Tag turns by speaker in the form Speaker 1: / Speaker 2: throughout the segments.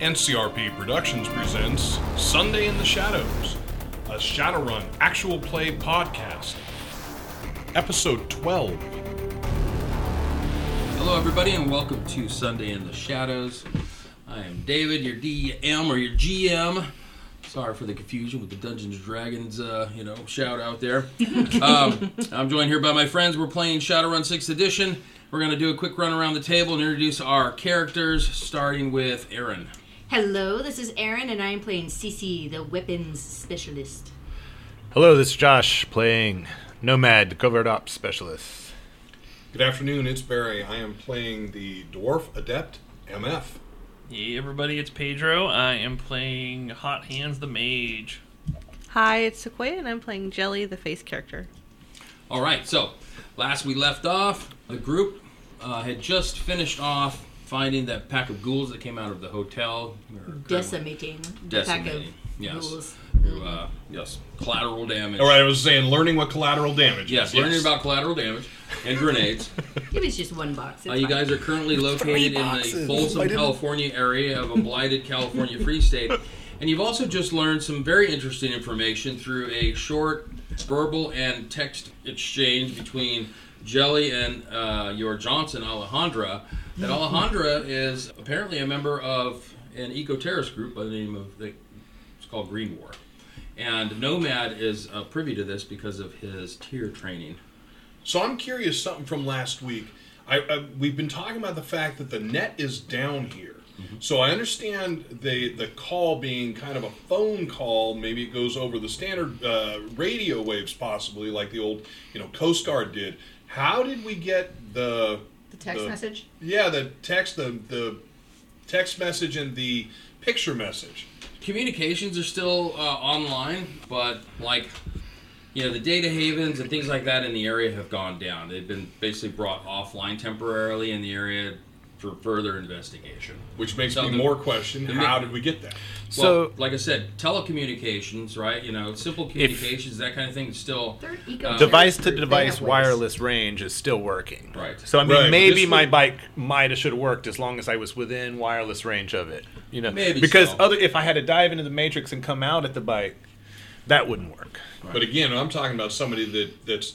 Speaker 1: NCRP Productions presents Sunday in the Shadows, a Shadowrun actual play podcast, episode 12.
Speaker 2: Hello, everybody, and welcome to Sunday in the Shadows. I am David, your DM or your GM. Sorry for the confusion with the Dungeons and Dragons, uh, you know, shout out there. um, I'm joined here by my friends. We're playing Shadowrun 6th Edition. We're going to do a quick run around the table and introduce our characters, starting with Aaron.
Speaker 3: Hello, this is Erin, and I am playing Cece, the weapons specialist.
Speaker 4: Hello, this is Josh playing Nomad Covert Ops Specialist.
Speaker 1: Good afternoon, it's Barry. I am playing the Dwarf Adept MF.
Speaker 5: Hey everybody, it's Pedro. I am playing Hot Hands the Mage.
Speaker 6: Hi, it's Sequoia, and I'm playing Jelly, the face character.
Speaker 2: All right, so last we left off, the group uh, had just finished off finding that pack of ghouls that came out of the hotel. or-
Speaker 3: Decimating the pack of
Speaker 2: Decimating, yes.
Speaker 3: ghouls.
Speaker 2: Through, uh, yes, collateral damage.
Speaker 1: All right, I was saying learning what collateral damage
Speaker 2: Yes,
Speaker 1: is.
Speaker 2: learning about collateral damage and grenades.
Speaker 3: It was just one box.
Speaker 4: Oh,
Speaker 2: Uh, you guys are currently located in the Folsom, California area of a blighted California free state. And you've also just learned some very interesting information through a short verbal and text exchange between Jelly and uh, your Johnson, Alejandra. That Alejandra is apparently a member of an eco terrorist group by the name of, the, it's called Green War. And Nomad is uh, privy to this because of his tier training.
Speaker 1: So I'm curious something from last week. I, I we've been talking about the fact that the net is down here. So I understand the the call being kind of a phone call. Maybe it goes over the standard uh, radio waves, possibly like the old you know Coast Guard did. How did we get the
Speaker 3: the text
Speaker 1: the-
Speaker 3: message.
Speaker 1: yeah the text the the text message and the picture message?
Speaker 2: communications are still uh, online, but like you know, the data havens and things like that in the area have gone down. They've been basically brought offline temporarily in the area for further investigation.
Speaker 1: Which makes
Speaker 2: So
Speaker 1: me
Speaker 2: the-
Speaker 1: more question:
Speaker 2: the-
Speaker 1: How did we get that?
Speaker 2: So,
Speaker 4: So-
Speaker 2: like I said, telecommunications, right? You know, simple communications, that kind of thing, is still
Speaker 3: They're eco-
Speaker 4: Device
Speaker 3: They
Speaker 4: to
Speaker 3: have waves.
Speaker 4: device wireless range is still working.
Speaker 2: Right.
Speaker 4: So I mean,
Speaker 1: Right, but
Speaker 4: maybe
Speaker 1: this
Speaker 4: my
Speaker 1: would-
Speaker 4: bike might have should have worked as long as I was within wireless range of it. You know,
Speaker 2: Maybe
Speaker 4: because
Speaker 2: so.
Speaker 4: other if I had to dive into the matrix and come out at the bike, that wouldn't work.
Speaker 1: But again, I'm talking about somebody that that's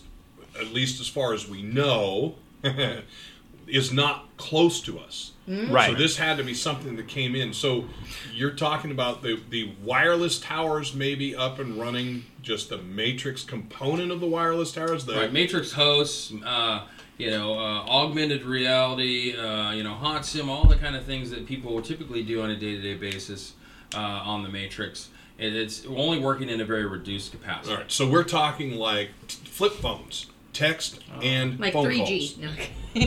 Speaker 1: at least as far as we know is not close to us.
Speaker 4: Mm. Right.
Speaker 1: Mm. So this had to be something that came in. So you're talking about the the wireless towers maybe up and running, just the matrix component of the wireless towers. The
Speaker 2: Right, Matrix hosts, uh, you know, uh, augmented reality, uh, you know, hot sim, all the kind of things that people typically do on a day-to-day basis uh, on the Matrix. It, it's only working in a very reduced capacity.
Speaker 1: All right. So we're talking like t- flip phones, text and
Speaker 3: Like
Speaker 1: phone
Speaker 3: 3G.
Speaker 1: calls.
Speaker 3: No,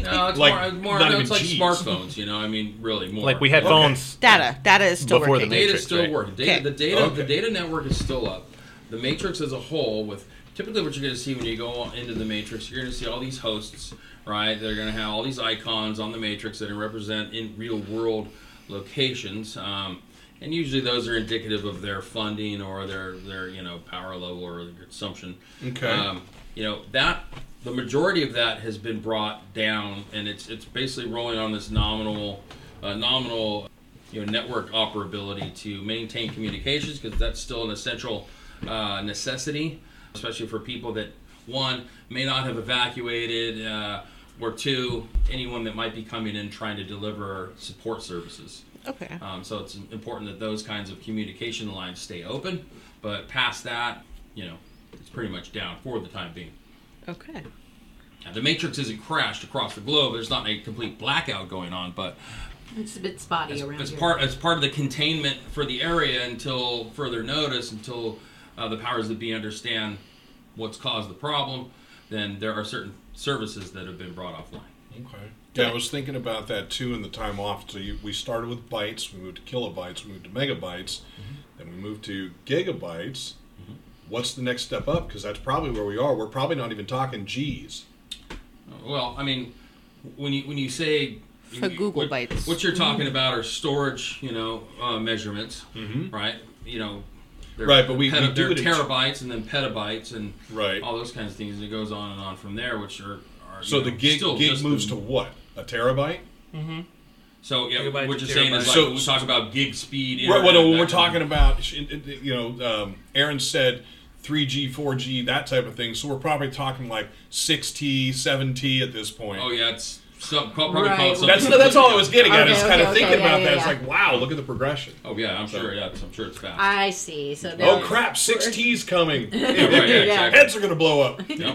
Speaker 2: No, it's
Speaker 1: Like,
Speaker 2: more, it's more
Speaker 1: not
Speaker 2: no,
Speaker 1: even
Speaker 2: it's like
Speaker 1: Gs.
Speaker 2: smartphones. You know, I mean, really more.
Speaker 4: Like we had
Speaker 1: Okay.
Speaker 4: phones.
Speaker 6: Data. Data is still
Speaker 4: Before the
Speaker 6: working.
Speaker 4: ma-
Speaker 2: data
Speaker 4: Matrix,
Speaker 2: still
Speaker 4: right?
Speaker 2: working. Data,
Speaker 6: Okay.
Speaker 2: The data, the
Speaker 1: Okay.
Speaker 2: data network is still up. The matrix as a whole, with typically what you're going to see when you go on- into the matrix, you're going to see all these hosts, right? They're going to have all these icons on the matrix that represent in real world locations, um, and usually those are indicative of their funding or their their you know power level or their consumption.
Speaker 4: Mm-hmm.
Speaker 1: Okay.
Speaker 2: Um, you know that the majority of that has been brought down, and it's it's basically rolling on this nominal uh, nominal you know, network operability to maintain communications because that's still an essential uh, necessity, especially for people that one may not have evacuated, uh, or two, anyone that might be coming in trying to deliver support services.
Speaker 6: Okay.
Speaker 4: Uh.
Speaker 2: Um, so it's important that those kinds of communication lines stay open, but past that, you know, it's pretty much down for the time being.
Speaker 6: Okay.
Speaker 2: Now, the matrix isn't crashed across the globe. There's not a complete blackout going on, but
Speaker 3: It's a bit spotty
Speaker 2: as,
Speaker 3: around
Speaker 2: as
Speaker 3: here.
Speaker 2: part as part of the containment for the area until further notice, until uh, the powers that be understand what's caused the problem, then there are certain services that have been brought offline.
Speaker 1: Okay. Yeah, I was thinking about that too in the time off. So you, we started with bytes, we moved to kilobytes, we moved to megabytes, then we moved to gigabytes. What's the next step up? Because that's probably where we are. We're probably not even talking G's.
Speaker 2: Well, I mean, when you when you say
Speaker 6: For Google
Speaker 2: what,
Speaker 6: Bytes. Mm-hmm.
Speaker 2: what you're talking about are storage, you know, uh, measurements, right? You know, they're-
Speaker 1: Mm-hmm. Right, but we-
Speaker 2: they're
Speaker 1: we do
Speaker 2: they're
Speaker 1: it in-
Speaker 2: terabytes and then petabytes and
Speaker 1: Right.
Speaker 2: all those kinds of things, and it goes on and on from there, which are, are you
Speaker 1: So the
Speaker 2: know,
Speaker 1: gig
Speaker 2: still
Speaker 1: gig
Speaker 2: just
Speaker 1: moves
Speaker 2: the-
Speaker 1: to what? A terabyte?
Speaker 2: So yeah,
Speaker 5: Like about
Speaker 2: what you're
Speaker 5: two
Speaker 2: saying is
Speaker 5: terabytes.
Speaker 2: like
Speaker 1: So-
Speaker 2: we talk about gig speed.
Speaker 1: Right,
Speaker 2: internet,
Speaker 1: well, when
Speaker 2: that
Speaker 1: we're
Speaker 2: kind of-
Speaker 1: talking about, sh- it- it- you know, um, Aaron said 3G, 4G, that type of thing. So we're probably talking like 6T, 7T at this point.
Speaker 2: Oh yeah, it's some, probably
Speaker 3: Right.
Speaker 2: called something.
Speaker 1: That's that's all I was getting at.
Speaker 3: Okay,
Speaker 1: is kind of
Speaker 3: okay,
Speaker 1: thinking
Speaker 3: okay,
Speaker 1: about that.
Speaker 3: yeah, yeah,
Speaker 1: It's like,
Speaker 3: yeah.
Speaker 1: wow, look at the progression.
Speaker 2: Oh yeah, I'm sure. Yeah, I'm sure it's fast.
Speaker 3: I see. So
Speaker 1: Oh
Speaker 3: now-
Speaker 1: crap, 6T's coming.
Speaker 2: yeah, right, yeah,
Speaker 3: Yeah.
Speaker 2: exactly.
Speaker 1: Heads are gonna blow up.
Speaker 2: Yeah.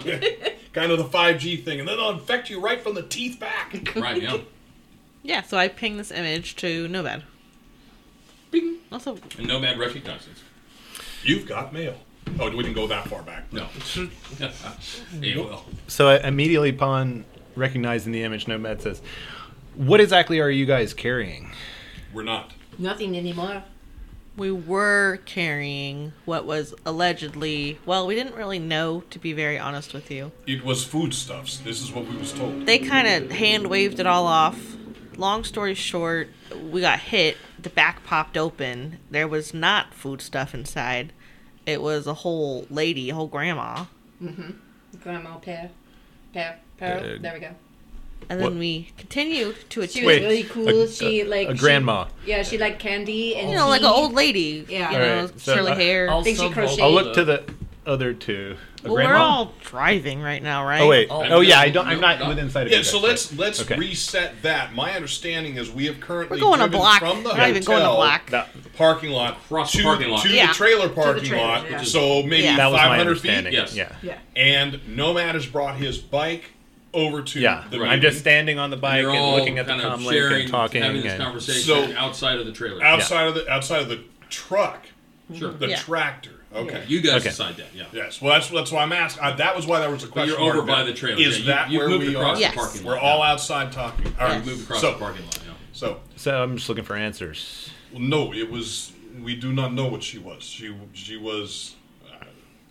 Speaker 1: kind of the 5G thing, and then it'll infect you right from the teeth back.
Speaker 2: Right. Yeah.
Speaker 6: Yeah, so I ping this image to Nomad. Bing. Also,
Speaker 2: And Nomad recognizes.
Speaker 1: You've got mail. Oh, we didn't go that far back.
Speaker 2: No. Hey, well.
Speaker 4: So I- immediately upon recognizing the image, Nomad says, "What exactly are you guys carrying?"
Speaker 1: We're not.
Speaker 3: Nothing anymore.
Speaker 6: we were carrying what was allegedly, well, we didn't really know, to be very honest with you.
Speaker 1: It was foodstuffs. This is what we was told.
Speaker 6: They kind of hand waved it all off. Long story short, we got hit. The back popped open. There was not food stuff inside. It was a whole lady, a whole grandma.
Speaker 3: Grandma pear, pear, pear.
Speaker 4: Uh,
Speaker 3: there we go.
Speaker 6: And
Speaker 4: What?
Speaker 6: then we continued to a
Speaker 3: She was
Speaker 4: Wait,
Speaker 3: really
Speaker 4: a-
Speaker 3: cool. she
Speaker 4: a-
Speaker 3: like
Speaker 4: a
Speaker 3: she-
Speaker 4: grandma.
Speaker 3: yeah, she liked candy and
Speaker 6: you know, like an
Speaker 3: tea.
Speaker 6: old lady.
Speaker 3: Yeah.
Speaker 6: You know,
Speaker 4: Alright, so
Speaker 6: curly
Speaker 4: I-
Speaker 6: hair.
Speaker 5: I'll
Speaker 3: Think she
Speaker 5: sub-
Speaker 3: crocheted.
Speaker 4: I'll look to the other two. A
Speaker 6: Well, we're
Speaker 4: grandma?
Speaker 6: all driving right now, right?
Speaker 4: oh wait.
Speaker 5: Oh.
Speaker 4: Oh, yeah. I don't. I'm not
Speaker 2: No.
Speaker 4: within sight of you
Speaker 1: Yeah,
Speaker 4: guys,
Speaker 1: so
Speaker 4: right?
Speaker 1: let's let's
Speaker 4: Okay.
Speaker 1: reset that. My understanding is we have currently
Speaker 6: We're going a
Speaker 1: driven
Speaker 6: block.
Speaker 1: from the
Speaker 6: We're not even going a
Speaker 1: hotel,
Speaker 6: block.
Speaker 4: That-
Speaker 1: the parking lot,
Speaker 2: Across the
Speaker 1: to,
Speaker 2: parking lot.
Speaker 1: to
Speaker 6: Yeah.
Speaker 1: the trailer parking
Speaker 3: trailer,
Speaker 1: lot.
Speaker 3: yeah.
Speaker 1: So maybe
Speaker 6: Yeah.
Speaker 4: that was my
Speaker 1: 500 feet.
Speaker 4: understanding.
Speaker 2: Yes.
Speaker 4: Yeah.
Speaker 3: Yeah.
Speaker 1: And Nomad has brought his bike over to
Speaker 4: Yeah.
Speaker 1: the
Speaker 2: Right.
Speaker 4: I'm just standing on the bike
Speaker 2: You're
Speaker 4: and,
Speaker 2: all
Speaker 4: looking at the
Speaker 2: kind of
Speaker 4: com link
Speaker 2: sharing,
Speaker 4: and talking.
Speaker 2: having this
Speaker 4: and-
Speaker 2: conversation
Speaker 1: So-
Speaker 2: outside of the trailer.
Speaker 1: outside of the outside of the truck,
Speaker 2: Sure.
Speaker 1: the
Speaker 6: Yeah.
Speaker 1: tractor. Okay.
Speaker 2: You guys
Speaker 4: Okay.
Speaker 2: decide that. Yeah.
Speaker 1: Yes. Well, that's that's why I'm asking. Uh, that was why there was a
Speaker 2: But
Speaker 1: question.
Speaker 2: you're over
Speaker 1: mark
Speaker 2: by
Speaker 1: there.
Speaker 2: the trailer.
Speaker 1: Is
Speaker 2: yeah,
Speaker 1: that
Speaker 2: you, you
Speaker 1: where
Speaker 2: moved
Speaker 1: we
Speaker 2: across
Speaker 1: are?
Speaker 6: Yes.
Speaker 2: the parking lot.
Speaker 1: We're all outside talking. All right.
Speaker 2: You moved across the parking lot. Yeah.
Speaker 1: So
Speaker 4: So I'm just looking for answers.
Speaker 1: Well, no, it was. We do not know what she was. She she was.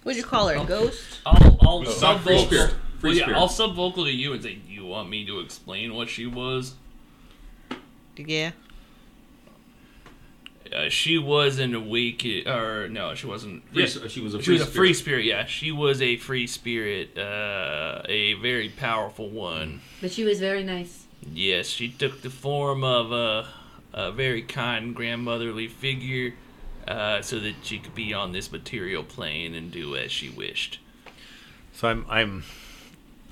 Speaker 6: What'd you call her? A ghost?
Speaker 5: I'll, I'll
Speaker 1: With
Speaker 5: sub
Speaker 1: Free
Speaker 2: Free
Speaker 1: Well,
Speaker 5: vocal.
Speaker 2: spirit.
Speaker 1: spirit.
Speaker 2: Free
Speaker 5: Well, yeah,
Speaker 2: spirit.
Speaker 5: I'll sub vocal to you and say, "You want me to explain what she was?
Speaker 6: Yeah.
Speaker 5: Uh, she was an awakened, or no, she wasn't.
Speaker 2: Free
Speaker 5: yeah.
Speaker 2: s- She was a free
Speaker 5: She was a
Speaker 2: spirit.
Speaker 5: free spirit. Yeah, she was a free spirit, uh, a very powerful one.
Speaker 3: But she was very nice.
Speaker 5: Yes, she took the form of a, a very kind grandmotherly figure uh, so that she could be on this material plane and do as she wished.
Speaker 4: So I'm I'm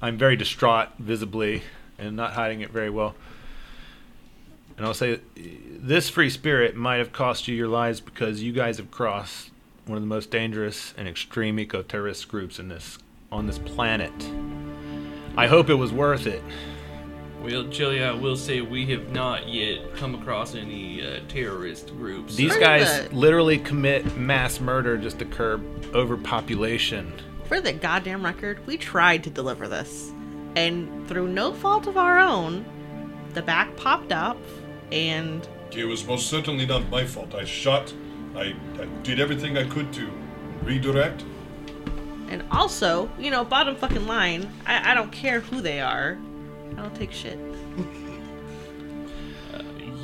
Speaker 4: I'm very distraught visibly and not hiding it very well. And I'll say this free spirit might have cost you your lives because you guys have crossed one of the most dangerous and extreme eco-terrorist groups in this on this planet. I hope it was worth it.
Speaker 5: Well, Jelly, I will say we have not yet come across any uh, terrorist groups.
Speaker 4: These
Speaker 6: Heard
Speaker 4: guys
Speaker 6: that.
Speaker 4: literally commit mass murder just to curb overpopulation.
Speaker 6: For the goddamn record, we tried to deliver this. And through no fault of our own, the back popped up and
Speaker 1: It was most certainly not my fault. I shot. I, I did everything I could to redirect.
Speaker 6: and also, you know, bottom fucking line, I, I don't care who they are. I don't take shit.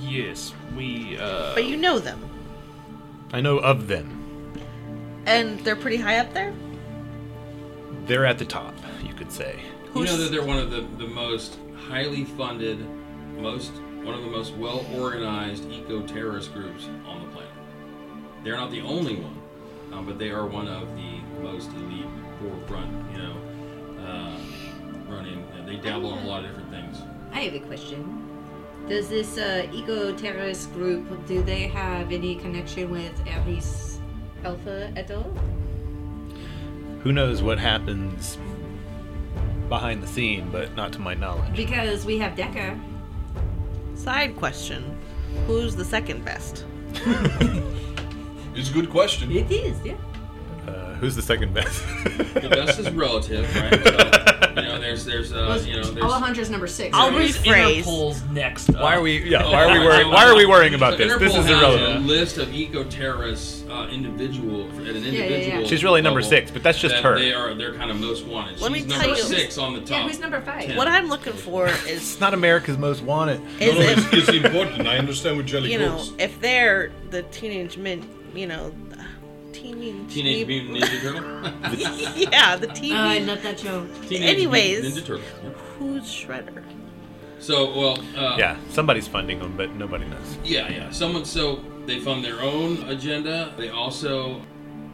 Speaker 5: Yes, we. Uh,
Speaker 6: But you know them.
Speaker 4: I know of them.
Speaker 6: And they're pretty high up there?
Speaker 4: They're at the top, you could say.
Speaker 2: You know
Speaker 6: Who's-
Speaker 2: that they're one of the, the most highly funded, most one of the most well organized eco terrorist groups on the planet. They're not the only one, um, but they are one of the most elite forefront. You know, uh, running. They dabble in a lot of different things.
Speaker 3: I have a question. Does this uh, eco terrorist group do they have any connection with Aries Alpha at all?
Speaker 4: Who knows what happens behind the scene, but not to my knowledge.
Speaker 3: Because we have Decker.
Speaker 6: Side question. Who's the second best?
Speaker 1: It's a good question.
Speaker 3: It is, yeah.
Speaker 4: Uh, who's the second best?
Speaker 2: The best is relative, right? So, you know, there's there's uh, you know there's.
Speaker 3: Alejandro's number six.
Speaker 6: I'll
Speaker 3: right?
Speaker 6: re- rephrase.
Speaker 5: Interpol's next. Up.
Speaker 4: Why are we? Yeah. Why are we worrying? Why are we worrying about this? This
Speaker 2: Interpol
Speaker 4: is
Speaker 2: has
Speaker 4: irrelevant.
Speaker 2: A list of eco terrorists, uh, individual at an
Speaker 3: yeah,
Speaker 2: individual.
Speaker 3: yeah.
Speaker 4: She's really number
Speaker 2: level
Speaker 4: six, but that's just
Speaker 2: that
Speaker 4: her.
Speaker 2: They are they're kind of most wanted.
Speaker 6: Let me
Speaker 2: She's
Speaker 6: tell
Speaker 2: number
Speaker 6: you-
Speaker 2: six on the top.
Speaker 3: yeah, who's number five?
Speaker 2: Ten.
Speaker 6: What I'm looking for is
Speaker 4: It's not America's Most Wanted.
Speaker 1: No,
Speaker 6: is
Speaker 1: no, it's,
Speaker 6: if
Speaker 1: it's important. I understand what Jelly
Speaker 6: you know,
Speaker 1: goes.
Speaker 6: if they're the teenage men, you know, the teenage
Speaker 2: Teenage
Speaker 6: Mut-
Speaker 2: Mutant Ninja Turtle.
Speaker 6: yeah, the teen.
Speaker 3: Uh, not that joke.
Speaker 2: Teenage
Speaker 6: Anyways.
Speaker 2: Mutant Ninja Turtle.
Speaker 6: Who's Shredder?
Speaker 2: So, well, uh,
Speaker 4: Yeah, somebody's funding them, but nobody knows.
Speaker 2: Yeah, yeah. Someone so they fund their own agenda. They also,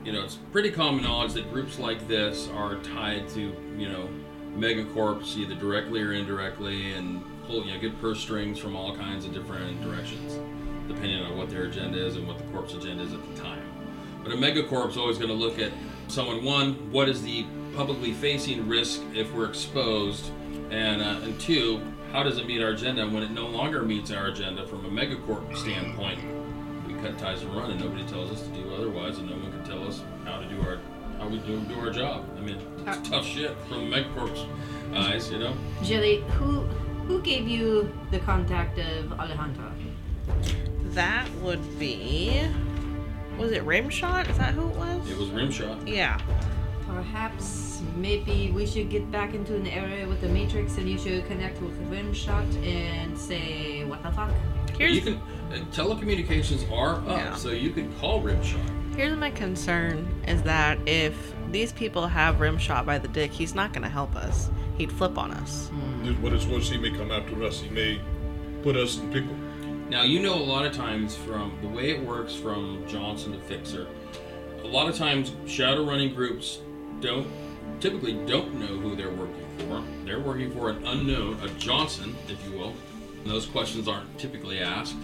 Speaker 2: you know, it's pretty common knowledge that groups like this are tied to, you know, megacorps either directly or indirectly, and pull you know get purse strings from all kinds of different directions, depending on what their agenda is and what the corp's agenda is at the time. But a megacorp's always going to look at someone one, what is the publicly facing risk if we're exposed, and uh, and two, how does it meet our agenda? And when it no longer meets our agenda from a megacorp standpoint, we cut ties and run, and nobody tells us to do otherwise, and no one can tell us how to do our how we do, do our job. I mean, it's tough shit from the megacorp's eyes, you know.
Speaker 3: Jelly, who who gave you the contact of Alejandro?
Speaker 6: That would be. Was it Rimshot? Is that who it was?
Speaker 2: It was rimshot.
Speaker 6: Yeah.
Speaker 3: Perhaps, maybe we should get back into an area with the Matrix and you should connect with Rimshot and say, what the fuck?
Speaker 6: Here's
Speaker 2: you can uh, telecommunications are up,
Speaker 6: Yeah.
Speaker 2: so you could call rimshot.
Speaker 6: here's my concern is that if these people have Rimshot by the dick, he's not gonna help us. He'd flip on us.
Speaker 2: Hmm.
Speaker 1: What is worse, he may come after us. He may put us in pickle.
Speaker 2: Now you know a lot of times from the way it works from Johnson to Fixer, a lot of times shadow running groups don't typically don't know who they're working for. They're working for an unknown, a Johnson, if you will. And those questions aren't typically asked.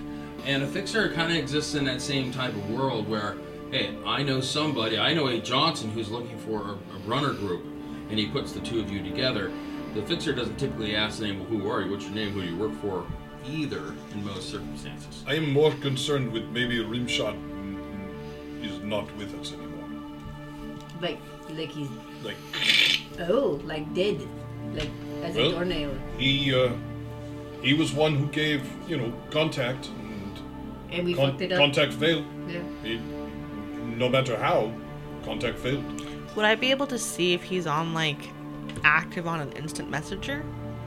Speaker 2: And a fixer kind of exists in that same type of world where, hey, I know somebody, I know a Johnson who's looking for a, a runner group, and he puts the two of you together. The fixer doesn't typically ask the name, well, who are you, what's your name, who do you work for, either in most circumstances.
Speaker 1: I am more concerned with maybe Rimshot is not with us anymore.
Speaker 3: Like, like he's,
Speaker 1: Like
Speaker 3: oh, like dead. Like, as
Speaker 1: Well-
Speaker 3: a doornail.
Speaker 1: he, uh, he was one who gave you know contact and
Speaker 3: And we
Speaker 1: con-
Speaker 3: fucked it up.
Speaker 1: contact failed.
Speaker 3: Yeah.
Speaker 1: He, no matter how, contact failed.
Speaker 6: Would I be able to see if he's on like active on an instant messenger?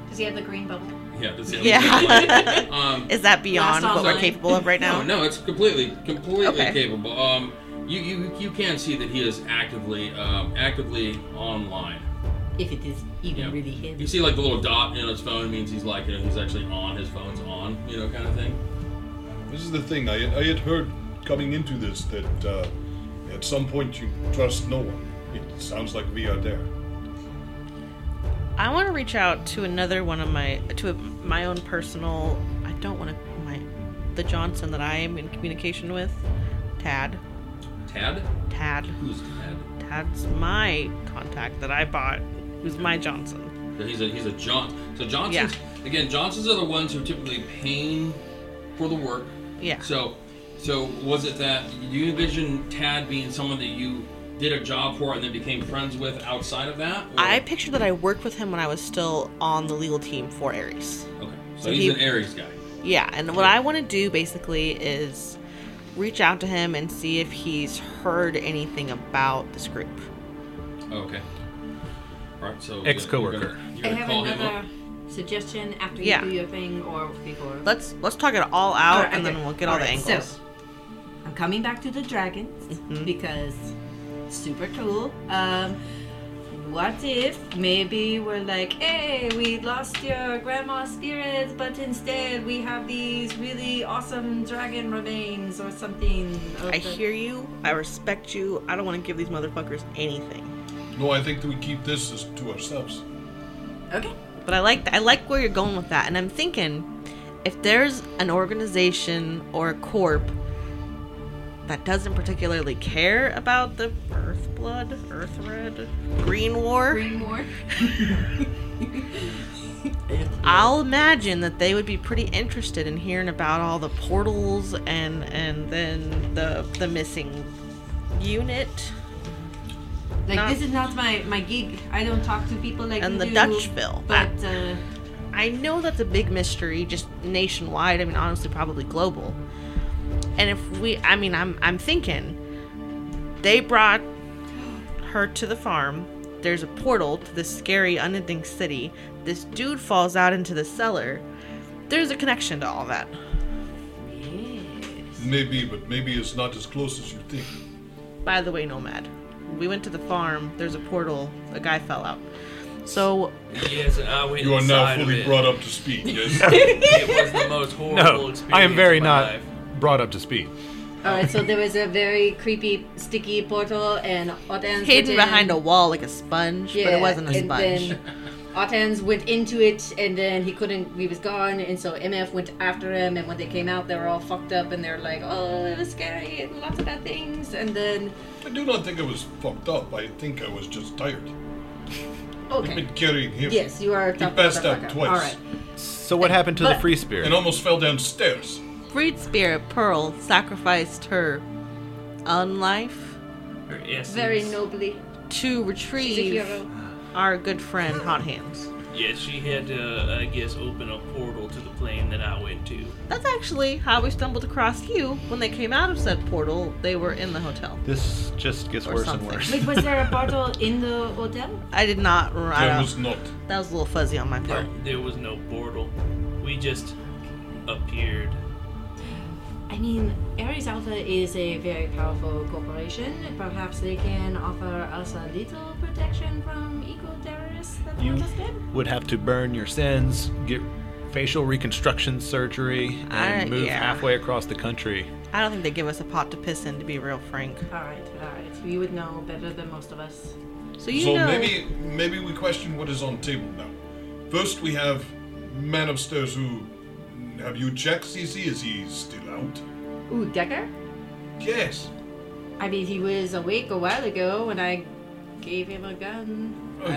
Speaker 3: Does he have the green bubble?
Speaker 2: Yeah, that's the other
Speaker 6: Yeah.
Speaker 2: thing. Um,
Speaker 6: Is that beyond
Speaker 3: Last
Speaker 6: what we're
Speaker 3: online.
Speaker 6: capable of right now?
Speaker 2: no, no, it's completely, completely
Speaker 6: Okay.
Speaker 2: capable. Um, you, you, you can see that he is actively, um, actively online.
Speaker 3: If it is even
Speaker 2: Yeah.
Speaker 3: really him.
Speaker 2: You see, like the little dot in his phone means he's like, you know, he's actually on. His phone's on, you know, kind of thing.
Speaker 1: This is the thing. I, I had heard coming into this that uh, at some point you trust no one. It sounds like we are there.
Speaker 6: I want to reach out to another one of my to a, my own personal. I don't want to my the Johnson that I am in communication with. Tad,
Speaker 2: Tad,
Speaker 6: Tad,
Speaker 2: who's Tad?
Speaker 6: Tad's my contact that I bought. Who's my Johnson?
Speaker 2: So He's a he's a John. So Johnsons again. Johnsons are the ones who typically paying for the work.
Speaker 6: Yeah.
Speaker 2: So so was it that you envision Tad being someone that you did a job for and then became friends with outside of that? or-
Speaker 6: I picture that I worked with him when I was still on the legal team for Aries.
Speaker 2: Okay. So,
Speaker 6: So
Speaker 2: he's
Speaker 6: he-
Speaker 2: an Aries guy.
Speaker 6: Yeah, and what I want to do basically is reach out to him and see if he's heard anything about this group.
Speaker 2: Oh, Okay. All right. So
Speaker 4: Ex-coworker.
Speaker 2: You're gonna, you're
Speaker 3: I
Speaker 2: gonna
Speaker 3: have
Speaker 2: call him
Speaker 3: another
Speaker 2: up.
Speaker 3: suggestion after
Speaker 6: Yeah.
Speaker 3: you do your thing or before.
Speaker 6: Let's let's talk it all out
Speaker 3: Alright,
Speaker 6: and
Speaker 3: okay.
Speaker 6: then we'll get all,
Speaker 3: Alright,
Speaker 6: the angles.
Speaker 3: So, I'm coming back to the dragons
Speaker 6: Mm-hmm.
Speaker 3: because super cool. Um, what if maybe we're like, hey, we lost your grandma's spirits, but instead we have these really awesome dragon remains or something. of
Speaker 6: I
Speaker 3: the-
Speaker 6: hear you. I respect you. I don't want to give these motherfuckers anything.
Speaker 1: No, I think that we keep this as to ourselves.
Speaker 3: Okay.
Speaker 6: But I like I like where you're going with that, and I'm thinking if there's an organization or a corp that doesn't particularly care about the Earth Blood, Earth Red, Green War,
Speaker 3: Bring more.
Speaker 6: I'll imagine that they would be pretty interested in hearing about all the portals and and then the the missing unit
Speaker 3: Like
Speaker 6: Not-
Speaker 3: this is not my my gig. I don't talk to people like
Speaker 6: and
Speaker 3: you
Speaker 6: the
Speaker 3: do,
Speaker 6: Dutchville. I-
Speaker 3: But uh,
Speaker 6: I know that's a big mystery, just nationwide. I mean, honestly, probably global. And if we, I mean, I'm, I'm thinking, they brought her to the farm. There's a portal to this scary, unending city. This dude falls out into the cellar. There's a connection to all that.
Speaker 1: Maybe, but maybe it's not as close as you think.
Speaker 6: By the way, Nomad, we went to the farm. There's a portal. A guy fell out. So
Speaker 5: Yes, and I went
Speaker 1: You are now
Speaker 5: inside uh, of
Speaker 1: fully
Speaker 5: it.
Speaker 1: brought up to speed. Yes.
Speaker 5: It was the most horrible
Speaker 4: No,
Speaker 5: experience.
Speaker 4: I am very
Speaker 5: of my
Speaker 4: not
Speaker 5: life.
Speaker 4: brought up to speed.
Speaker 3: All right, so there was a very creepy, sticky portal, and Otan's
Speaker 6: hidden behind a wall like a sponge, but it wasn't a
Speaker 3: and
Speaker 6: sponge.
Speaker 3: Then Otan's went into it, and then he couldn't. He was gone, and so MF went after him. And when they came out, they were all fucked up, and they're like, "Oh, it was scary, and lots of bad things." And then,
Speaker 1: I do not think I was fucked up. I think I was just tired. I've
Speaker 3: okay,
Speaker 1: been carrying him.
Speaker 3: yes, you are a
Speaker 1: He
Speaker 3: tough
Speaker 1: passed out
Speaker 3: motherfucker.
Speaker 1: twice.
Speaker 3: All right,
Speaker 4: So what happened to the
Speaker 3: But-
Speaker 4: free spirit?
Speaker 1: And almost fell downstairs.
Speaker 6: Freed spirit Pearl sacrificed her unlife
Speaker 5: Her essence.
Speaker 3: very nobly.
Speaker 6: to
Speaker 3: She's a
Speaker 6: retrieve
Speaker 3: hero.
Speaker 6: our good friend Hot Hands.
Speaker 5: Yeah, she had to, uh, I guess, open a portal to the plane that I went to.
Speaker 6: That's actually how we stumbled across you. When they came out of said portal, they were in the hotel.
Speaker 4: this just gets
Speaker 6: Or
Speaker 4: worse
Speaker 6: something.
Speaker 4: and worse.
Speaker 3: Wait, was there a portal in the hotel?
Speaker 6: I did not. I
Speaker 1: There
Speaker 6: don't-
Speaker 1: was not.
Speaker 6: that was a little fuzzy on my part.
Speaker 5: There was no portal. We just appeared.
Speaker 3: I mean, Ares Alpha is a very powerful corporation. Perhaps they can offer us a little protection from eco terrorists that
Speaker 4: You-
Speaker 3: want us dead.
Speaker 4: Would have to burn your sins, get facial reconstruction surgery, and
Speaker 6: I-
Speaker 4: move
Speaker 6: yeah.
Speaker 4: halfway across the country.
Speaker 6: I don't think they give us a pot to piss in, to be real frank.
Speaker 3: All right, all right. You would know better than most of us.
Speaker 6: So you
Speaker 1: so
Speaker 6: know,
Speaker 1: maybe maybe we question what is on table now. First, we have man upstairs who. Have you checked CC? Is he still out?
Speaker 3: Ooh, Decker?
Speaker 1: Yes.
Speaker 3: I mean, he was awake a while ago when I gave him a gun.
Speaker 1: Oh,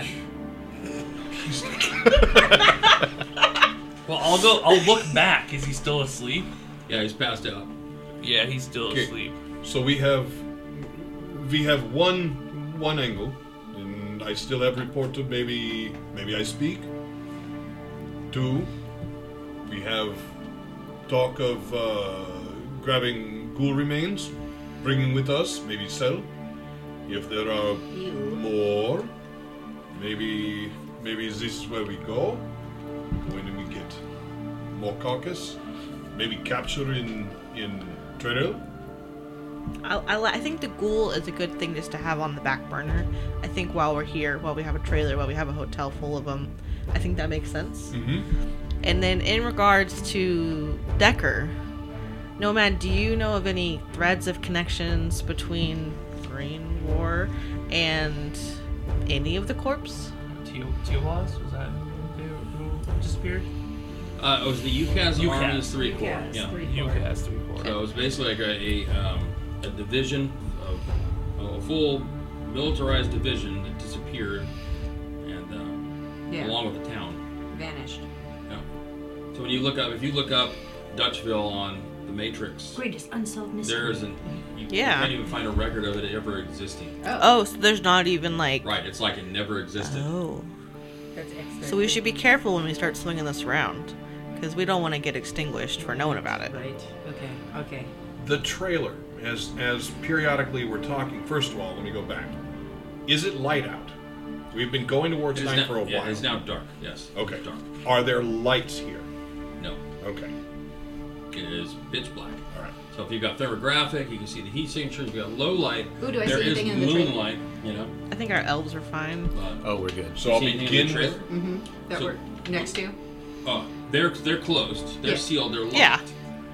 Speaker 1: he's
Speaker 5: Well, I'll go. I'll look back. Is he still asleep?
Speaker 2: Yeah, he's passed out.
Speaker 5: Yeah, he's still
Speaker 1: Okay.
Speaker 5: asleep.
Speaker 1: So we have we have one one angle, and I still have report to maybe maybe I speak. Two, we have talk of uh, grabbing ghoul remains, bringing with us maybe sell. If there are
Speaker 3: Ew.
Speaker 1: more, maybe maybe this is where we go when we get more carcass. Maybe capture in in trail.
Speaker 6: I, I, li- I think the ghoul is a good thing just to have on the back burner. I think while we're here, while we have a trailer, while we have a hotel full of them, I think that makes sense.
Speaker 1: Mm-hmm.
Speaker 6: And then in regards to Decker, Nomad, do you know of any threads of connections between Green War and any of the corpse?
Speaker 5: Tio Tiawas was that who- who disappeared?
Speaker 2: Uh, it was the UCAS,
Speaker 5: UCAS.
Speaker 2: Arm is three corps.
Speaker 3: Yes,
Speaker 2: Yeah.
Speaker 3: three,
Speaker 5: You
Speaker 3: four.
Speaker 5: cast three four.
Speaker 2: So it was basically like a, a, um, a division of a full militarized division that disappeared, and uh,
Speaker 3: Yeah,
Speaker 2: along with the town.
Speaker 3: vanished.
Speaker 2: Yeah. So when you look up, if you look up Dutchville on the Matrix,
Speaker 3: Greatest unsolved mystery.
Speaker 2: there isn't. You,
Speaker 6: Yeah.
Speaker 2: you can't even find a record of it ever existing.
Speaker 3: Oh,
Speaker 6: Oh, so there's not even like.
Speaker 2: Right. It's like it never existed.
Speaker 6: Oh.
Speaker 3: that's excellent.
Speaker 6: So we should be careful when we start swinging this around, because we don't want to get extinguished for knowing about it.
Speaker 3: Right. Okay. Okay.
Speaker 1: the trailer as as periodically we're talking first of all let me go back is it light out we've been going towards
Speaker 2: It is
Speaker 1: night
Speaker 2: now,
Speaker 1: for a
Speaker 2: yeah,
Speaker 1: while
Speaker 2: It's now dark. Yes.
Speaker 1: okay
Speaker 2: Dark.
Speaker 1: are there lights here
Speaker 2: No.
Speaker 1: okay
Speaker 2: It is pitch black.
Speaker 1: all right
Speaker 2: So if you've got thermographic, you can see the heat signatures. You've got low light.
Speaker 3: Ooh, do I see
Speaker 2: There is
Speaker 3: anything in the trailer?
Speaker 2: moonlight. You know.
Speaker 6: I think our elves are fine.
Speaker 2: Uh,
Speaker 4: Oh, we're good.
Speaker 1: so i'll
Speaker 2: see anything in the
Speaker 1: begin with
Speaker 2: trailer?
Speaker 3: That
Speaker 2: So-
Speaker 3: were next to.
Speaker 2: Oh, they're they're closed. They're
Speaker 3: Yeah.
Speaker 2: sealed. They're locked.
Speaker 6: Yeah.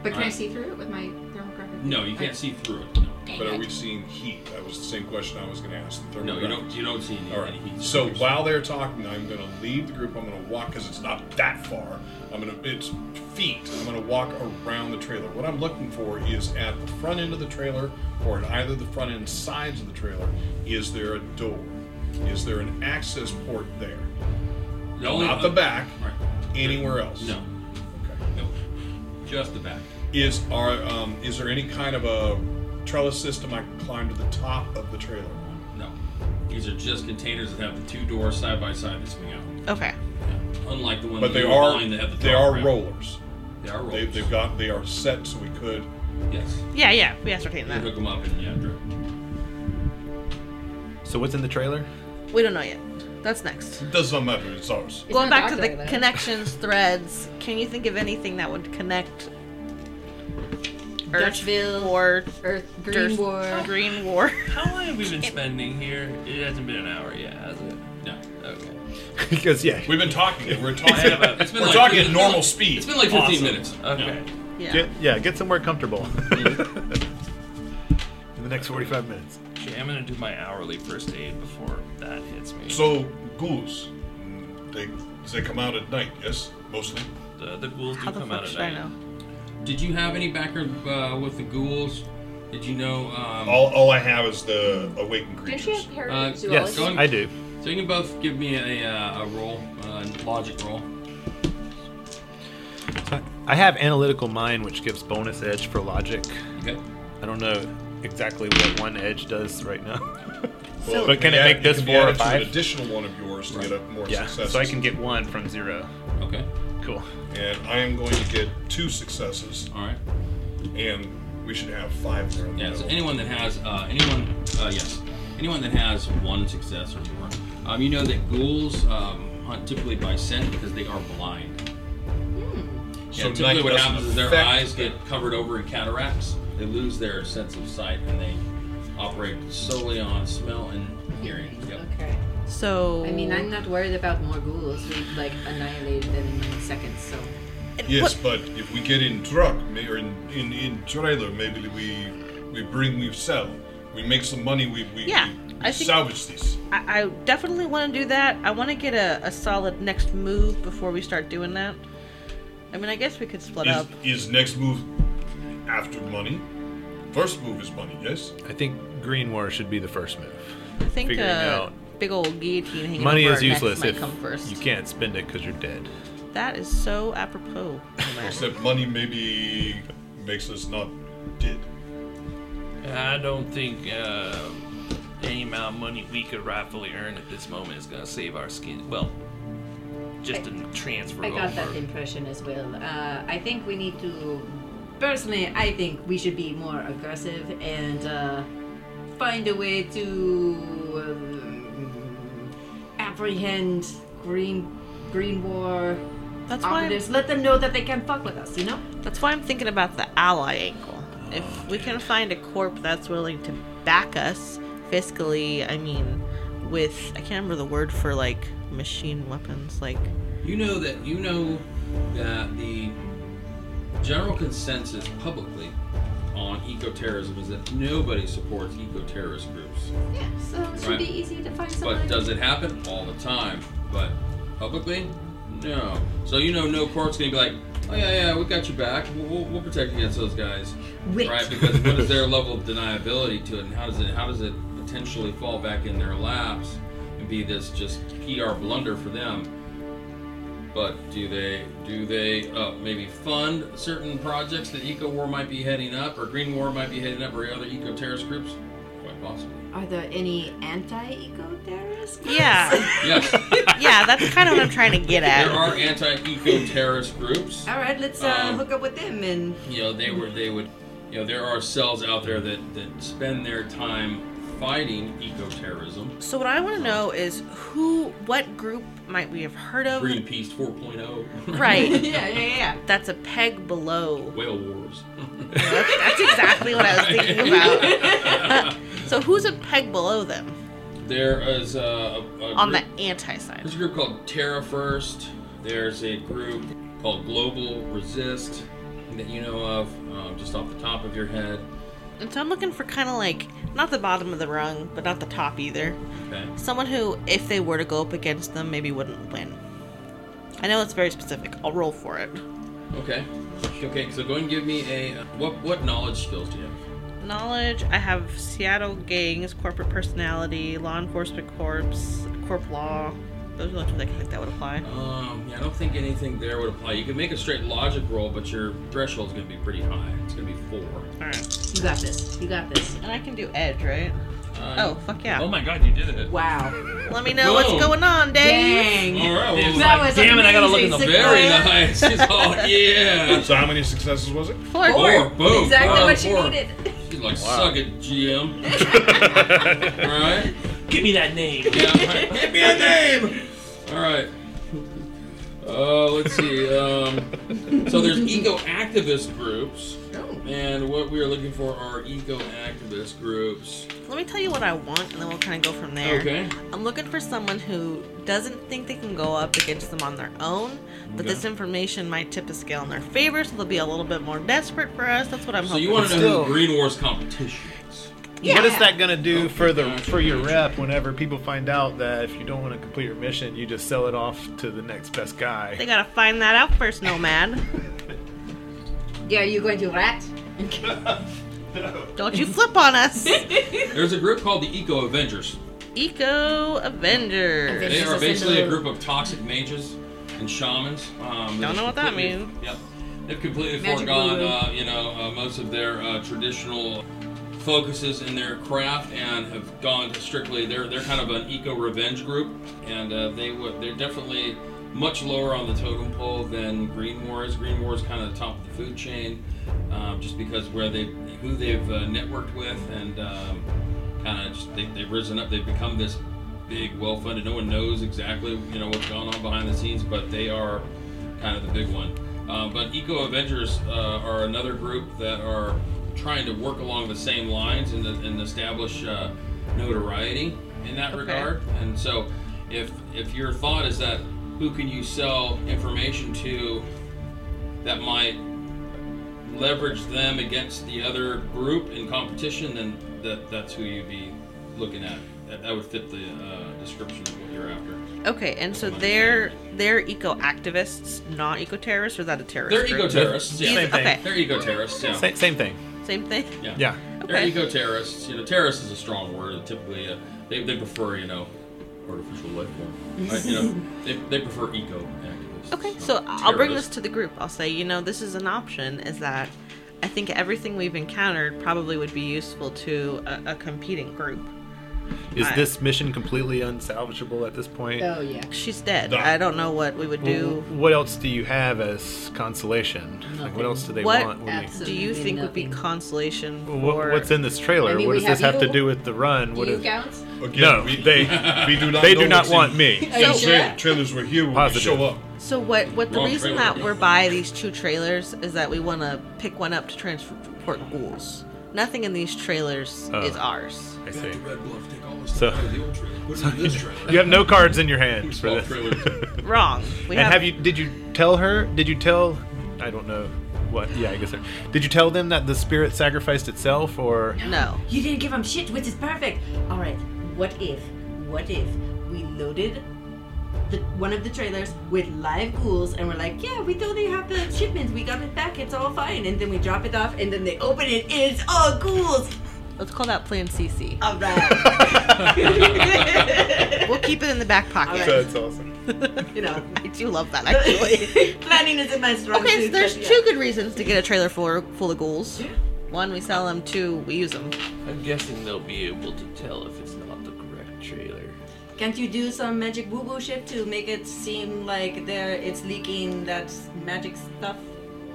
Speaker 3: But can I
Speaker 2: Alright.
Speaker 3: see through it with my thermographic?
Speaker 2: No, you can't see through it. No.
Speaker 1: but are we seeing heat that was the same question i was going to ask the
Speaker 2: No, you
Speaker 1: thermographic.
Speaker 2: don't. You don't see any,
Speaker 1: all right
Speaker 2: any heat.
Speaker 1: so
Speaker 2: signatures.
Speaker 1: while they're talking i'm going to leave the group i'm going to walk because it's not that far i'm going to it's feet i'm going to walk around the trailer what i'm looking for is at the front end of the trailer or at either the front end sides of the trailer is there a door is there an access port there
Speaker 2: The only-
Speaker 1: not the back
Speaker 2: Right.
Speaker 1: anywhere else
Speaker 2: No.
Speaker 1: okay.
Speaker 2: No. Just the back.
Speaker 1: is are um, is there any kind of a trellis system i can climb to the top of the trailer
Speaker 2: No. These are just containers that have the two doors side by side that swing out.
Speaker 6: Okay.
Speaker 2: Yeah. Unlike the one
Speaker 1: but
Speaker 2: that
Speaker 1: they
Speaker 2: you were
Speaker 1: are
Speaker 2: behind that have the
Speaker 1: they
Speaker 2: top
Speaker 1: are
Speaker 2: wrap.
Speaker 1: rollers
Speaker 2: They are rollers.
Speaker 1: They, they've got they are set so we could.
Speaker 2: Yes.
Speaker 6: Yeah, yeah, we ascertained
Speaker 2: You
Speaker 6: that.
Speaker 2: hook them up and yeah, drip.
Speaker 4: So what's in the trailer?
Speaker 6: We don't know yet. That's next.
Speaker 1: It does not matter. It's ours.
Speaker 6: Going
Speaker 3: not
Speaker 6: back to
Speaker 3: Dr.
Speaker 6: the
Speaker 3: Ayla.
Speaker 6: connections threads, can you think of anything that would connect
Speaker 3: Dutchville.
Speaker 6: or
Speaker 3: Earth Green War.
Speaker 6: Green War?
Speaker 5: How long have we been spending here? It hasn't been an hour yet, has it?
Speaker 2: No.
Speaker 5: Okay.
Speaker 4: because yeah,
Speaker 1: We've been talking. We're
Speaker 5: had
Speaker 1: talking.
Speaker 5: about-
Speaker 1: we're
Speaker 5: it's
Speaker 2: been like-
Speaker 1: talking at
Speaker 2: it's been
Speaker 1: normal
Speaker 2: like-
Speaker 1: speed.
Speaker 2: It's been like 15
Speaker 5: Awesome.
Speaker 2: minutes.
Speaker 5: Okay.
Speaker 6: Yeah.
Speaker 4: get yeah, get somewhere comfortable in the next forty-five minutes.
Speaker 5: Actually, I'm gonna do my hourly first aid before that hits me.
Speaker 1: so ghouls, they they come out at night. Yes, mostly.
Speaker 5: the, the ghouls do
Speaker 6: How the
Speaker 5: come out
Speaker 6: fuck
Speaker 5: at
Speaker 6: should I
Speaker 5: night.
Speaker 6: know?
Speaker 2: Did you have any background uh, with the ghouls? Did you know? Um,
Speaker 1: All, all I have is the awakened
Speaker 7: Don't you
Speaker 1: creatures.
Speaker 7: have
Speaker 2: Uh,
Speaker 7: parapsychology?
Speaker 4: Yes,
Speaker 2: Zoology?
Speaker 4: I do.
Speaker 2: so you can both give me a, uh, a roll, uh, logic roll.
Speaker 4: I have analytical mind, which gives bonus edge for logic.
Speaker 2: Okay.
Speaker 4: I don't know exactly what one edge does right now.
Speaker 1: Well,
Speaker 4: But can it
Speaker 1: yeah,
Speaker 4: make this
Speaker 1: can be
Speaker 4: four or
Speaker 1: added to
Speaker 4: five?
Speaker 1: An additional one of yours to get a more
Speaker 4: yeah,
Speaker 1: successes.
Speaker 4: so I can get one from zero.
Speaker 2: Okay.
Speaker 4: Cool.
Speaker 1: And I am going to get two successes,
Speaker 2: All right.
Speaker 1: and we should have five there. in the
Speaker 2: Yeah. So
Speaker 1: middle.
Speaker 2: anyone that has uh, anyone, uh, yes, anyone that has one success or more, um, you know that ghouls um, hunt typically by scent because they are blind.
Speaker 1: So
Speaker 2: Yeah, typically
Speaker 1: night
Speaker 2: what
Speaker 1: doesn't
Speaker 2: happens is their
Speaker 1: affect
Speaker 2: eyes
Speaker 1: them.
Speaker 2: get covered over in cataracts. They lose their sense of sight and they operate solely on smell and hearing. Yep.
Speaker 3: Hmm, Okay.
Speaker 6: So
Speaker 7: I mean, I'm not worried about more ghouls. We like annihilated them in nine seconds. So
Speaker 1: Yes, but if we get in truck may- or in, in, in trailer, maybe we we bring, we sell, we make some money, we, we,
Speaker 6: Yeah,
Speaker 1: we
Speaker 6: I think-
Speaker 1: salvage this.
Speaker 6: I, I definitely want to do that. I want to get a, a solid next move before we start doing that. I mean, I guess we could split
Speaker 1: Is,
Speaker 6: up.
Speaker 1: is next move after money? First move is money, yes?
Speaker 4: I think Green War should be the first move.
Speaker 6: I think
Speaker 4: figuring
Speaker 6: uh,
Speaker 4: out-
Speaker 6: big old guillotine hanging
Speaker 4: Money
Speaker 6: over
Speaker 4: is
Speaker 6: our necks
Speaker 4: useless
Speaker 6: might
Speaker 4: if
Speaker 6: come first.
Speaker 4: you can't spend it because you're dead.
Speaker 6: That is so apropos.
Speaker 4: Oh,
Speaker 6: Homer.
Speaker 1: Except money maybe makes us not dead.
Speaker 5: I don't think uh, any amount of money we could rightfully earn at this moment is gonna save our skin. Well, just a transfer
Speaker 3: I got that
Speaker 5: over.
Speaker 3: impression as well. Uh, I think we need to. Personally, I think we should be more aggressive and uh, find a way to um, apprehend Green Green War
Speaker 6: That's why. I'm,
Speaker 3: operatives. Let them know that they can fuck with us. You know.
Speaker 6: that's why I'm thinking about the ally angle. If we can find a corp that's willing to back us fiscally, I mean, with I can't remember the word for like machine weapons, like
Speaker 2: You know that you know that the general consensus publicly on eco-terrorism is that nobody supports eco-terrorist groups.
Speaker 7: yeah, so it should
Speaker 2: Right.
Speaker 7: be easy to find somebody.
Speaker 2: But does it happen all the time? But publicly, no. So you know, no court's gonna be like, oh yeah, yeah, we got your back. We'll, we'll, we'll protect against those guys,
Speaker 3: Wait.
Speaker 2: right? Because what is their level of deniability to it, and how does it how does it potentially fall back in their laps and be this just PR blunder for them? But do they do they uh, maybe fund certain projects that Eco War might be heading up, or Green War might be heading up, or other eco terrorist groups? Quite possibly.
Speaker 3: Are there any anti-eco terrorists?
Speaker 6: yeah,
Speaker 2: Yes.
Speaker 6: yeah. That's kind of what I'm trying to get at.
Speaker 2: There are anti-eco terrorist groups.
Speaker 3: All right, let's uh,
Speaker 2: Um,
Speaker 3: hook up with them and
Speaker 2: You know, they were they would, you know, there are cells out there that that spend their time fighting eco-terrorism.
Speaker 6: So what I want to know is who, what group might we have heard of?
Speaker 2: Greenpeace oh. 4.0.
Speaker 6: Right.
Speaker 3: yeah, yeah, yeah.
Speaker 6: That's a peg below.
Speaker 2: Whale wars.
Speaker 6: That's, that's exactly what I was thinking about. so who's a peg below them
Speaker 2: There is a, a, a
Speaker 6: on the
Speaker 2: group,
Speaker 6: anti side?
Speaker 2: There's a group called Terra First. There's a group called Global Resist that you know of, um, just off the top of your head.
Speaker 6: And so I'm looking for kind of like not the bottom of the rung, but not the top either.
Speaker 2: Okay.
Speaker 6: Someone who, if they were to go up against them, maybe wouldn't win. I know it's very specific. I'll roll for it.
Speaker 2: Okay. Okay. So go and give me a what what knowledge skills do you have?
Speaker 6: Knowledge. I have Seattle gangs, corporate personality, law enforcement corps, corp law. Those are the ones I think that would apply.
Speaker 2: Um, yeah, I don't think anything there would apply. You can make a straight logic roll, but your threshold's going to be pretty high. It's going to be four.
Speaker 6: All right.
Speaker 3: You got this. You got this.
Speaker 6: And I can do edge, right?
Speaker 2: Uh,
Speaker 6: Oh, fuck yeah.
Speaker 5: Oh my god, you did it!
Speaker 3: Wow.
Speaker 6: Let me
Speaker 2: Whoa.
Speaker 6: know what's going on, Dave.
Speaker 3: Dang.
Speaker 2: All right.
Speaker 5: It
Speaker 2: well,
Speaker 5: was
Speaker 3: That
Speaker 5: like,
Speaker 3: was
Speaker 5: damn it! I gotta look in the
Speaker 3: amazing,
Speaker 5: barrel.
Speaker 2: very nice. She's all, yeah.
Speaker 1: So how many successes was it?
Speaker 6: Four.
Speaker 2: Four. Boom.
Speaker 3: Exactly
Speaker 2: Wow,
Speaker 3: what you
Speaker 2: four.
Speaker 3: needed.
Speaker 2: She's like, suck it, GM. all right.
Speaker 5: Give me that name.
Speaker 2: Yeah. all right. Give me a name. All right. Uh, let's see. Um, so there's eco activist groups.
Speaker 3: Oh.
Speaker 2: And what we are looking for are eco activist groups.
Speaker 6: Let me tell you what I want, and then we'll kind of go from there.
Speaker 2: Okay.
Speaker 6: I'm looking for someone who doesn't think they can go up against them on their own, but
Speaker 2: Okay.
Speaker 6: this information might tip a scale in their favor, so they'll be a little bit more desperate for us. That's what I'm
Speaker 2: So
Speaker 6: hoping.
Speaker 2: you want to know
Speaker 4: Still-
Speaker 2: who Green Wars competition is?
Speaker 4: What is
Speaker 6: Yeah.
Speaker 4: that gonna do for the
Speaker 2: gotcha,
Speaker 4: for your
Speaker 2: gotcha.
Speaker 4: rep whenever people find out that if you don't want to complete your mission, you just sell it off to the next best
Speaker 6: They
Speaker 4: guy?
Speaker 6: gotta find that out first, Nomad.
Speaker 7: Yeah, are you going to rat?
Speaker 6: Don't you flip on us,
Speaker 2: There's a group called the Eco Avengers.
Speaker 6: Eco Avengers.
Speaker 7: Avengers.
Speaker 2: They
Speaker 7: It's
Speaker 2: are
Speaker 7: just
Speaker 2: basically a
Speaker 7: in the-
Speaker 2: group of toxic mages and shamans. Um,
Speaker 6: Don't know what that
Speaker 2: completely-
Speaker 6: means.
Speaker 2: Yep. They've completely
Speaker 7: Magic
Speaker 2: foregone,
Speaker 7: woo-woo.
Speaker 2: uh, you know, uh, most of their uh, traditional focuses in their craft and have gone to strictly. They're they're kind of an eco revenge group, and uh, they would they're definitely much lower on the totem pole than Green Wars. Green Wars kind of the top of the food chain, um, just because where they who they've uh, networked with and um, kind of they, they've risen up. They've become this big, well funded. No one knows exactly you know what's going on behind the scenes, but they are kind of the big one. Uh, but Eco Avengers uh, are another group that are trying to work along the same lines and, and establish uh, notoriety in that
Speaker 6: Okay.
Speaker 2: regard. And so, if if your thought is that who can you sell information to that might leverage them against the other group in competition, then that that's who you'd be looking at. That, that would fit the uh, description of what you're after.
Speaker 6: Okay, and so they're they're eco activists, not eco terrorists, or is that a terrorist?
Speaker 2: They're
Speaker 6: group?
Speaker 2: eco terrorists. Yeah.
Speaker 4: Same thing.
Speaker 6: Okay.
Speaker 2: They're eco terrorists. Yeah.
Speaker 4: Sa- same thing.
Speaker 6: Same thing.
Speaker 2: Yeah.
Speaker 4: Yeah.
Speaker 2: They're
Speaker 6: Okay.
Speaker 2: eco terrorists. You know, terrorist is a strong word. Typically, uh, they, they prefer, you know, artificial life form. Right, you know, they, they prefer eco activists.
Speaker 6: Okay,
Speaker 2: not
Speaker 6: so I'll bring this
Speaker 2: terrorists.
Speaker 6: to the group. I'll say, you know, this is an option. Is that I think everything we've encountered probably would be useful to a, a competing group.
Speaker 4: Is
Speaker 6: Alright.
Speaker 4: this mission completely unsalvageable at this point?
Speaker 7: Oh yeah.
Speaker 6: She's dead. I don't know what we would do.
Speaker 4: What else do you have as consolation? Like, what
Speaker 7: Nothing.
Speaker 4: else do they
Speaker 6: What
Speaker 4: want? when they-
Speaker 7: Absolutely
Speaker 6: Do you think would be
Speaker 7: nothing.
Speaker 6: consolation
Speaker 4: Wh-
Speaker 6: for
Speaker 4: what's in this trailer?
Speaker 7: I mean,
Speaker 4: what
Speaker 7: we
Speaker 4: does this
Speaker 7: have
Speaker 4: have to
Speaker 7: you.
Speaker 4: do with the run?
Speaker 7: Do
Speaker 4: What
Speaker 7: you
Speaker 4: is-
Speaker 7: count?
Speaker 1: Again,
Speaker 4: no,
Speaker 1: we,
Speaker 4: they
Speaker 1: we do not.
Speaker 4: they
Speaker 1: know
Speaker 4: do not
Speaker 1: what's in-
Speaker 4: want
Speaker 7: Are
Speaker 4: me.
Speaker 6: Oh,
Speaker 7: you
Speaker 1: They
Speaker 7: sure?
Speaker 1: say trailers were here. We
Speaker 4: Positive.
Speaker 1: show up.
Speaker 6: So what? What the
Speaker 2: Wrong
Speaker 6: reason
Speaker 2: trailer.
Speaker 6: that we're by these two trailers is that we want to pick one up to transport ghouls. Nothing in these trailers
Speaker 4: Oh.
Speaker 6: is ours.
Speaker 4: I see.
Speaker 2: Red Bluff, take all this
Speaker 4: So-
Speaker 2: stuff out of the old trailer. Put it in this trailer.
Speaker 4: You have no cards in your hands for
Speaker 2: Small
Speaker 4: this.
Speaker 2: trailer.
Speaker 6: Wrong. We
Speaker 4: and have you? Did you tell her? Did you tell? I don't know. What? Yeah, I guess. Her. Did you tell them that the spirit sacrificed itself, or
Speaker 6: No.
Speaker 3: You didn't give him shit, which is perfect. All right, what if, what if we loaded the, one of the trailers with live ghouls and we're like, yeah, we totally have the shipment, we got it back, it's all fine, and then we drop it off, and then they open it, and it's all ghouls.
Speaker 6: Let's call that Plan CC.
Speaker 3: All right,
Speaker 6: We'll keep it in the back pocket.
Speaker 3: Alright.
Speaker 4: That's awesome.
Speaker 3: you know,
Speaker 6: I do love that actually.
Speaker 3: planning is in my strong
Speaker 6: okay, so
Speaker 3: suit,
Speaker 6: there's
Speaker 3: but yeah.
Speaker 6: two good reasons to get a trailer full full of ghouls. One, we sell them. Two, we use them.
Speaker 5: I'm guessing they'll be able to tell if it's not the correct trailer.
Speaker 3: Can't you do some magic woo woo shit to make it seem like there it's leaking that magic stuff?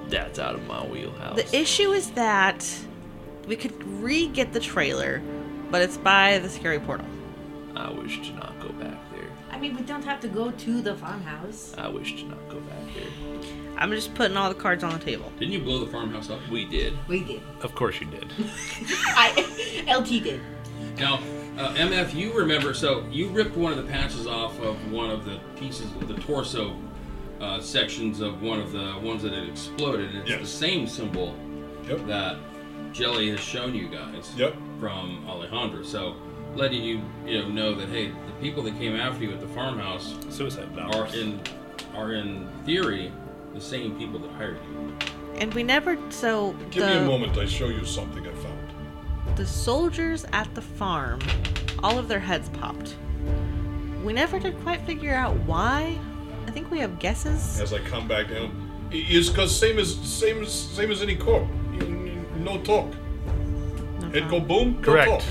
Speaker 5: That's out of my wheelhouse.
Speaker 6: The issue is that we could re-get the trailer, but it's by the scary portal.
Speaker 5: I wish to not go back there.
Speaker 3: I mean, we don't have to go to the farmhouse.
Speaker 5: I wish to not go back there.
Speaker 6: I'm just putting all the cards on the table.
Speaker 2: Didn't you blow the farmhouse up?
Speaker 5: We did.
Speaker 3: We did.
Speaker 4: Of course you did.
Speaker 3: I, LT did.
Speaker 2: Now, uh, MF, you remember, so you ripped one of the patches off of one of the pieces, the torso uh, sections of one of the ones that had exploded. It's the
Speaker 1: Yes.
Speaker 2: same symbol
Speaker 1: Yep.
Speaker 2: that Jelly has shown you guys
Speaker 1: Yep.
Speaker 2: from Alejandra. So, letting you you know, know that hey, the people that came after you at the farmhouse
Speaker 4: Suicide
Speaker 2: are in are in theory the same people that hired you.
Speaker 6: And we never so
Speaker 1: Give me a
Speaker 6: the
Speaker 1: moment. I show you something I found.
Speaker 6: the soldiers at the farm, all of their heads popped. We never did quite figure out why. I think we have guesses.
Speaker 1: As I come back down, i- is because same as same as same as any corp. N- n- No talk.
Speaker 6: No
Speaker 1: It go
Speaker 3: Uh-huh.
Speaker 6: problem.
Speaker 1: boom. no
Speaker 4: Correct.
Speaker 1: talk.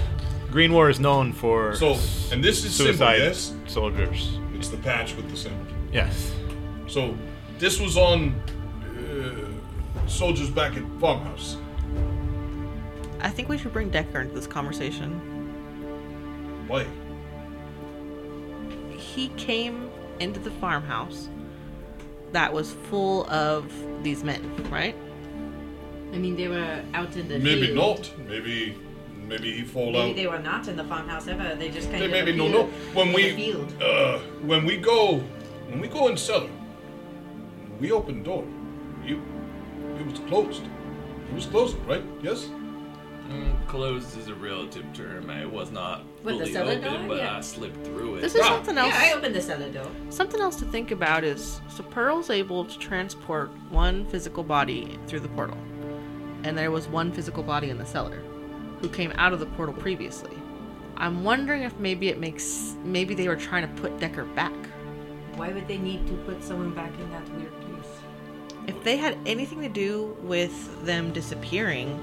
Speaker 4: Green War is known for
Speaker 1: So, and this is symbol,
Speaker 4: suicide
Speaker 1: yes?
Speaker 4: soldiers.
Speaker 1: It's the patch with the symbol.
Speaker 4: Yes.
Speaker 1: So this was on uh, soldiers back at farmhouse.
Speaker 6: I think we should bring Decker into this conversation.
Speaker 1: Why?
Speaker 6: He came into the farmhouse that was full of these men, right?
Speaker 3: I mean, they were out in the
Speaker 1: Maybe
Speaker 3: field.
Speaker 1: not. Maybe maybe he fall
Speaker 3: Maybe
Speaker 1: out.
Speaker 3: they were not in the farmhouse ever. They just kind
Speaker 1: They
Speaker 3: of
Speaker 1: maybe no
Speaker 3: appeared
Speaker 1: no. When
Speaker 3: in
Speaker 1: we
Speaker 3: the field.
Speaker 1: uh when we go when we go in cellar, we open door. You it was closed. It was closed, right? Yes.
Speaker 5: Mm, closed is a relative term. I was not
Speaker 3: What, the
Speaker 5: fully
Speaker 3: cellar
Speaker 5: open,
Speaker 3: door?
Speaker 5: but
Speaker 3: Yeah.
Speaker 5: I slipped through it.
Speaker 6: This is
Speaker 1: Ah,
Speaker 6: something else.
Speaker 3: Yeah, I opened the cellar door.
Speaker 6: Something else to think about is so Pearl's able to transport one physical body through the portal. And there was one physical body in the cellar who came out of the portal previously. I'm wondering if maybe it makes maybe they were trying to put Decker back.
Speaker 3: Why would they need to put someone back in that weird place?
Speaker 6: If they had anything to do with them disappearing,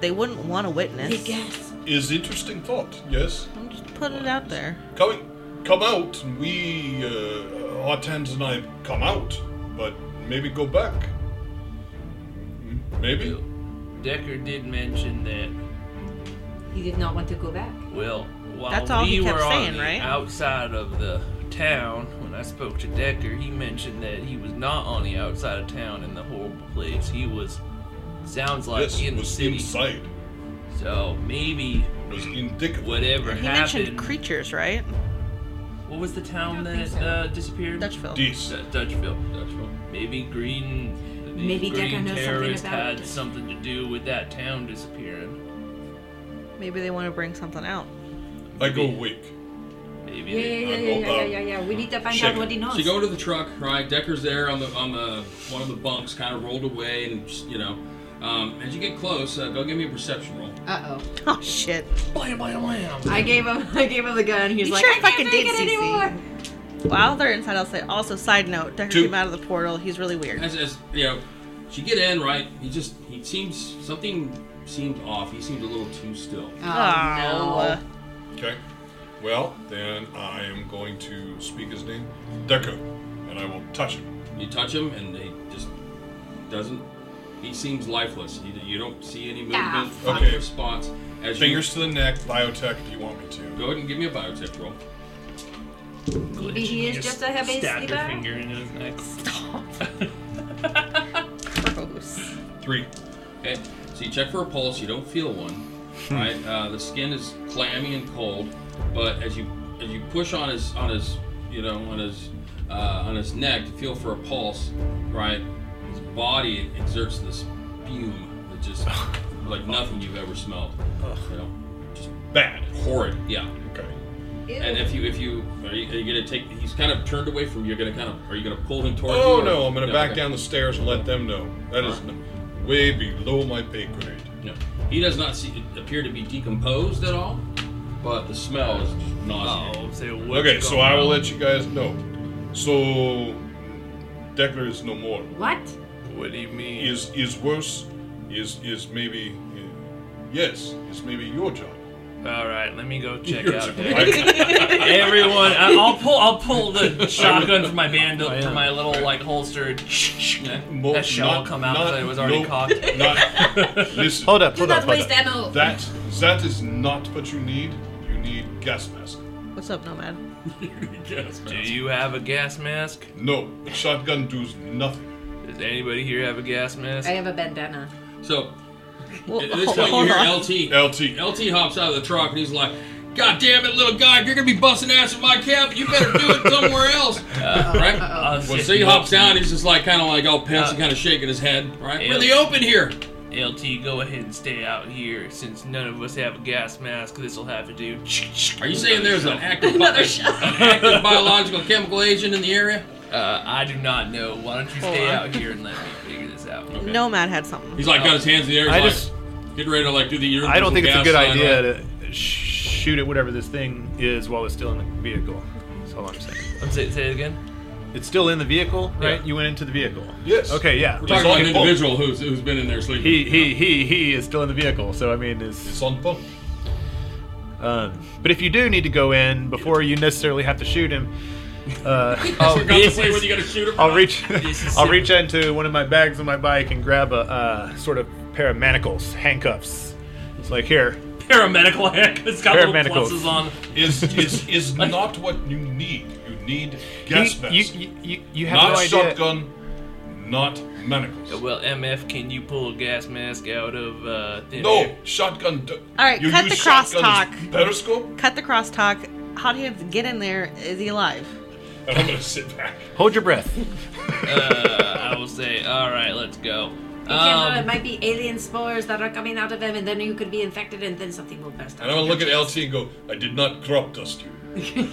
Speaker 6: they wouldn't want to witness.
Speaker 3: guess.
Speaker 1: Is interesting thought. Yes.
Speaker 6: I'm just putting it out there.
Speaker 1: Coming, come out. and We uh, Hortense and I come out, but maybe go back. M- Maybe.
Speaker 5: Decker did mention that.
Speaker 3: He did not want to go back.
Speaker 5: Well, while
Speaker 6: That's all
Speaker 5: we
Speaker 6: he kept
Speaker 5: were
Speaker 6: saying,
Speaker 5: on the
Speaker 6: right?
Speaker 5: outside of the town, when I spoke to Decker, he mentioned that he was not on the outside of town in the horrible place. He was, sounds like
Speaker 1: Yes, it
Speaker 5: in the
Speaker 1: was
Speaker 5: city.
Speaker 1: inside.
Speaker 5: So maybe
Speaker 1: It was indicative.
Speaker 5: whatever
Speaker 6: He mentioned
Speaker 5: happened.
Speaker 6: creatures, right?
Speaker 5: what was the town
Speaker 3: I don't
Speaker 5: that
Speaker 3: think so.
Speaker 5: uh, disappeared?
Speaker 6: Dutchville.
Speaker 1: This.
Speaker 5: D- Dutchville. Dutchville. Maybe Green. the
Speaker 3: Maybe Decker
Speaker 5: Green
Speaker 3: knows something
Speaker 5: terrorist
Speaker 3: about
Speaker 5: had
Speaker 3: it.
Speaker 5: something to do with that town disappearing.
Speaker 6: Maybe they want to bring something out.
Speaker 1: I go awake.
Speaker 5: Maybe.
Speaker 3: Yeah,
Speaker 5: they-
Speaker 3: yeah, yeah, yeah, yeah, yeah, yeah. We need to find
Speaker 1: Check
Speaker 3: out what he knows.
Speaker 2: So you go to the truck, right? Decker's there on the on the one of the bunks, kind of rolled away, and just, you know, um, as you get close, uh, go give me a perception roll.
Speaker 3: Uh oh.
Speaker 6: Oh shit.
Speaker 5: Blam, blam, blam.
Speaker 3: I gave him. I gave him the gun. He's
Speaker 6: You
Speaker 3: like,
Speaker 6: sure
Speaker 3: I can't
Speaker 6: fucking
Speaker 3: take
Speaker 6: did,
Speaker 3: it
Speaker 6: CC.
Speaker 3: anymore.
Speaker 6: While they're inside, I'll say. Also, side note, Decker
Speaker 1: Two.
Speaker 6: came out of the portal. He's really weird.
Speaker 2: As, as you know, as you get in, right? He just he seems something seemed off. He seemed a little too still.
Speaker 3: Oh,
Speaker 6: Aw.
Speaker 2: Oh,
Speaker 6: Oh,
Speaker 3: no.
Speaker 1: Okay. Well, then I am going to speak his name, Deco, and I will touch him.
Speaker 2: You touch him, and he just doesn't. He seems lifeless. You, you don't see any movement,
Speaker 3: Ah,
Speaker 2: no
Speaker 1: Okay.
Speaker 2: response. As
Speaker 1: Fingers to the neck, biotech. If you want me
Speaker 2: you
Speaker 1: to.
Speaker 2: go ahead and give me a biotech roll.
Speaker 3: Maybe he is just a heavy
Speaker 5: stabbed her
Speaker 3: sleeper.
Speaker 5: finger into his neck.
Speaker 6: Gross.
Speaker 1: Three.
Speaker 2: Okay, so you check for a pulse. You don't feel one.
Speaker 1: Hmm.
Speaker 2: Right, uh, the skin is clammy and cold, but as you as you push on his on his you know on his uh, on his neck to feel for a pulse, right, his body exerts this fume that just like nothing you've ever smelled. You know, just
Speaker 1: Bad.
Speaker 2: horrid. Yeah.
Speaker 1: Okay.
Speaker 2: And if you if you are you, are you gonna take he's kind of turned away from you. You're gonna kind of are you gonna pull him towards you?
Speaker 1: Oh
Speaker 2: or-
Speaker 1: no, I'm gonna back
Speaker 2: okay.
Speaker 1: down the stairs and let them know. That is
Speaker 2: Alright.
Speaker 1: n- way below my pay grade.
Speaker 2: No. He does not see, appear to be decomposed at all, but the smell is just nauseating.
Speaker 5: Oh, so what's
Speaker 1: Okay, so
Speaker 5: going
Speaker 1: I will
Speaker 5: on?
Speaker 1: let you guys know. So Deckler is no more.
Speaker 3: What?
Speaker 5: What do you mean?
Speaker 1: Is is worse? Is is maybe? eh, Yes, it's maybe your job.
Speaker 5: All right, let me go check
Speaker 1: Your
Speaker 5: out.
Speaker 1: job.
Speaker 5: Decker. Everyone, I, I'll pull. I'll pull the shotgun from my bandol from my little like holster.
Speaker 1: Mo-
Speaker 5: That shell will come out
Speaker 1: not-
Speaker 5: that it was already
Speaker 1: no,
Speaker 5: cocked.
Speaker 1: Not, listen,
Speaker 4: Hold up,
Speaker 3: Do
Speaker 4: hold
Speaker 3: not
Speaker 4: up, hold
Speaker 3: waste
Speaker 4: up.
Speaker 3: ammo.
Speaker 1: that that is not what you need. You need gas mask.
Speaker 6: What's up, Nomad?
Speaker 2: Yes,
Speaker 5: Do you have a gas mask?
Speaker 1: No, the shotgun does nothing.
Speaker 5: Does anybody here have a gas mask?
Speaker 3: I have a bandana.
Speaker 2: So
Speaker 6: Well,
Speaker 2: at
Speaker 4: Oh,
Speaker 2: this
Speaker 6: hold-
Speaker 2: point, you
Speaker 6: hold
Speaker 2: hear
Speaker 6: on.
Speaker 2: LT.
Speaker 1: LT.
Speaker 2: LT hops out of the truck and he's like, "God damn it, little guy, you're gonna be busting ass in my cab. You better do it somewhere else." right?
Speaker 4: Oh,
Speaker 5: I'll
Speaker 2: Well,
Speaker 5: sit
Speaker 2: so he
Speaker 5: next
Speaker 2: hops
Speaker 5: to
Speaker 2: down.
Speaker 5: you.
Speaker 2: He's just like kind of like all pissed and
Speaker 5: Uh,
Speaker 2: kind of shaking his head. Right? We're in
Speaker 5: yeah.
Speaker 2: the open here.
Speaker 5: LT, go ahead and stay out here since none of us have a gas mask. This will have to do.
Speaker 2: Are you saying there's an active, bi- an active biological chemical agent in the area?
Speaker 5: Uh, I do not know. Why don't you stay
Speaker 6: Hold on.
Speaker 5: out here and let me figure this out?
Speaker 2: Okay.
Speaker 6: Nomad had something.
Speaker 2: He's like got his hands in the air. He's
Speaker 4: I
Speaker 2: like,
Speaker 4: just-
Speaker 2: getting ready to like do the.
Speaker 4: I don't think it's a
Speaker 2: gas
Speaker 4: good
Speaker 2: sign, right?
Speaker 4: idea to shoot at whatever this thing is while it's still in the vehicle. That's all I'm saying.
Speaker 5: I'm say, say it again.
Speaker 4: It's still in the vehicle, right?
Speaker 2: Yeah.
Speaker 4: You went into the vehicle.
Speaker 1: Yes.
Speaker 4: Okay, yeah.
Speaker 2: We're talking about an
Speaker 1: It's on
Speaker 2: individual who's who's been in there sleeping.
Speaker 4: He he he he is still in the vehicle. So I mean, is
Speaker 1: It's on pump.
Speaker 4: um, but if you do need to go in before you necessarily have to shoot him, uh,
Speaker 2: Oh,
Speaker 5: This
Speaker 2: this
Speaker 5: is-
Speaker 2: whether you got to shoot him. or
Speaker 4: I'll
Speaker 2: not.
Speaker 4: reach
Speaker 5: This is
Speaker 4: I'll
Speaker 5: simple.
Speaker 4: reach into one of my bags on my bike and grab a uh, sort of pair of manacles, handcuffs. It's like here,
Speaker 5: Paramedical hack. It's got little
Speaker 4: Paramedical.
Speaker 5: pluses on.
Speaker 1: Is is is not what you need. You need gas
Speaker 4: you,
Speaker 1: mask.
Speaker 4: you, you, you have
Speaker 1: not
Speaker 4: no idea.
Speaker 1: shotgun. not manacles.
Speaker 5: Well, MF, can you pull a gas mask out of uh, thin
Speaker 1: No,
Speaker 5: air?
Speaker 1: shotgun. d-
Speaker 6: All right,
Speaker 1: you
Speaker 6: cut
Speaker 1: use
Speaker 6: the
Speaker 1: shotgun as
Speaker 6: crosstalk.
Speaker 1: Periscope,
Speaker 6: Cut the crosstalk. How do you have to get in there? Is he alive?
Speaker 1: and I'm gonna sit back.
Speaker 4: Hold your breath.
Speaker 5: Uh, I will say, all right, let's go.
Speaker 3: Be careful, it
Speaker 5: Um,
Speaker 3: might be alien spores that are coming out of him, and then you could be infected, and then something will burst
Speaker 1: And
Speaker 3: out.
Speaker 1: I'm gonna look at LT and go, I did not crop dust you.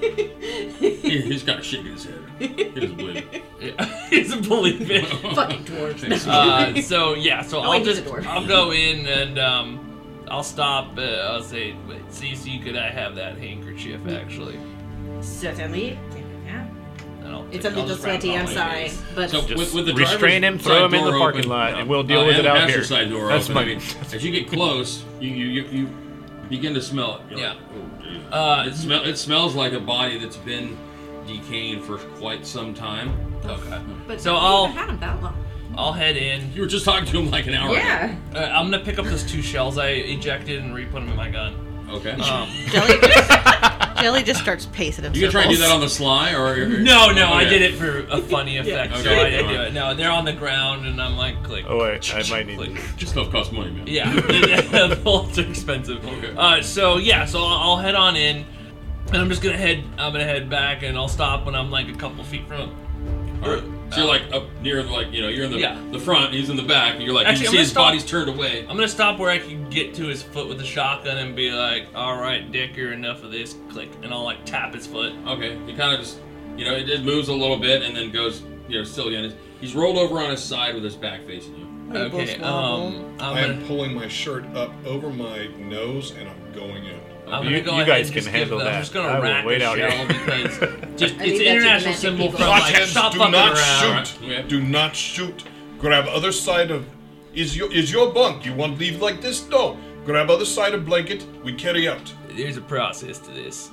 Speaker 2: He, he's kind of shaking his head. He doesn't believe it.
Speaker 5: yeah, he's a bully fish.
Speaker 3: Fucking dwarves.
Speaker 5: Uh, so yeah, so
Speaker 3: wait,
Speaker 5: I'll
Speaker 3: he's
Speaker 5: just
Speaker 3: a dwarf.
Speaker 5: I'll go in and um, I'll stop. Uh, I'll say, wait, Cece, could I have that handkerchief actually?
Speaker 3: Certainly. Yeah.
Speaker 5: And I'll
Speaker 3: It's
Speaker 5: take-
Speaker 3: a
Speaker 5: I'll
Speaker 3: little
Speaker 5: just wrap it
Speaker 3: sweaty,
Speaker 5: on
Speaker 3: I'm
Speaker 5: my
Speaker 3: sorry.
Speaker 5: knees.
Speaker 3: But
Speaker 2: So with, with the
Speaker 4: restrain him,
Speaker 2: driver's
Speaker 4: throw him
Speaker 2: side
Speaker 4: in the
Speaker 2: door
Speaker 4: parking
Speaker 2: open-
Speaker 4: lot,
Speaker 2: no.
Speaker 4: and we'll deal
Speaker 2: Uh,
Speaker 4: with
Speaker 2: and the
Speaker 4: it out
Speaker 2: passenger
Speaker 4: here.
Speaker 2: Side door
Speaker 4: That's
Speaker 2: open. I
Speaker 4: my-
Speaker 2: mean, as you get close, you you, you, you begin to smell it. You're
Speaker 5: Yeah.
Speaker 2: Like, oh, geez.
Speaker 5: Uh,
Speaker 2: it, smell, it smells like a body that's been decaying for quite some time.
Speaker 5: okay.
Speaker 3: but
Speaker 5: So
Speaker 3: we've
Speaker 5: I'll-
Speaker 3: had him that long.
Speaker 5: I'll head in.
Speaker 2: You were just talking to him like an hour
Speaker 7: Yeah.
Speaker 5: Uh, I'm gonna pick up those two shells I ejected and re-put them in my gun.
Speaker 2: ago. Okay.
Speaker 5: Um,
Speaker 6: Jelly just, Jelly just starts pacing himself.
Speaker 2: you can try and do that on the sly, or
Speaker 5: no, no, I
Speaker 2: Okay.
Speaker 5: did it for a funny effect. So
Speaker 2: Okay.
Speaker 5: I, I do it. No, they're on the ground and I'm like, click.
Speaker 4: Oh wait, I might need.
Speaker 5: click.
Speaker 4: to-
Speaker 2: Just stuff costs money, man.
Speaker 5: Yeah, bolts are expensive.
Speaker 2: Okay.
Speaker 5: Uh, so yeah, so I'll, I'll head on in, and I'm just gonna head. I'm gonna head back, and I'll stop when I'm like a couple feet from.
Speaker 2: All right. So you're like up near, the, like you know, you're in the
Speaker 5: Yeah.
Speaker 2: the front, he's in the back, and you're like
Speaker 5: Actually,
Speaker 2: you
Speaker 5: I'm
Speaker 2: see
Speaker 5: gonna
Speaker 2: his
Speaker 5: stop.
Speaker 2: body's turned away.
Speaker 5: I'm gonna stop where I can get to his foot with the shotgun and be like, "All right, Dicker, enough of this." Click, and I'll like tap his foot.
Speaker 2: Okay, he kind of just, you know, it, it moves a little bit and then goes, you know, silly on his. He's rolled over on his side with his back facing you.
Speaker 6: Mabel's
Speaker 5: okay,
Speaker 6: wobble.
Speaker 5: um, I'm
Speaker 1: I am
Speaker 5: gonna,
Speaker 1: pulling my shirt up over my nose and I'm going in.
Speaker 5: I'm
Speaker 4: You-
Speaker 5: gonna go
Speaker 4: you
Speaker 5: ahead
Speaker 4: guys
Speaker 5: and
Speaker 4: can
Speaker 5: just
Speaker 4: handle
Speaker 5: give,
Speaker 4: that.
Speaker 5: I'm just gonna
Speaker 4: I will
Speaker 5: rack
Speaker 4: wait
Speaker 5: the
Speaker 4: out here.
Speaker 5: shell because just
Speaker 7: think
Speaker 5: it's
Speaker 7: that's
Speaker 5: international
Speaker 7: what
Speaker 5: symbol
Speaker 7: Atlantic
Speaker 5: from
Speaker 7: people-
Speaker 5: like
Speaker 1: Blockheads,
Speaker 5: stop
Speaker 1: do
Speaker 5: fucking
Speaker 1: not
Speaker 5: around.
Speaker 1: shoot.
Speaker 2: right? Yeah.
Speaker 1: Do not shoot. Grab other side of. Is your is your bunk? You want to leave like this? No. Grab other side of blanket. We carry out.
Speaker 5: There's a process to this.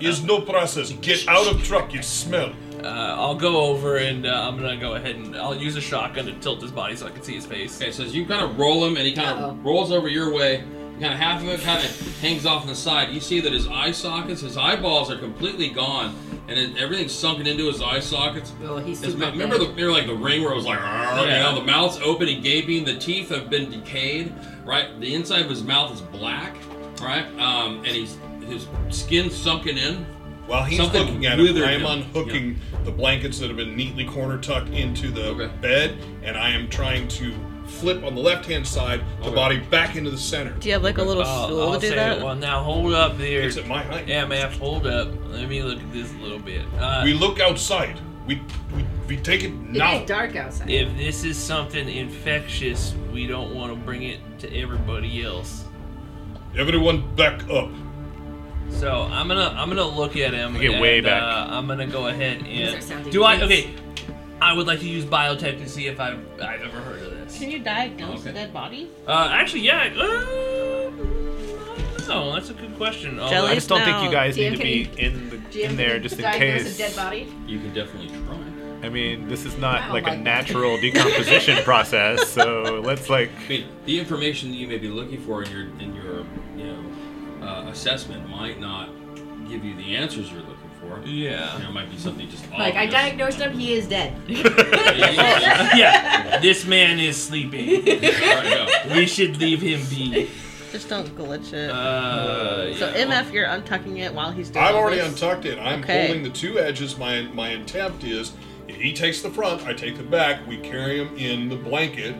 Speaker 1: Is no process. Get out of truck. You smell.
Speaker 5: Uh, I'll go over and uh, I'm gonna go ahead and I'll use a shotgun to tilt his body so I can see his face.
Speaker 2: Okay, so as you kind of roll him and he kind
Speaker 7: Uh-oh.
Speaker 2: of rolls over your way, kind of half of it kind of hangs off on the side. You see that his eye sockets, his eyeballs are completely gone, and it, everything's sunken into his eye sockets.
Speaker 7: Oh, he's
Speaker 2: His
Speaker 7: super
Speaker 2: mou- remember the
Speaker 7: dead.
Speaker 2: remember like the ring where it was like "Arr," you
Speaker 5: Yeah.
Speaker 2: know the mouth's open and gaping the teeth have been decayed right the inside of his mouth is black right um, and he's his skin sunken in
Speaker 1: While he's
Speaker 2: Something
Speaker 1: looking at it,
Speaker 2: withered
Speaker 1: I am
Speaker 2: him.
Speaker 1: unhooking the blankets that have been neatly corner tucked into the
Speaker 2: Okay.
Speaker 1: bed, and I am trying to flip on the left hand side the
Speaker 2: Okay.
Speaker 1: body back into the center.
Speaker 6: Do you have like a little
Speaker 5: I'll-
Speaker 6: stool
Speaker 5: Uh, I'll
Speaker 6: to do
Speaker 5: say,
Speaker 6: that?
Speaker 5: Well, now hold up there.
Speaker 1: It's at my height.
Speaker 5: Yeah, man, hold up. Let me look at this a little bit. Uh,
Speaker 1: We look outside. We we, we take it now.
Speaker 7: It is dark outside.
Speaker 5: if this is something infectious, we don't want to bring it to everybody else.
Speaker 1: Everyone back up.
Speaker 5: So I'm gonna I'm gonna look at him.
Speaker 4: You get
Speaker 5: and,
Speaker 4: way back.
Speaker 5: Uh, I'm gonna go ahead
Speaker 7: are
Speaker 5: and
Speaker 7: sounding
Speaker 5: do I
Speaker 7: nice.
Speaker 5: okay. I would like to use biotech to see if I've, I've ever heard of this.
Speaker 6: Can you diagnose
Speaker 2: Okay.
Speaker 6: a dead body?
Speaker 5: Uh, actually, yeah. Uh, I don't know. That's a good question. Although-
Speaker 4: I
Speaker 6: Jelly?
Speaker 4: just don't think you
Speaker 6: No.
Speaker 4: guys
Speaker 7: Jim,
Speaker 4: need to
Speaker 7: can
Speaker 4: be
Speaker 7: you-
Speaker 4: in the,
Speaker 7: GM
Speaker 4: in there just in
Speaker 7: diagnose
Speaker 4: case.
Speaker 7: A dead body. Oh
Speaker 2: you can definitely try
Speaker 4: I mean, this is not
Speaker 7: don't
Speaker 4: like a
Speaker 7: like that.
Speaker 4: natural decomposition process, so let's like.
Speaker 2: I mean the information that you may be looking for in your in your you know uh, assessment might not give you the answers you're looking for you
Speaker 5: Yeah.
Speaker 2: know, it might be something just
Speaker 7: Like I
Speaker 2: obvious.
Speaker 7: diagnosed him, he is dead.
Speaker 2: Yeah,
Speaker 5: yeah. This man is sleeping.
Speaker 2: yeah. All right, go.
Speaker 5: We should leave him be.
Speaker 6: Just don't glitch it.
Speaker 5: Uh,
Speaker 6: so
Speaker 5: yeah.
Speaker 6: MF, you're untucking it while he's doing
Speaker 1: I've already
Speaker 6: this.
Speaker 1: untucked it. I'm
Speaker 6: Okay.
Speaker 1: holding the two edges. My my attempt is if he takes the front, I take the back. We carry him in the blanket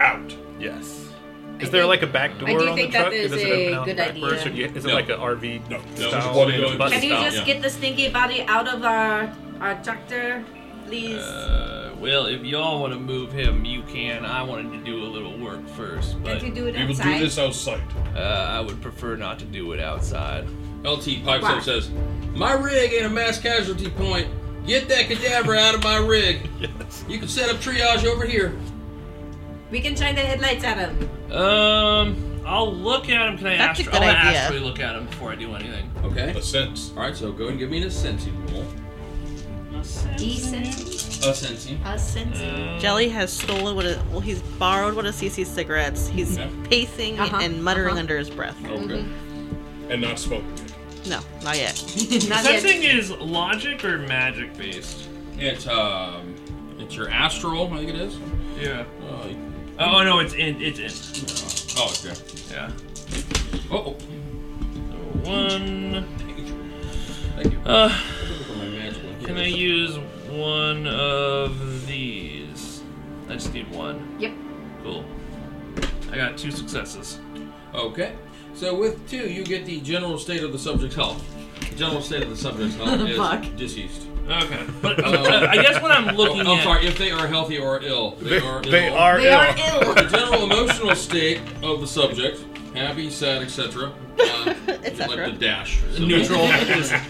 Speaker 1: out.
Speaker 4: Yes.
Speaker 7: I
Speaker 4: Is there
Speaker 7: think-
Speaker 4: like a back door
Speaker 7: I do
Speaker 4: on the
Speaker 7: think that
Speaker 4: truck?
Speaker 7: there's
Speaker 4: Does it
Speaker 7: a
Speaker 4: open out
Speaker 7: good
Speaker 4: backwards,
Speaker 7: idea.
Speaker 4: or do you, is it
Speaker 2: No.
Speaker 4: like an RV
Speaker 1: No, no, it's
Speaker 4: style?
Speaker 1: just one going-
Speaker 4: bus
Speaker 3: Can you
Speaker 4: style?
Speaker 3: just
Speaker 2: Yeah.
Speaker 3: get the stinky body out of our our tractor, please?
Speaker 5: Uh, well, if y'all want to move him, you can. I wanted to do a little work first, but
Speaker 7: Can't we do it
Speaker 1: We will
Speaker 7: outside?
Speaker 1: do this outside.
Speaker 5: uh, I would prefer not to do it outside.
Speaker 2: LT pipes
Speaker 7: Wow.
Speaker 2: up says, "My rig ain't a mass casualty point. Get that cadaver out of my rig. You can set up triage over here."
Speaker 7: We can shine the headlights at him.
Speaker 5: Um, I'll look at him. Can I
Speaker 6: That's a
Speaker 5: astro-
Speaker 6: good
Speaker 5: I'll
Speaker 6: idea.
Speaker 5: actually look at him before I do anything.
Speaker 2: Okay.
Speaker 1: The sense.
Speaker 2: All right. So go and give me an ascensing roll.
Speaker 7: Decent.
Speaker 2: Ascensing.
Speaker 7: Us sense.
Speaker 6: Jelly has stolen one of well, he's borrowed one of Cece's cigarettes. He's
Speaker 2: Okay.
Speaker 6: pacing
Speaker 7: Uh-huh,
Speaker 6: and muttering
Speaker 7: uh-huh.
Speaker 6: under his breath.
Speaker 5: Oh.
Speaker 2: Okay.
Speaker 7: Mm-hmm.
Speaker 1: And not smoking it.
Speaker 6: No, not yet.
Speaker 7: Not yet.
Speaker 5: Sensing is logic or magic based.
Speaker 2: It's um, It's your astral, I think it is.
Speaker 5: Yeah.
Speaker 2: Uh,
Speaker 5: Oh no, it's in. It's in.
Speaker 2: oh, okay.
Speaker 5: Yeah.
Speaker 2: Oh, oh.
Speaker 5: One.
Speaker 2: thank you.
Speaker 5: Uh,
Speaker 2: For my magic one.
Speaker 5: can I use one of these? I just need one.
Speaker 7: Yep.
Speaker 5: Cool. I got two successes.
Speaker 2: Okay. So with two, you get the general state of the subject's health. General state of the subject's health
Speaker 3: Fuck.
Speaker 2: is diseased.
Speaker 5: Okay. But uh, I guess what I'm looking
Speaker 2: oh, I'm
Speaker 5: at.
Speaker 2: sorry. If they are healthy or ill, they, are ill.
Speaker 4: They are
Speaker 3: They are
Speaker 4: ill.
Speaker 3: ill.
Speaker 2: The general emotional state of the subject: happy, sad, etc. Uh,
Speaker 6: cetera.
Speaker 2: Like the dash.
Speaker 5: Neutral. Just-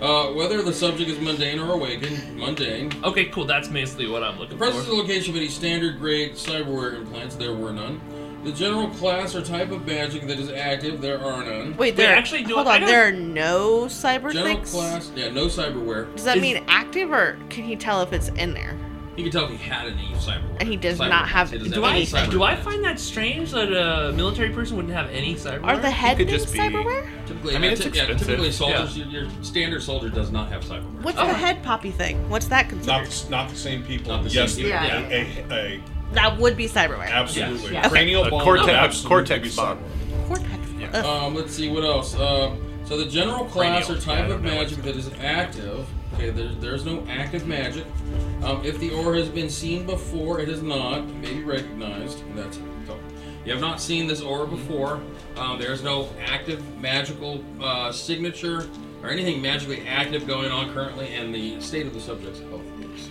Speaker 2: Uh, whether the subject is mundane or awakened, mundane.
Speaker 5: okay, cool. That's basically what I'm looking
Speaker 2: Presence of the
Speaker 5: for.
Speaker 2: location of any standard grade cyberware implants, there were none. The general class or type of magic that is active, there are none.
Speaker 6: Wait, there.
Speaker 5: actually, do
Speaker 6: hold
Speaker 5: I- I
Speaker 6: on.
Speaker 5: don't-
Speaker 6: There are no cyber
Speaker 2: General
Speaker 6: things.
Speaker 2: class, yeah, no cyberware.
Speaker 6: Does that
Speaker 5: Is-
Speaker 6: mean active, or can he tell if it's in there?
Speaker 2: You can tell if he had any cyberware.
Speaker 6: And he does
Speaker 2: Cyber-
Speaker 6: not have-
Speaker 2: he doesn't
Speaker 6: do
Speaker 2: have
Speaker 6: I-
Speaker 2: any cyber
Speaker 5: Do I
Speaker 2: plans.
Speaker 5: find that strange that a military person wouldn't have any cyber?
Speaker 6: Are the head
Speaker 4: could
Speaker 6: things
Speaker 4: just be-
Speaker 6: cyberware?
Speaker 2: Typically,
Speaker 4: I
Speaker 2: yeah,
Speaker 4: mean, it's
Speaker 2: ty- yeah,
Speaker 4: expensive,
Speaker 2: typically,
Speaker 4: yeah.
Speaker 2: soldiers, your, your standard soldier does not have cyberware.
Speaker 6: What's
Speaker 5: Oh.
Speaker 6: the head poppy thing? What's that
Speaker 1: Not
Speaker 6: considered?
Speaker 1: the, not the same people.
Speaker 2: Not the
Speaker 1: yes,
Speaker 2: same people,
Speaker 1: a- a- a-
Speaker 6: That would be cyberware.
Speaker 1: absolutely.
Speaker 7: Yes.
Speaker 1: Cranial
Speaker 4: A
Speaker 1: bone
Speaker 4: cortex-
Speaker 1: would absolutely
Speaker 4: cortex
Speaker 1: be
Speaker 4: bone.
Speaker 1: somewhere.
Speaker 6: Cortex.
Speaker 4: Yeah.
Speaker 1: Uh,
Speaker 6: Ugh.
Speaker 2: Um, let's see what else. Um, so the general class
Speaker 5: Cranial.
Speaker 2: or
Speaker 5: Yeah, I
Speaker 2: type
Speaker 5: don't
Speaker 2: of
Speaker 5: know what
Speaker 2: magic that is active. Okay, there, there's no active magic. Um, if the aura has been seen before, it is not may be recognized. And That's so. You have not seen this aura
Speaker 5: Mm-hmm.
Speaker 2: before. Um, there's no active magical uh, signature or anything magically active going on currently, and the state of the subject's health is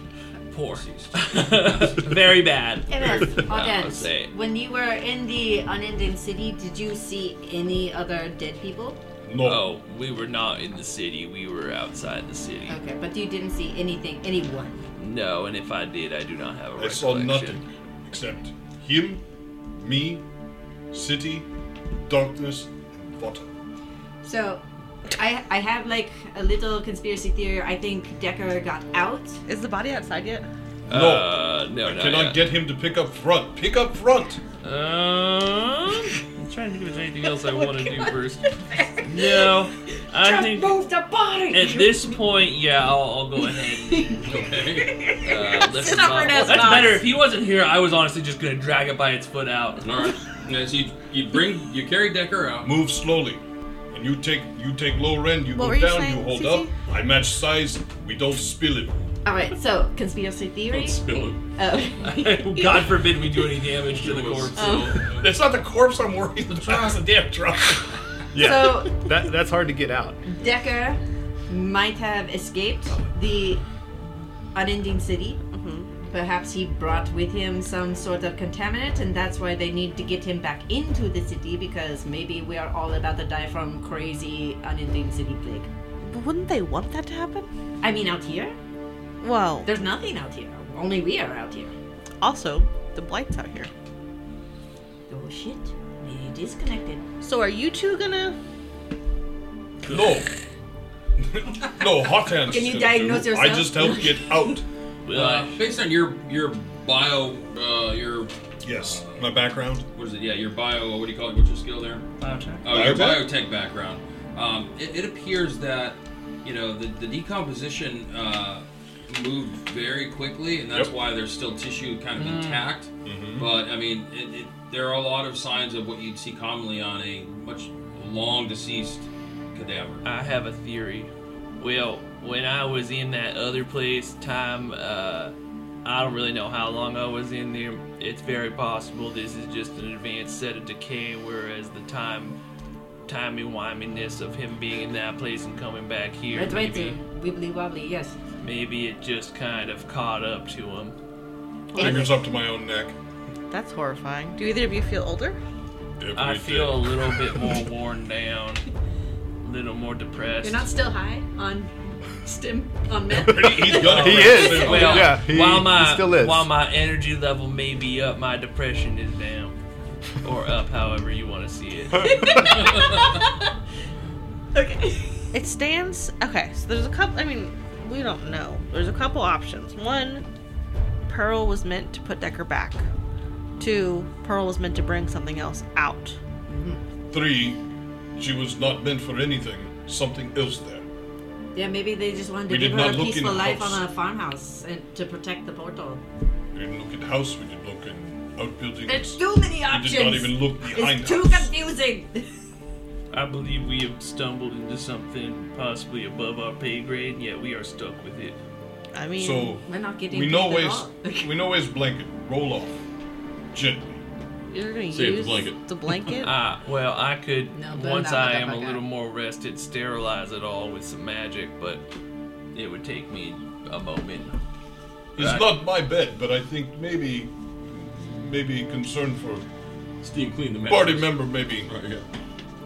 Speaker 5: poor?
Speaker 2: deceased.
Speaker 5: Very bad.
Speaker 7: MS,
Speaker 5: would say-
Speaker 7: Hawkins, when you were in the unending city, did you see any other dead people?
Speaker 1: No.
Speaker 5: Oh, we were not in the city. We were outside the city.
Speaker 7: Okay, but you didn't see anything, anyone.
Speaker 5: No, and if I did, I do not have a
Speaker 1: I saw
Speaker 5: recollection.
Speaker 1: nothing except him, me, city, darkness, and water.
Speaker 3: So, I I have like a little conspiracy theory. I think Decker got out.
Speaker 6: Is the body outside yet?
Speaker 1: No.
Speaker 5: Uh, no,
Speaker 1: Oh, I
Speaker 5: not
Speaker 1: cannot
Speaker 5: yet.
Speaker 1: get him to pick up front. Pick up front.
Speaker 5: Um, I'm trying to think if there's anything else I want to do first. No, I think
Speaker 3: Move the body.
Speaker 5: at this point, yeah, I'll, I'll go ahead. And,
Speaker 2: Okay.
Speaker 5: uh, lift him
Speaker 6: Stubborn
Speaker 5: up.
Speaker 6: as
Speaker 5: That's
Speaker 6: rocks.
Speaker 5: better. If he wasn't here, I was honestly just gonna drag it by its foot out.
Speaker 2: All right. Yeah, so you, you bring you carry Decker out.
Speaker 1: Move slowly. And you take you take low rend, you
Speaker 6: What
Speaker 1: go
Speaker 6: were you
Speaker 1: down,
Speaker 6: saying,
Speaker 1: you hold
Speaker 6: Cece?
Speaker 1: up. I match size, we don't spill it.
Speaker 3: All right. So conspiracy theory.
Speaker 1: Don't spill it.
Speaker 5: Oh.
Speaker 3: Uh,
Speaker 5: God forbid we do any damage to the corpse.
Speaker 1: That's not the corpse I'm worried about. It's the damn truck.
Speaker 4: Yeah.
Speaker 3: So
Speaker 4: That, that's hard to get out.
Speaker 3: Decker might have escaped the unending city. Perhaps he brought with him some sort of contaminant, and that's why they need to get him back into the city because maybe we are all about to die from crazy unending city plague.
Speaker 6: But wouldn't they want that to happen?
Speaker 3: I mean, out here?
Speaker 6: Well,
Speaker 3: There's nothing out here. Only we are out here.
Speaker 6: also the blight's out here.
Speaker 3: Oh shit. Maybe it is connected.
Speaker 6: So are you two gonna?
Speaker 1: No. no, hot hands.
Speaker 3: Can you
Speaker 1: didn't
Speaker 3: diagnose
Speaker 1: do. I
Speaker 3: yourself?
Speaker 1: just help get out.
Speaker 3: Oh.
Speaker 2: Uh, based on your your bio, uh, your
Speaker 1: Yes. My background.
Speaker 2: what is it? Yeah, your bio. What do you call it? What's your skill there?
Speaker 3: oh,
Speaker 2: Uh, your
Speaker 1: Biotech?
Speaker 2: biotech background. Um, it, it appears that you know the, the decomposition uh, moved very quickly, and that's
Speaker 1: Yep.
Speaker 2: why there's still tissue kind of intact. But I mean, it, it, there are a lot of signs of what you'd see commonly on a much long deceased cadaver.
Speaker 5: I have a theory. Well, when I was in that other place, time, uh, I don't really know how long I was in there. It's very possible this is just an advanced set of decay, whereas the time, timey wiminess of him being in that place and coming back here,
Speaker 3: Red right,
Speaker 5: maybe,
Speaker 3: wibbly wobbly, yes.
Speaker 5: maybe it just kind of caught up to him.
Speaker 1: Fingers up to my own neck.
Speaker 6: That's horrifying. Do either of you feel older?
Speaker 1: If
Speaker 5: I
Speaker 1: we
Speaker 5: feel a
Speaker 1: did.
Speaker 5: little bit more worn down, a little more depressed.
Speaker 3: You're not still high on stim on meth?
Speaker 1: He's got
Speaker 4: He
Speaker 1: it.
Speaker 4: is.
Speaker 1: Still.
Speaker 5: Well,
Speaker 4: Yeah, he-
Speaker 5: while my
Speaker 4: he still is.
Speaker 5: while my energy level may be up, my depression is down, or up, however you want to see it.
Speaker 6: It stands. Okay, so there's a couple. I mean, we don't know. There's a couple options. One, Pearl was meant to put Decker back. Two, Pearl was meant to bring something else out.
Speaker 1: Three, she was not meant for anything. Something else there.
Speaker 3: Yeah, maybe they just wanted to
Speaker 1: We
Speaker 3: give
Speaker 1: did
Speaker 3: her a
Speaker 1: not look in
Speaker 3: peaceful
Speaker 1: the
Speaker 3: life
Speaker 1: house.
Speaker 3: on a farmhouse and to protect the portal.
Speaker 1: We didn't look at the house. We didn't look in outbuildings.
Speaker 3: There's too many
Speaker 1: we
Speaker 3: options.
Speaker 1: did not even look behind
Speaker 3: it's too
Speaker 1: us.
Speaker 3: confusing.
Speaker 5: I believe we have stumbled into something possibly above our pay grade, and yet we are stuck with it.
Speaker 6: I mean,
Speaker 1: So
Speaker 3: We're not getting
Speaker 1: we know
Speaker 3: paid at
Speaker 1: ways.
Speaker 3: all.
Speaker 1: we know ways. Blanket roll off gently.
Speaker 6: you're gonna
Speaker 2: Save the
Speaker 6: use
Speaker 2: blanket.
Speaker 6: the blanket.
Speaker 5: Ah, well, I could,
Speaker 7: No, but
Speaker 5: once
Speaker 7: not
Speaker 5: I
Speaker 7: with
Speaker 5: am
Speaker 7: that
Speaker 5: a
Speaker 7: guy.
Speaker 5: little more rested, sterilize it all with some magic, but it would take me a moment.
Speaker 1: It's
Speaker 5: Right.
Speaker 1: not my bed, but I think maybe, maybe concern for
Speaker 2: Steam clean the
Speaker 1: party
Speaker 2: mattress.
Speaker 1: member. Maybe
Speaker 2: Yeah.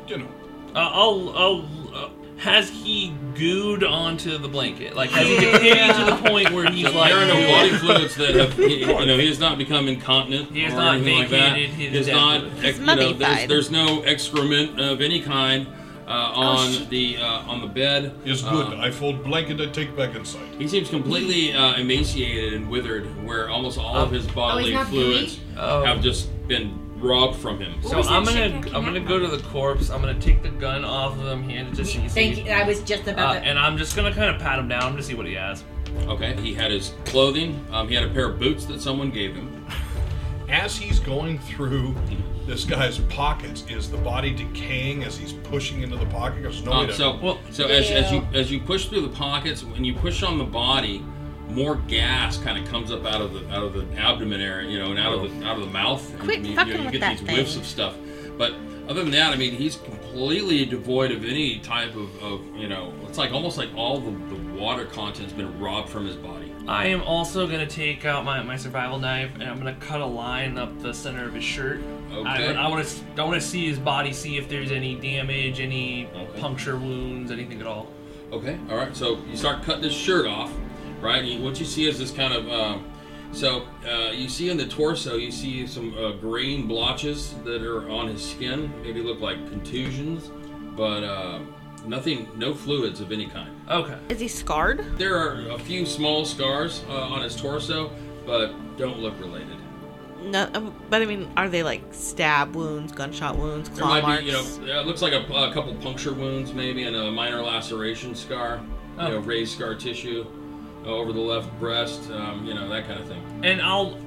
Speaker 1: you know.
Speaker 5: Uh, I'll, I'll, uh, has he gooed onto the blanket? Like, has he getting to the point where he's like,
Speaker 2: There are no body fluids that have, he- you know, he has not become incontinent
Speaker 5: He has
Speaker 2: or
Speaker 5: not
Speaker 2: anything like that.
Speaker 5: vacated his
Speaker 2: He has
Speaker 5: death
Speaker 2: not,
Speaker 5: load.
Speaker 2: you know,
Speaker 6: He's
Speaker 2: there's,
Speaker 6: mummified. Oh,
Speaker 2: there's no excrement of any kind uh, on the uh, on the bed.
Speaker 1: It's
Speaker 2: Uh,
Speaker 1: good. I fold blanket. I take back inside.
Speaker 2: he seems completely uh, emaciated and withered, where almost all of his bodily
Speaker 7: not
Speaker 2: fluids
Speaker 5: Oh.
Speaker 2: have just been robbed from him.
Speaker 5: So
Speaker 3: was that
Speaker 5: I'm
Speaker 3: shit
Speaker 5: gonna
Speaker 3: that came
Speaker 5: I'm gonna
Speaker 3: out?
Speaker 5: go to the corpse. I'm gonna take the gun off of him, hand it to Cece,
Speaker 3: Thank you. I was just about
Speaker 5: uh,
Speaker 3: to.
Speaker 5: and I'm just gonna kind of pat him down to see what he has.
Speaker 2: Okay, he had his clothing. Um, he had a pair of boots that someone gave him.
Speaker 1: As he's going through this guy's pockets, is the body decaying as he's pushing into the pocket? Because no way
Speaker 2: Um,
Speaker 1: to-
Speaker 2: so,
Speaker 5: Well,
Speaker 2: so as, as you as you push through the pockets, when you push on the body, more gas kind of comes up out of the out of the abdomen area, you know, and out of the out of the mouth. and
Speaker 6: Quit
Speaker 2: you,
Speaker 6: fucking
Speaker 2: you,
Speaker 6: with
Speaker 2: get
Speaker 6: that
Speaker 2: these whiffs
Speaker 6: thing.
Speaker 2: of stuff. But other than that, I mean, he's completely devoid of any type of, of you know. It's like almost like all the, the water content's been robbed from his body.
Speaker 5: I am also gonna take out my, my survival knife and I'm gonna cut a line up the center of his shirt.
Speaker 2: Okay.
Speaker 5: I, I want to I want to see his body, see if there's any damage, any
Speaker 2: Okay.
Speaker 5: puncture wounds, anything at all.
Speaker 2: Okay, all right. So you start cutting his shirt off, right? And what you see is this kind of. Um, so uh, you see in the torso, you see some uh, green blotches that are on his skin. Maybe look like contusions, but uh, nothing, no fluids of any kind.
Speaker 5: Okay.
Speaker 6: Is he scarred?
Speaker 2: There are a few small scars uh, on his torso, but don't look related.
Speaker 6: No, um, but I mean, are they like stab wounds, gunshot wounds,
Speaker 2: There
Speaker 6: claw
Speaker 2: might
Speaker 6: marks?
Speaker 2: be, you know, yeah, it looks like a, a couple puncture wounds, maybe, and a minor laceration scar,
Speaker 5: Oh.
Speaker 2: you know, raised scar tissue uh, over the left breast, um, you know, that kind of thing.
Speaker 5: And I'll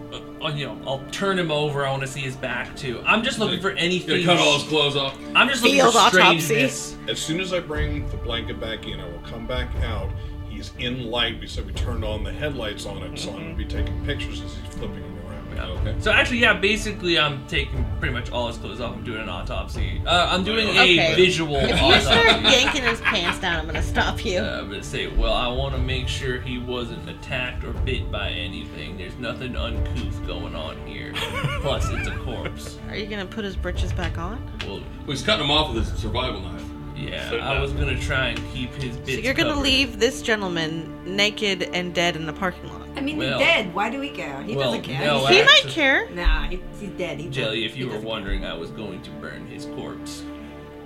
Speaker 5: uh, you know I'll turn him over. I want to see his back too. I'm just looking for anything.
Speaker 2: Gonna cut all his clothes off.
Speaker 5: I'm just looking
Speaker 6: Field
Speaker 5: for
Speaker 6: autopsy.
Speaker 5: strangeness.
Speaker 1: As soon as I bring the blanket back in, I will come back out. He's in light. We said we turned on the headlights on it, so I'm gonna be
Speaker 2: Mm-hmm.
Speaker 1: taking pictures as he's flipping it around.
Speaker 2: Okay.
Speaker 5: So actually, yeah, basically, I'm taking pretty much all his clothes off. I'm doing an autopsy. Uh, I'm doing
Speaker 6: Okay.
Speaker 5: a visual
Speaker 6: if you start
Speaker 5: autopsy.
Speaker 6: yanking his pants down, I'm gonna stop you.
Speaker 5: Uh, I'm gonna say, well, I want to make sure he wasn't attacked or bit by anything. There's nothing uncouth going on here. Plus, it's a corpse.
Speaker 6: Are you gonna put his britches back on?
Speaker 5: Well,
Speaker 2: Well, he's cutting him off with his survival knife.
Speaker 5: yeah,
Speaker 2: So
Speaker 5: I
Speaker 2: no.
Speaker 5: was gonna try and keep his bits.
Speaker 6: so you're gonna
Speaker 5: covered.
Speaker 6: leave this gentleman naked and dead in the parking lot.
Speaker 3: I mean,
Speaker 5: well-
Speaker 3: he's dead. Why do we care? He
Speaker 5: Well,
Speaker 3: doesn't care.
Speaker 4: Oh,
Speaker 5: no,
Speaker 3: He's-
Speaker 6: he might
Speaker 5: actually-
Speaker 6: care.
Speaker 3: Nah, he- he's dead. He
Speaker 5: Jelly,
Speaker 3: doesn't-
Speaker 5: if
Speaker 3: he
Speaker 5: you were
Speaker 3: doesn't
Speaker 5: wondering, I was going to burn his corpse.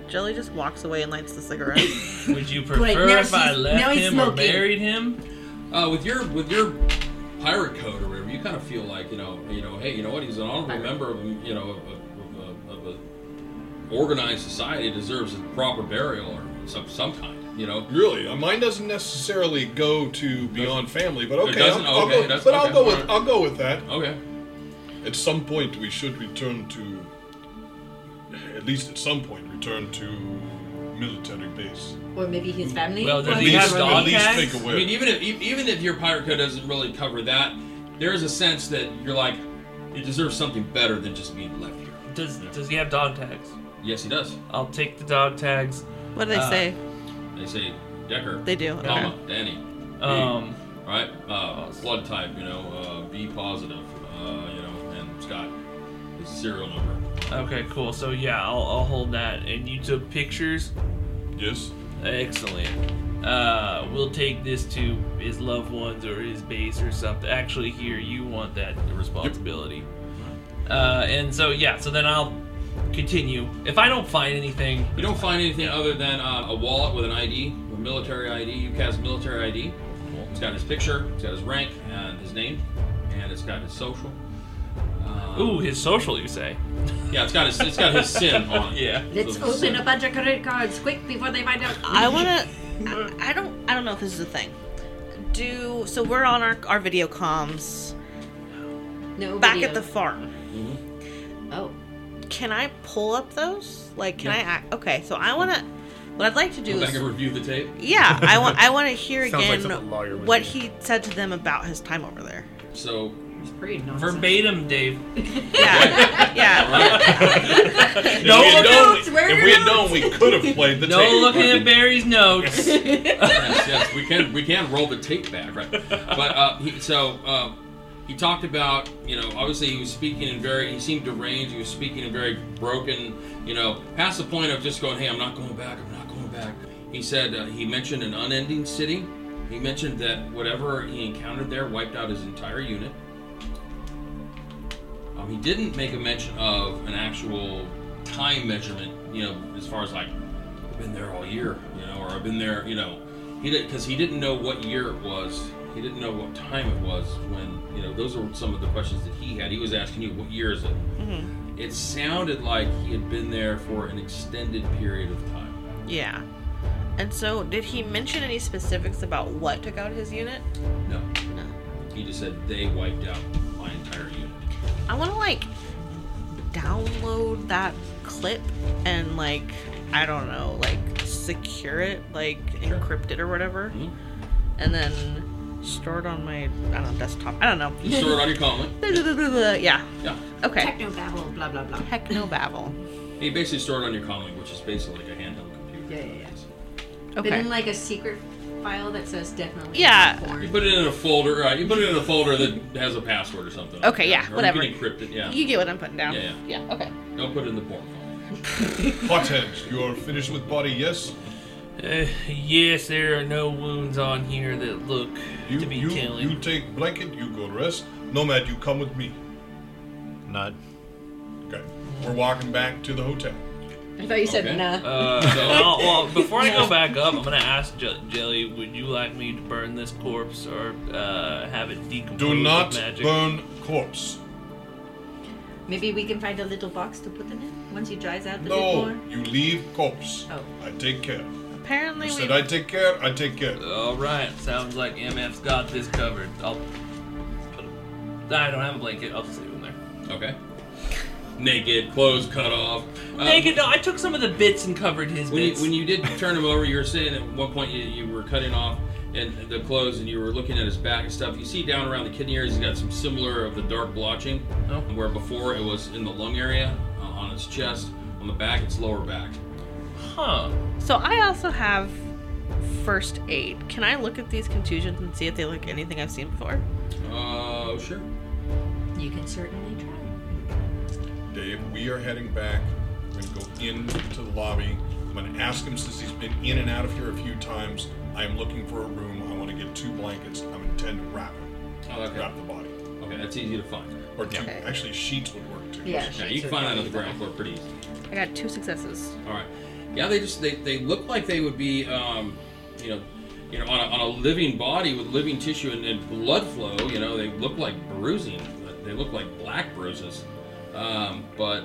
Speaker 6: Jelly just walks away and lights the cigarette.
Speaker 5: Would you
Speaker 3: now
Speaker 5: prefer if I
Speaker 3: she's- now
Speaker 5: left
Speaker 3: he's
Speaker 5: him or
Speaker 3: smoking.
Speaker 5: buried him?
Speaker 2: Uh, with your with your pirate code or whatever, you kind of feel like you know, you know, hey, you know what? He's an honorable member of you know of, of, of, of a organized society, deserves a proper burial or some some kind. You know,
Speaker 1: Really, uh, mine doesn't necessarily go to beyond family, but okay,
Speaker 2: doesn't?
Speaker 1: I'll, I'll
Speaker 2: Okay,
Speaker 1: go,
Speaker 2: that's-
Speaker 1: but I'll
Speaker 2: okay,
Speaker 1: go with
Speaker 2: alright.
Speaker 1: I'll go with that.
Speaker 2: okay.
Speaker 1: At some point, we should return to, at least at some point, return to military base.
Speaker 3: Or maybe his family.
Speaker 5: Well,
Speaker 3: was
Speaker 5: does
Speaker 1: At
Speaker 5: he have
Speaker 1: least,
Speaker 3: murdered.
Speaker 5: dog
Speaker 1: at least
Speaker 5: tags?
Speaker 1: think
Speaker 2: I mean,
Speaker 1: away.
Speaker 2: even if e- even if your pirate code doesn't really cover that, there is a sense that you're like, it deserves something better than just being left here.
Speaker 5: Does Does he have dog tags?
Speaker 2: Yes, he does.
Speaker 5: I'll take the dog tags.
Speaker 6: what do they
Speaker 5: Uh,
Speaker 6: say?
Speaker 2: They say Decker.
Speaker 6: They do, okay.
Speaker 2: Comma, Danny.
Speaker 1: Hmm.
Speaker 5: Um,
Speaker 2: right? Uh, blood type, you know, uh, B positive, uh, you know, and Scott, his serial number.
Speaker 5: okay, cool. So yeah, I'll, I'll hold that. And you took pictures.
Speaker 1: Yes,
Speaker 5: Excellent. Uh, we'll take this to his loved ones or his base or something. Actually, here you want that responsibility. Uh, and so yeah, so then I'll continue. If I don't find anything,
Speaker 2: You don't find anything other than uh, a wallet with an ID, with military ID, UCAS military ID. It's got his picture, it's got his rank and his name, and it's got his social. Uh,
Speaker 5: ooh, his social, you say?
Speaker 2: Yeah, it's got his it's got his sin on it.
Speaker 5: Yeah.
Speaker 2: So
Speaker 3: Let's
Speaker 2: the
Speaker 3: open
Speaker 2: sin.
Speaker 3: a bunch of credit cards quick before they find out.
Speaker 6: I wanna I, I don't I don't know if this is a thing. Do so we're on our our video comms
Speaker 7: No.
Speaker 6: back
Speaker 7: video.
Speaker 6: at the farm.
Speaker 7: Oh.
Speaker 6: Can I pull up those? Like, can I? ac- Okay, so I want to. What I'd like to do
Speaker 2: Go back
Speaker 6: is
Speaker 2: and review the tape.
Speaker 6: Yeah, I want I want to hear
Speaker 4: Sounds like
Speaker 6: again
Speaker 4: something a lawyer would
Speaker 6: what
Speaker 4: do.
Speaker 6: he said to them about his time over there.
Speaker 2: So
Speaker 7: It's pretty nonsense.
Speaker 5: Verbatim, Dave.
Speaker 6: Yeah, yeah.
Speaker 1: If
Speaker 5: No
Speaker 1: we had
Speaker 5: look
Speaker 1: known,
Speaker 7: notes, where are
Speaker 1: if
Speaker 7: your
Speaker 1: we had known, we could have played the
Speaker 5: No
Speaker 1: tape.
Speaker 5: looking at Barry's notes. Uh,
Speaker 2: yes, yes, we can we can roll the tape back, right? But uh, he, so uh, he talked about you know obviously he was speaking in very he seemed deranged. He was speaking in very broken, you know, past the point of just going, hey, I'm not going back. I'm not going back. He said uh, he mentioned an unending city. He mentioned that whatever he encountered there wiped out his entire unit. Um, he didn't make a mention of an actual time measurement, you know, as far as like I've been there all year, you know, or I've been there, you know, he did because he didn't know what year it was. He didn't know what time it was when, you know, those are some of the questions that he had. He was asking you, what year is it?
Speaker 6: Mm-hmm.
Speaker 2: It sounded like he had been there for an extended period of time.
Speaker 6: yeah. And so, did he mention any specifics about what took out his unit?
Speaker 2: No,
Speaker 6: No.
Speaker 2: he just said they wiped out my entire unit.
Speaker 6: I want to like download that clip and like I don't know, like secure it, like encrypt it or whatever,
Speaker 2: Mhm.
Speaker 6: and then store it on my I don't know desktop. I don't know.
Speaker 2: You store it on your comment.
Speaker 6: yeah.
Speaker 2: Yeah.
Speaker 6: Okay.
Speaker 3: Techno babble, blah blah blah.
Speaker 6: Heck no babble.
Speaker 2: He basically stored it on your comlink, which is basically like a handheld computer.
Speaker 7: Yeah, yeah, But
Speaker 6: Okay.
Speaker 7: in like a secret file that says definitely
Speaker 6: Yeah.
Speaker 2: You
Speaker 7: porn.
Speaker 2: put it in a folder, right? You put it in a folder that has a password or something.
Speaker 6: Okay, yeah,
Speaker 2: Or
Speaker 6: whatever.
Speaker 2: You can encrypt it, yeah.
Speaker 6: You get what I'm putting down.
Speaker 2: Yeah,
Speaker 6: yeah. okay.
Speaker 2: Don't put it in the porn folder.
Speaker 1: Pothead, you are finished with body, yes?
Speaker 5: Uh, yes, there are no wounds on here that look
Speaker 1: You,
Speaker 5: to be
Speaker 1: you,
Speaker 5: killing.
Speaker 1: you take blanket, you go rest. Nomad, you come with me.
Speaker 4: Nod.
Speaker 1: Okay. We're walking back to the hotel.
Speaker 7: I thought you said
Speaker 2: Okay.
Speaker 7: nah.
Speaker 5: Uh,
Speaker 2: So-
Speaker 5: well, well, before I go back up, I'm gonna ask Je- Jelly, would you like me to burn this corpse or uh, have it decompose
Speaker 1: Do
Speaker 5: with
Speaker 1: not
Speaker 5: magic?
Speaker 1: burn corpse.
Speaker 3: Maybe we can find a little box to put them in once he dries out the big
Speaker 1: No,
Speaker 3: one.
Speaker 1: you leave corpse.
Speaker 3: Oh.
Speaker 1: I take care.
Speaker 6: Apparently
Speaker 1: You
Speaker 6: we
Speaker 1: said I take care, I take care.
Speaker 5: All right, sounds like MF's got this covered. I'll. Put a, I don't have a blanket. I'll just leave him there.
Speaker 2: Okay. Naked, clothes cut off. Um,
Speaker 5: Naked. No, I took some of the bits and covered his
Speaker 2: When you,
Speaker 5: bits.
Speaker 2: when you did turn him over, you were saying at one point you, you were cutting off and the clothes, and you were looking at his back and stuff. You see down around the kidney area, he's got some similar of the dark blotching,
Speaker 5: Oh.
Speaker 2: where before it was in the lung area, uh, on his chest, on the back, it's lower back.
Speaker 5: huh?
Speaker 6: So I also have first aid. Can I look at these contusions and see if they look anything I've seen before?
Speaker 2: Uh, sure.
Speaker 5: Oh,
Speaker 3: You can certainly try.
Speaker 1: Dave, we are heading back. We're gonna go into the lobby. I'm gonna ask him since he's been in and out of here a few times. I am looking for a room. I want to get two blankets. I'm intend to wrap it,
Speaker 2: Oh, okay.
Speaker 1: wrap the body,
Speaker 2: Okay, that's easy to find.
Speaker 1: or two.
Speaker 6: Okay.
Speaker 1: Actually, sheets would work too.
Speaker 7: Yeah.
Speaker 2: Yeah, you can find that on the ground floor pretty easy.
Speaker 6: I got two successes.
Speaker 2: All right. Yeah, they just they, they look like they would be, um, you know, you know, on a, on a living body with living tissue and, and blood flow. You know, they look like bruising. They look like black bruises, um, but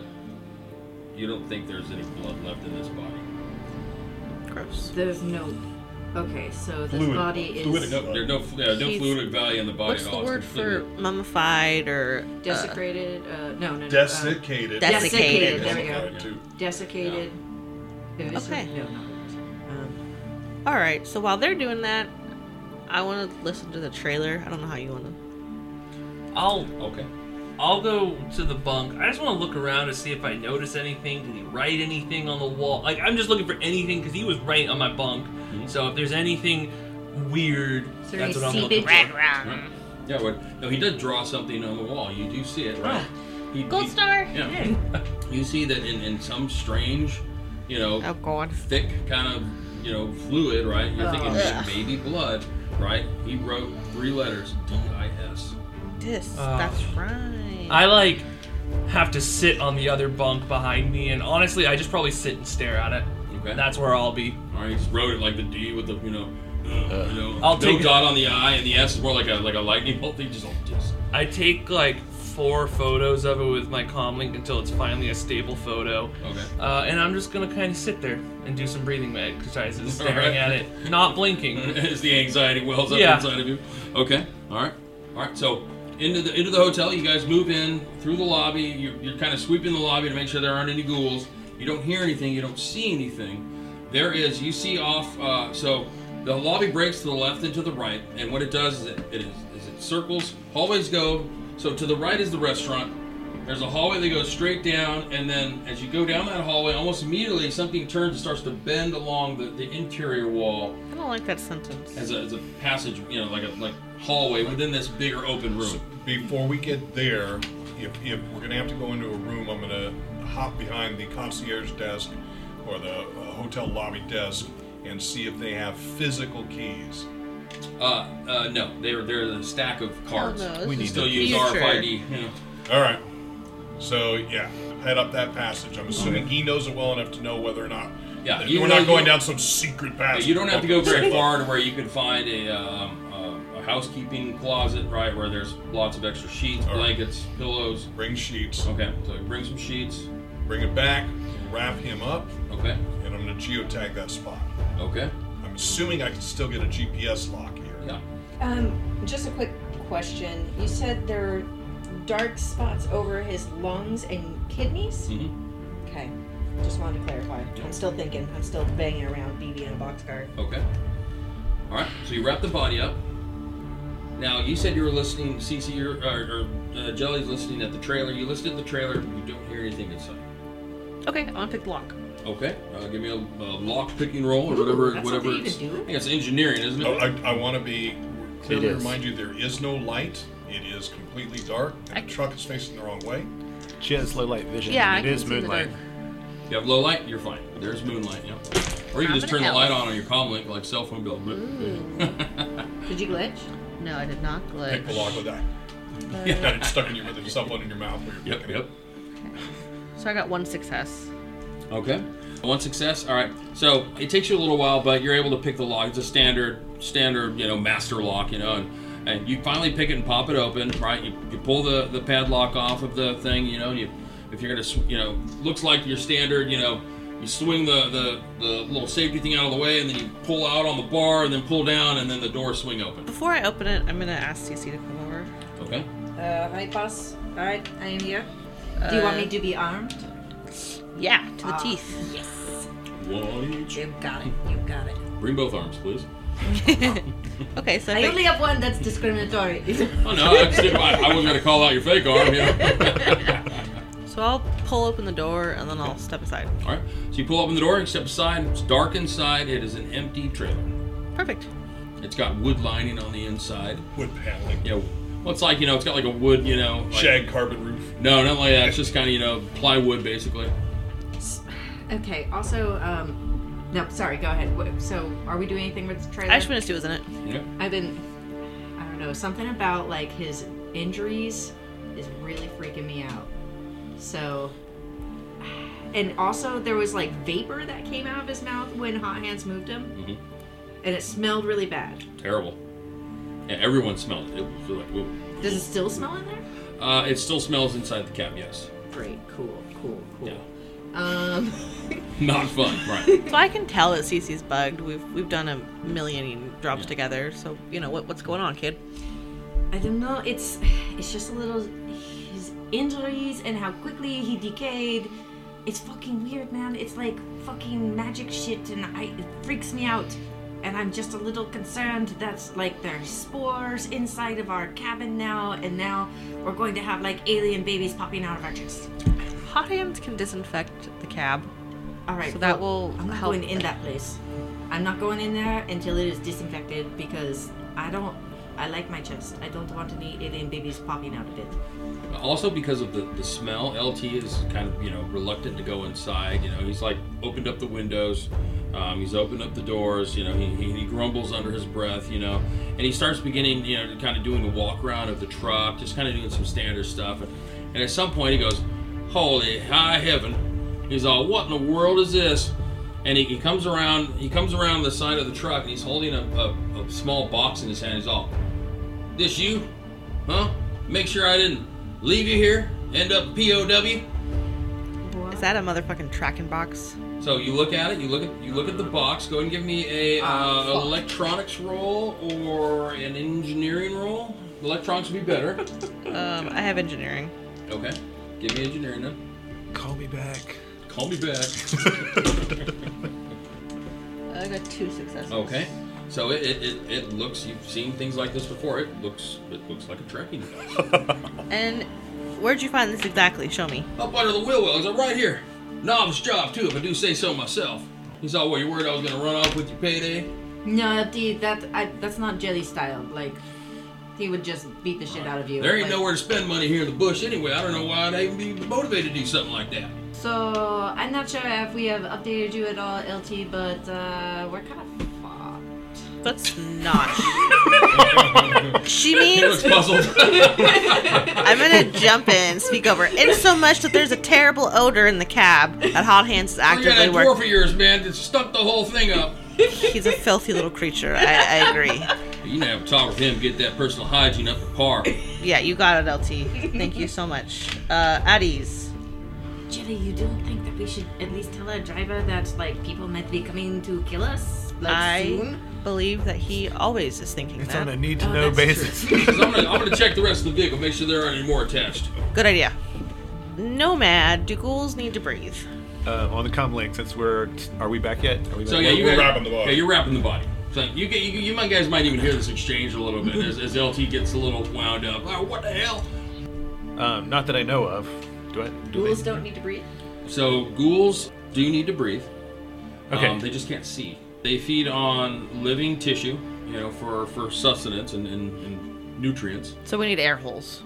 Speaker 2: you don't think there's any blood left in this body.
Speaker 6: Gross.
Speaker 3: There's no. Okay, so this
Speaker 1: Fluid.
Speaker 3: body is
Speaker 1: Fluid enough.
Speaker 2: There's no yeah, no
Speaker 6: He's-
Speaker 2: fluid value in the body
Speaker 6: What's
Speaker 2: at
Speaker 6: the
Speaker 2: all. Oh, It's
Speaker 6: word for
Speaker 2: completely-
Speaker 6: mummified or uh,
Speaker 3: desecrated. Uh, no, no, no. uh,
Speaker 1: Desiccated.
Speaker 6: Desic-
Speaker 3: desiccated.
Speaker 6: Desiccated.
Speaker 3: There we go.
Speaker 1: Desiccated, too.
Speaker 3: Desiccated. Eviscer-
Speaker 6: Okay.
Speaker 3: No, not eviscer- um,
Speaker 6: All right. So while they're doing that, I want to listen to the trailer. I don't know how you want to.
Speaker 5: I'll
Speaker 2: okay.
Speaker 5: I'll go to the bunk. I just want to look around to see if I notice anything. Did he write anything on the wall? Like, I'm just looking for anything because he was right on my bunk.
Speaker 2: Mm-hmm.
Speaker 5: So if there's anything weird,
Speaker 3: Is there
Speaker 5: that's
Speaker 3: any
Speaker 5: what I'm looking
Speaker 3: seepage?
Speaker 5: for.
Speaker 2: Yeah, what? No, he did draw something on the wall. You do see it, right? He,
Speaker 6: Ah, Gold
Speaker 2: he-
Speaker 6: star.
Speaker 2: Yeah. You see that in, in some strange, you know,
Speaker 6: Oh God.
Speaker 2: thick kind of you know fluid, right?
Speaker 5: Uh-huh.
Speaker 2: You're thinking
Speaker 6: Ugh.
Speaker 2: maybe blood, right? He wrote three letters D I S.
Speaker 6: This.
Speaker 5: Oh.
Speaker 6: that's right.
Speaker 5: I like have to sit on the other bunk behind me, and honestly, I just probably sit and stare at it.
Speaker 2: Okay.
Speaker 5: And that's where I'll be.
Speaker 2: All right, he just wrote it like the D with the you know, uh, you know,
Speaker 5: I'll
Speaker 2: no
Speaker 5: take it.
Speaker 2: dot on the I, and the S is more like a like a lightning bolt. He just, just
Speaker 5: I take like four photos of it with my comlink until it's finally a stable photo.
Speaker 2: Okay.
Speaker 5: Uh, and I'm just gonna kind of sit there and do some breathing exercises, staring
Speaker 2: Alright.
Speaker 5: at it, not blinking.
Speaker 2: As the anxiety wells up
Speaker 5: Yeah.
Speaker 2: inside of you. Okay. All right. All right. So into the into the hotel. You guys move in through the lobby. You're, you're kind of sweeping the lobby to make sure there aren't any ghouls. You don't hear anything. You don't see anything. There is. You see off. Uh, so the lobby breaks to the left and to the right. And what it does is it, it is, is it circles. Hallways go. So to the right is the restaurant. There's a hallway that goes straight down, and then as you go down that hallway, almost immediately something turns and starts to bend along the, the interior wall
Speaker 6: I don't like that sentence.
Speaker 2: as a, as a passage, you know, like a like hallway within this bigger open room.
Speaker 1: Before we get there, if, if we're going to have to go into a room, I'm going to hop behind the concierge desk or the uh, hotel lobby desk and see if they have physical keys.
Speaker 2: Uh, uh, no, they're they're the stack of cards.
Speaker 6: Oh, no, this
Speaker 2: we
Speaker 6: We
Speaker 2: need
Speaker 6: is
Speaker 2: still
Speaker 6: the
Speaker 2: use
Speaker 6: future.
Speaker 2: RFID. You know.
Speaker 1: All right. So, yeah, head up that passage. I'm assuming he knows it well enough to know whether or not.
Speaker 2: Yeah,
Speaker 1: that
Speaker 2: you
Speaker 1: we're
Speaker 2: know
Speaker 1: not going
Speaker 2: you-
Speaker 1: down some secret passage.
Speaker 2: Uh, You don't have to go very far to where you can find a, um, uh, a housekeeping closet, right, where there's lots of extra sheets,
Speaker 1: All right.
Speaker 2: blankets, pillows.
Speaker 1: Bring sheets.
Speaker 2: Okay, so bring some sheets.
Speaker 1: Bring it back. Wrap him up.
Speaker 2: Okay,
Speaker 1: And I'm going to geotag that spot.
Speaker 2: okay,
Speaker 1: I'm assuming I can still get a GPS lock here.
Speaker 2: yeah.
Speaker 3: Um, just a quick question. You said there are dark spots over his lungs and kidneys?
Speaker 2: hmm
Speaker 3: Okay. Just wanted to clarify. I'm still thinking. I'm still banging around BB in a boxcar.
Speaker 2: Okay. All right. So you wrap the body up. Now you said you were listening. CC or, or uh, Jelly's listening at the trailer. You listened at the trailer. You don't hear anything inside.
Speaker 6: Okay, I'm gonna pick the lock.
Speaker 2: Okay, uh, give me a, a lock picking roll or whatever.
Speaker 7: that's what
Speaker 2: whatever.
Speaker 7: they
Speaker 2: it's,
Speaker 7: even do.
Speaker 2: I think it's engineering, isn't it?
Speaker 1: Oh, I, I want to be clearly
Speaker 4: It is.
Speaker 1: remind you there is no light. It is completely dark. And
Speaker 6: I-
Speaker 1: the truck is facing the wrong way.
Speaker 4: She has low light vision.
Speaker 6: Yeah, I
Speaker 4: it
Speaker 6: can
Speaker 4: is
Speaker 6: see the
Speaker 4: moonlight.
Speaker 6: dark.
Speaker 2: you have low light, you're fine. There's moonlight, yeah. Or you can
Speaker 6: I'm
Speaker 2: just
Speaker 6: gonna
Speaker 2: turn the light
Speaker 6: help.
Speaker 2: on on your comlink like cell phone bill.
Speaker 7: Did you glitch?
Speaker 6: No, I did not
Speaker 1: Pick the
Speaker 6: glitch.
Speaker 1: lock with that. Got it stuck in you with your cell phone in your mouth. Where you're
Speaker 2: yep,
Speaker 1: picking
Speaker 2: yep.
Speaker 6: So I got one success.
Speaker 2: Okay. One success. All right. So it takes you a little while, but you're able to pick the lock. It's a standard, standard, you know, master lock, you know, and, and you finally pick it and pop it open, right? You, you pull the, the padlock off of the thing, you know, and you, if you're gonna, sw- you know, looks like your standard, you know, you swing the, the the little safety thing out of the way, and then you pull out on the bar, and then pull down, and then the doors swing open.
Speaker 6: Before I open it, I'm gonna ask CC to come over.
Speaker 2: Okay.
Speaker 3: Uh, hi, boss. Alright, I am here. Do you want me to be armed?
Speaker 6: Yeah, to the
Speaker 3: Ah.
Speaker 6: teeth.
Speaker 3: Yes.
Speaker 2: Watch.
Speaker 3: You've got it. You've got it.
Speaker 2: Bring both arms, please.
Speaker 6: Okay, so I
Speaker 3: I
Speaker 6: think
Speaker 3: only have one that's discriminatory.
Speaker 2: Oh no, I, just didn't- I I wasn't gonna call out your fake arm, you know.
Speaker 6: so. I'll pull open the door and then I'll step aside.
Speaker 2: All right. So you pull open the door and step aside. It's dark inside. It is an empty trailer.
Speaker 6: Perfect.
Speaker 2: It's got wood lining on the inside.
Speaker 1: up. Wood paneling.
Speaker 2: You know, well, it's like you know, it's got like a wood, you know, like,
Speaker 1: Shag carbon roof.
Speaker 2: No, not like that. It's just kind of you know plywood, basically.
Speaker 7: Okay. Also, um, no, sorry. Go ahead. What- So, are we doing anything with the trailer?
Speaker 6: I just want to see what's in it.
Speaker 2: Yeah.
Speaker 7: I've been, I don't know, something about like his injuries is really freaking me out. So, and also there was like vapor that came out of his mouth when Hot Hands moved him,
Speaker 2: Mhm.
Speaker 7: and it smelled really bad.
Speaker 2: Terrible. Yeah, everyone smelled it. It was like, ooh.
Speaker 7: Does it still smell in there?
Speaker 2: Uh, it still smells inside the cab. Yes.
Speaker 7: Great. Cool. Cool. Cool.
Speaker 2: Yeah.
Speaker 7: Um,
Speaker 2: Not fun. Right.
Speaker 6: So I can tell that CC's bugged. We've we've done a million drops together. So you know what what's going on, kid.
Speaker 7: I don't know. It's it's just a little his injuries and how quickly he decayed. It's fucking weird, man. It's like fucking magic shit, and I, it freaks me out. And I'm just a little concerned that's like there's spores inside of our cabin now, and now we're going to have like alien babies popping out of our chest.
Speaker 6: Hot hands can disinfect the cab.
Speaker 7: All right,
Speaker 6: So that
Speaker 7: well,
Speaker 6: will
Speaker 7: I'm not
Speaker 6: help
Speaker 7: going in that place. I'm not going in there until it is disinfected because I don't. I like my chest. I don't want any alien babies popping out of it.
Speaker 2: also because of the, the smell, LT is kind of you know reluctant to go inside. You know, he's like opened up the windows. Um, he's opened up the doors. You know, he, he, he grumbles under his breath. You know, and he starts beginning you know to kind of doing a walk around of the truck, just kind of doing some standard stuff. And, and at some point he goes, "Holy high heaven!" He's all, "What in the world is this?" And he, he comes around. He comes around the side of the truck, and he's holding a, a, a small box in his hand. He's all, "This you, huh? Make sure I didn't leave you here, end up POW.
Speaker 6: Is that a motherfucking tracking box?
Speaker 2: So you look at it, you look at you look at the box. Go ahead and give me a uh, electronics roll or an engineering roll. Electronics would be better.
Speaker 6: Um, I have engineering.
Speaker 2: Okay, give me engineering then.
Speaker 4: Call me back.
Speaker 2: Call me back.
Speaker 6: I got two successes.
Speaker 2: Okay. So it, it, it, it looks you've seen things like this before. It looks it looks like a trekking device.
Speaker 6: And where'd you find this exactly? Show me.
Speaker 2: Up under the wheel wells, I'm right here. Knob's job too, if I do say so myself. He's all, well, you worried I was gonna run off with your payday?
Speaker 3: No, dude, that I, that's not jelly style. Like, he would just beat the shit out of you.
Speaker 2: There ain't
Speaker 3: like-
Speaker 2: nowhere to spend money here in the bush anyway. I don't know why I'd even be motivated to do something like that.
Speaker 3: So I'm not sure if we have updated you at all, LT, but uh, we're kind of fucked.
Speaker 6: That's not. she means
Speaker 2: Looks puzzled.
Speaker 6: I'm gonna jump in, and speak over. In so much that there's a terrible odor in the cab that Hot Hands is
Speaker 2: Look at
Speaker 6: actively
Speaker 2: Oh, that dwarf
Speaker 6: working.
Speaker 2: of yours, man. That stuck the whole thing up.
Speaker 6: He's a filthy little creature. I, I agree.
Speaker 2: You need to have a talk with him. Get that personal hygiene up to par.
Speaker 6: Yeah, you got it, LT. Thank you so much. Uh, at ease.
Speaker 3: Jelly, you don't think that we should at least tell our driver that like people might be coming to kill us like
Speaker 6: I
Speaker 3: soon?
Speaker 6: believe that he always is thinking
Speaker 4: It's
Speaker 6: that.
Speaker 4: on a need to
Speaker 3: Oh,
Speaker 4: know
Speaker 3: that's
Speaker 4: basis.
Speaker 2: Because I'm gonna, I'm gonna check the rest of the vehicle, make sure there aren't any more attached.
Speaker 6: Good idea. Nomad, do ghouls need to breathe?
Speaker 4: Uh, on the com link, since we're are we back yet? Are we back
Speaker 2: So yeah,
Speaker 4: yet?
Speaker 2: you
Speaker 1: we're
Speaker 2: guys,
Speaker 1: wrapping the body.
Speaker 2: Yeah, you're wrapping the body. So you, get- you, you might- guys might even hear this exchange a little bit as, as LT gets a little wound up. Oh, what the hell?
Speaker 4: um, not that I know of. Do I? Do
Speaker 3: Ghouls
Speaker 4: they?
Speaker 3: don't need to breathe.
Speaker 2: So ghouls do need to breathe.
Speaker 4: Okay.
Speaker 2: Um, they just can't see. They feed on living tissue, you know, for for sustenance and, and, and nutrients.
Speaker 6: So we need air holes.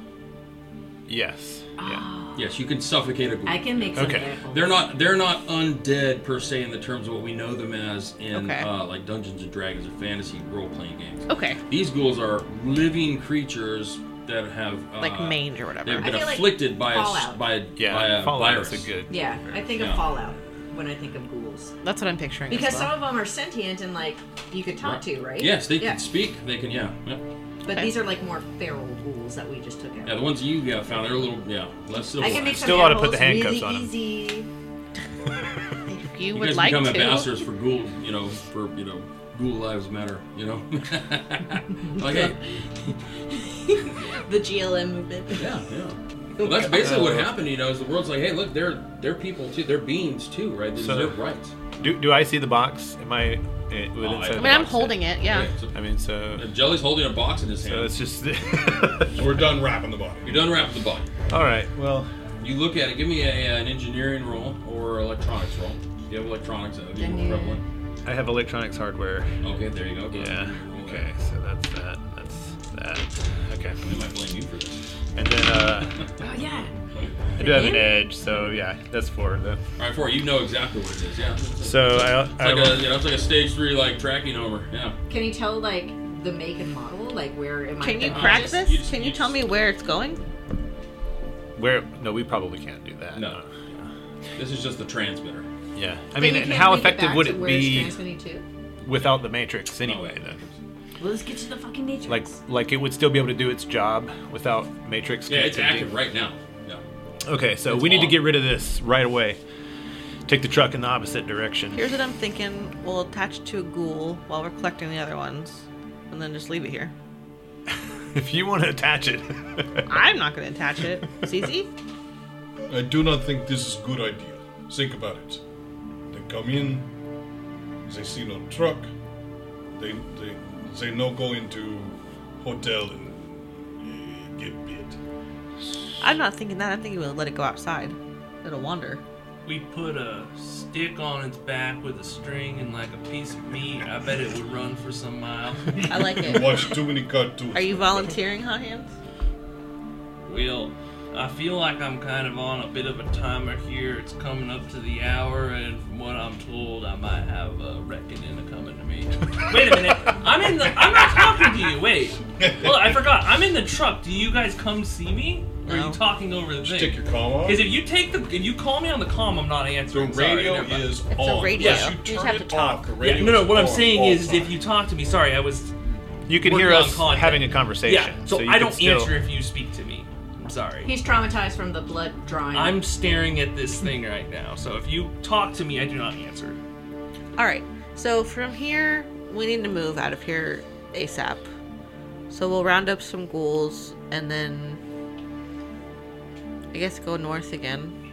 Speaker 4: Yes. Yeah.
Speaker 2: Yes, you can suffocate a ghoul.
Speaker 3: I can make some
Speaker 4: Okay.
Speaker 3: air holes.
Speaker 2: They're not they're not undead per se in the terms of what we know them as in
Speaker 6: Okay.
Speaker 2: uh, like Dungeons and Dragons or fantasy role playing games.
Speaker 6: Okay.
Speaker 2: These ghouls are living creatures that have uh,
Speaker 6: Like mange or whatever.
Speaker 2: They've been
Speaker 3: I feel like
Speaker 2: afflicted by a s-
Speaker 3: Fallout.
Speaker 2: by a,
Speaker 4: Yeah.
Speaker 2: by a
Speaker 4: Fallout is
Speaker 2: virus.
Speaker 4: a good.
Speaker 3: Yeah, I think
Speaker 2: Yeah.
Speaker 3: of Fallout when I think of ghouls
Speaker 6: That's what I'm picturing. as
Speaker 3: because
Speaker 6: well.
Speaker 3: some of them are sentient and like you could talk to, right?
Speaker 2: Yes, they
Speaker 3: yeah.
Speaker 2: can speak. They can, yeah, yeah.
Speaker 3: But
Speaker 6: Okay.
Speaker 3: these are like more feral ghouls that we just took out.
Speaker 2: Yeah, the ones you got found, they're a little, yeah, less
Speaker 3: I can make
Speaker 2: civilized.
Speaker 3: some
Speaker 4: Still
Speaker 3: air
Speaker 4: oughta put
Speaker 3: holes
Speaker 4: the handcuffs
Speaker 3: really
Speaker 4: on 'em.
Speaker 3: easy.
Speaker 6: if you,
Speaker 2: You
Speaker 6: would
Speaker 2: guys
Speaker 6: like
Speaker 2: become
Speaker 6: to.
Speaker 2: ambassadors for ghoul, you know, for you know, ghoul lives matter, you know. like, hey,
Speaker 3: The GLM movement.
Speaker 2: yeah, yeah. Well, that's basically what happened, you know. Is the world's like, hey, look, they're they're people too, they're beings too, right? They
Speaker 4: So-
Speaker 2: deserve rights.
Speaker 4: Do, do I see the box? Am I uh, within
Speaker 2: Oh, I-
Speaker 6: I mean, I'm holding it. Yeah.
Speaker 2: so,
Speaker 4: I mean, so
Speaker 2: and Jelly's holding a box in his
Speaker 4: so
Speaker 2: hand.
Speaker 4: it's just.
Speaker 1: So we're done wrapping the body.
Speaker 2: You're done wrapping the body.
Speaker 4: All right. Well,
Speaker 2: You look at it. Give me a, uh, an engineering roll or electronics roll. If you have electronics, that would be
Speaker 3: Then
Speaker 2: more
Speaker 3: you-
Speaker 2: prevalent.
Speaker 4: I have electronics hardware.
Speaker 2: Okay, there you go. Go
Speaker 4: Yeah.
Speaker 2: engineering roll.
Speaker 4: Okay. So that's that. That's that. Okay.
Speaker 2: They might blame you for this.
Speaker 4: And then uh,
Speaker 3: Oh yeah.
Speaker 4: I do have an edge, so yeah, that's four. Though.
Speaker 2: All right, for you know exactly what it is. Yeah. It's
Speaker 4: So I, I
Speaker 2: like
Speaker 4: will-
Speaker 2: a, you know, it's like a stage three like tracking over. Yeah.
Speaker 3: Can you tell like the make and model? Like where am I?
Speaker 6: Can you
Speaker 3: gonna
Speaker 6: crack
Speaker 3: purchase?
Speaker 6: this?
Speaker 2: you just-
Speaker 6: Can you
Speaker 2: you
Speaker 6: tell
Speaker 2: just-
Speaker 6: me where it's going?
Speaker 4: where? No, we probably can't do that.
Speaker 2: No. This is just the transmitter.
Speaker 4: Yeah. I
Speaker 3: But
Speaker 4: mean,
Speaker 3: you
Speaker 4: and
Speaker 3: can't
Speaker 4: how
Speaker 3: make
Speaker 4: effective
Speaker 3: back
Speaker 4: would
Speaker 3: to
Speaker 4: it
Speaker 3: where it's
Speaker 4: be
Speaker 3: transmitting to?
Speaker 4: without the matrix anyway? Then,
Speaker 3: Well, let's get to the fucking matrix.
Speaker 4: like, like it would still be able to do its job without matrix.
Speaker 2: Yeah, it's
Speaker 4: connectivity.
Speaker 2: active right now. Yeah.
Speaker 4: Okay, so
Speaker 2: It's
Speaker 4: we need to
Speaker 2: on.
Speaker 4: get rid of this right away. Take the truck in the opposite direction.
Speaker 6: Here's what I'm thinking. We'll attach it to a ghoul while we're collecting the other ones, and then just leave it here.
Speaker 4: If you want to attach it,
Speaker 6: I'm not gonna attach it. CZ?
Speaker 1: I do not think this is a good idea. Think about it. They come in, they see no truck, they they they no go into hotel and eh, get bit.
Speaker 6: I'm not thinking that. I'm thinking we'll let it go outside. It'll wander.
Speaker 5: We put a stick on its back with a string and like a piece of meat. I bet it would run for some miles.
Speaker 6: I like
Speaker 1: You
Speaker 6: it.
Speaker 1: watch too many cartoons.
Speaker 6: Are you volunteering, Hot Hands?
Speaker 5: Will, I feel like I'm kind of on a bit of a timer here. It's coming up to the hour, and from what I'm told, I might have a reckoning coming to me. Wait a minute. I'm in the. I'm not talking to you. Wait. Well, I forgot. I'm in the truck. Do you guys come see me? Or are
Speaker 6: No.
Speaker 5: you talking over the
Speaker 1: Stick
Speaker 5: thing?
Speaker 1: your comm off.
Speaker 5: Because if you take the, if you call me on the comm, I'm not
Speaker 1: The
Speaker 5: answering. Sorry,
Speaker 1: radio
Speaker 5: never mind.
Speaker 1: is
Speaker 6: It's a
Speaker 1: on.
Speaker 6: radio.
Speaker 1: Unless
Speaker 6: You
Speaker 1: you
Speaker 6: just
Speaker 1: turn
Speaker 6: have to
Speaker 1: it
Speaker 6: talk.
Speaker 1: Off, the
Speaker 5: Yeah,
Speaker 1: radio
Speaker 5: no, no.
Speaker 1: is
Speaker 5: What I'm
Speaker 1: on
Speaker 5: saying
Speaker 1: all
Speaker 5: is,
Speaker 1: the
Speaker 5: if
Speaker 1: time.
Speaker 5: you talk to me, sorry, I was.
Speaker 4: you can
Speaker 5: Working
Speaker 4: hear
Speaker 5: on
Speaker 4: us
Speaker 5: content.
Speaker 4: having a conversation.
Speaker 5: Yeah. So,
Speaker 4: you
Speaker 5: I
Speaker 4: can
Speaker 5: don't
Speaker 4: still-
Speaker 5: answer if you speak to me. I'm sorry.
Speaker 3: He's traumatized from the blood drawing.
Speaker 5: I'm staring at this thing right now. So if you talk to me, I do not answer.
Speaker 6: All right. So from here, we need to move out of here ASAP. So we'll round up some ghouls and then I guess go north again.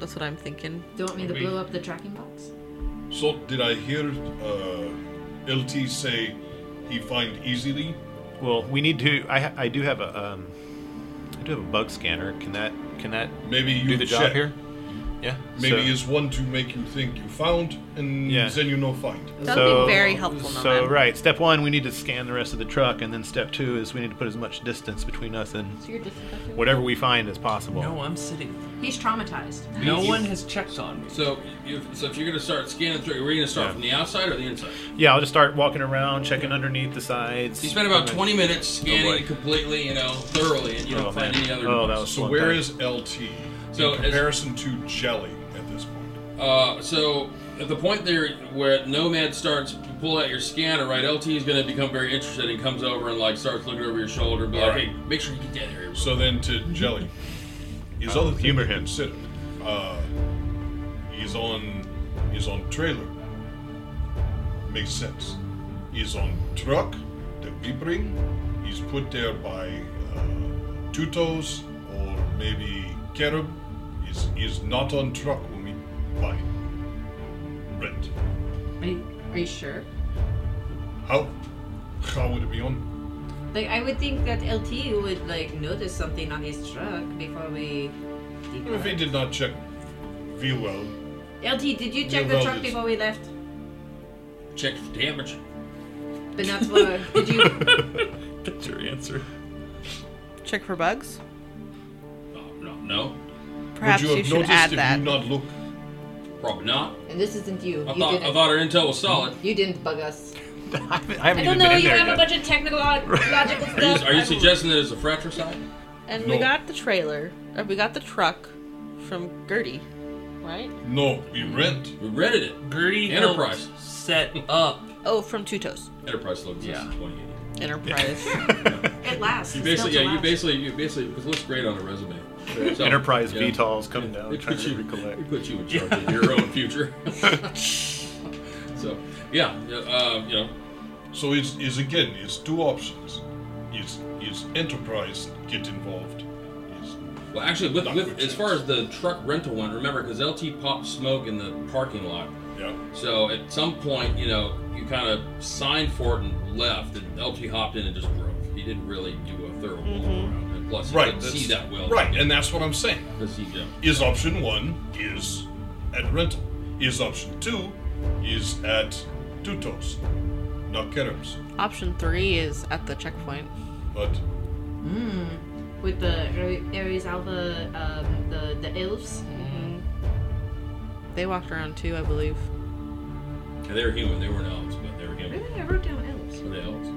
Speaker 6: That's what I'm thinking.
Speaker 3: Do you want me to
Speaker 5: We-
Speaker 3: blow up the tracking box?
Speaker 1: So did I hear uh, LT say he find easily?
Speaker 4: Well, we need to. I ha- I do have a um, I do have a bug scanner. Can that can that
Speaker 1: Maybe you
Speaker 4: do the job
Speaker 1: check.
Speaker 4: here? Yeah.
Speaker 1: Maybe
Speaker 4: so,
Speaker 1: is one to make you think you found, and
Speaker 4: Yeah.
Speaker 1: then you no find.
Speaker 6: That would
Speaker 4: So-
Speaker 6: be very helpful,
Speaker 4: So
Speaker 6: Nomad.
Speaker 4: right. Step one, we need to scan the rest of the truck, and then step two is we need to put as much distance between us and
Speaker 3: So you're disinfecting.
Speaker 4: whatever we find as possible.
Speaker 5: No, I'm sitting.
Speaker 3: He's traumatized.
Speaker 5: No one has checked on me.
Speaker 2: So, if, so if you're going to start scanning through, we're going to start
Speaker 4: Yeah.
Speaker 2: from the outside or the inside.
Speaker 4: Yeah, I'll just start walking around, checking underneath the sides.
Speaker 2: You spent about 20 minutes
Speaker 4: Oh,
Speaker 2: scanning
Speaker 4: boy.
Speaker 2: completely, you know, thoroughly, and you don't
Speaker 4: Oh,
Speaker 2: find
Speaker 4: man.
Speaker 2: any other.
Speaker 4: Oh, that
Speaker 2: device.
Speaker 4: was-
Speaker 1: So
Speaker 4: One
Speaker 1: where
Speaker 4: time.
Speaker 1: is LT
Speaker 2: So
Speaker 1: in
Speaker 2: as-
Speaker 1: comparison to Jelly at this point?
Speaker 2: Uh, so at the point there where Nomad starts to pull out your scanner, right? LT is going to become very interested and comes over and like starts looking over your shoulder, and be like,
Speaker 1: All right.
Speaker 2: "Hey, make sure you get down here."
Speaker 1: So then to Jelly, is
Speaker 4: Uh,
Speaker 1: other thing
Speaker 4: humor
Speaker 1: to
Speaker 4: him.
Speaker 1: Consider. Uh, he's on he's on trailer. Makes sense. He's on truck that we bring. He's put there by uh, Tutos or maybe Kerub. He's, he's not on truck when we buy rent.
Speaker 3: Are you, are you sure?
Speaker 1: How how would it be on?
Speaker 3: Like, I would think that LT would like notice something on his truck before we.
Speaker 1: If he did not check V well,
Speaker 3: LT, did you
Speaker 1: Yeah,
Speaker 3: check the
Speaker 1: well,
Speaker 3: truck
Speaker 1: it's-
Speaker 3: before we left?
Speaker 2: Check for damage.
Speaker 3: But that's what. did you?
Speaker 5: That's your answer.
Speaker 6: Check for bugs.
Speaker 2: No, no, no,
Speaker 6: Perhaps
Speaker 1: would
Speaker 6: you,
Speaker 1: you have
Speaker 6: should
Speaker 1: noticed
Speaker 6: add
Speaker 1: if
Speaker 6: that.
Speaker 1: you not look?
Speaker 2: probably not.
Speaker 3: And this isn't you.
Speaker 2: I
Speaker 3: you
Speaker 2: thought I
Speaker 3: didn't.
Speaker 2: thought our intel was solid.
Speaker 3: you didn't bug us.
Speaker 4: I haven't, I haven't
Speaker 3: I
Speaker 4: even
Speaker 3: don't know.
Speaker 4: been in
Speaker 3: You
Speaker 4: there
Speaker 3: have
Speaker 4: yet.
Speaker 3: a bunch of technical uh, logical
Speaker 2: Are you,
Speaker 3: stuff.
Speaker 2: are you suggesting that it's a fratricide?
Speaker 6: and
Speaker 1: No.
Speaker 6: we got the trailer, or we got the truck from Gertie, right?
Speaker 1: No, we rent.
Speaker 2: We rented it.
Speaker 5: Gertie
Speaker 2: Enterprise.
Speaker 5: helped set up.
Speaker 6: Oh, from Tutos
Speaker 2: Enterprise still exists.
Speaker 5: Yeah.
Speaker 2: in 2080.
Speaker 6: Enterprise.
Speaker 3: It lasts.
Speaker 2: You
Speaker 3: It's built
Speaker 2: basically,
Speaker 3: to
Speaker 2: yeah, you
Speaker 3: last.
Speaker 2: basically, you basically, because it looks great on a resume.
Speaker 4: Oh,
Speaker 2: So,
Speaker 4: Enterprise
Speaker 2: you know,
Speaker 4: VTOLs coming down,
Speaker 2: It
Speaker 4: trying
Speaker 2: puts
Speaker 4: to
Speaker 2: you,
Speaker 4: recollect.
Speaker 2: it puts you in charge of your own future. so, yeah, yeah, uh, you know,
Speaker 1: So it's, it's again, it's two options. Is is enterprise get involved? Is
Speaker 2: well, actually, with,
Speaker 1: Not
Speaker 2: with
Speaker 1: good
Speaker 2: as far as the truck rental one, remember, because LT popped smoke in the parking lot.
Speaker 1: yeah.
Speaker 2: So at some point, you know, you kind of signed for it and left, and LT hopped in and just drove. He didn't really do a thorough walk around. And plus, he
Speaker 1: Right.
Speaker 2: didn't
Speaker 1: that's-
Speaker 2: see that well.
Speaker 1: Right, and that's what I'm saying.
Speaker 2: Because he, you know,
Speaker 1: Is option one is at rental. Is option two is at tutos, not Kerem's.
Speaker 6: Option three is at the checkpoint.
Speaker 1: But
Speaker 3: with the Ar- Aries Alpha, um, the the elves.
Speaker 6: They walked around too, I believe.
Speaker 2: and they were human. They weren't elves, but they were human.
Speaker 3: Really, I wrote down elves.
Speaker 2: Were they elves?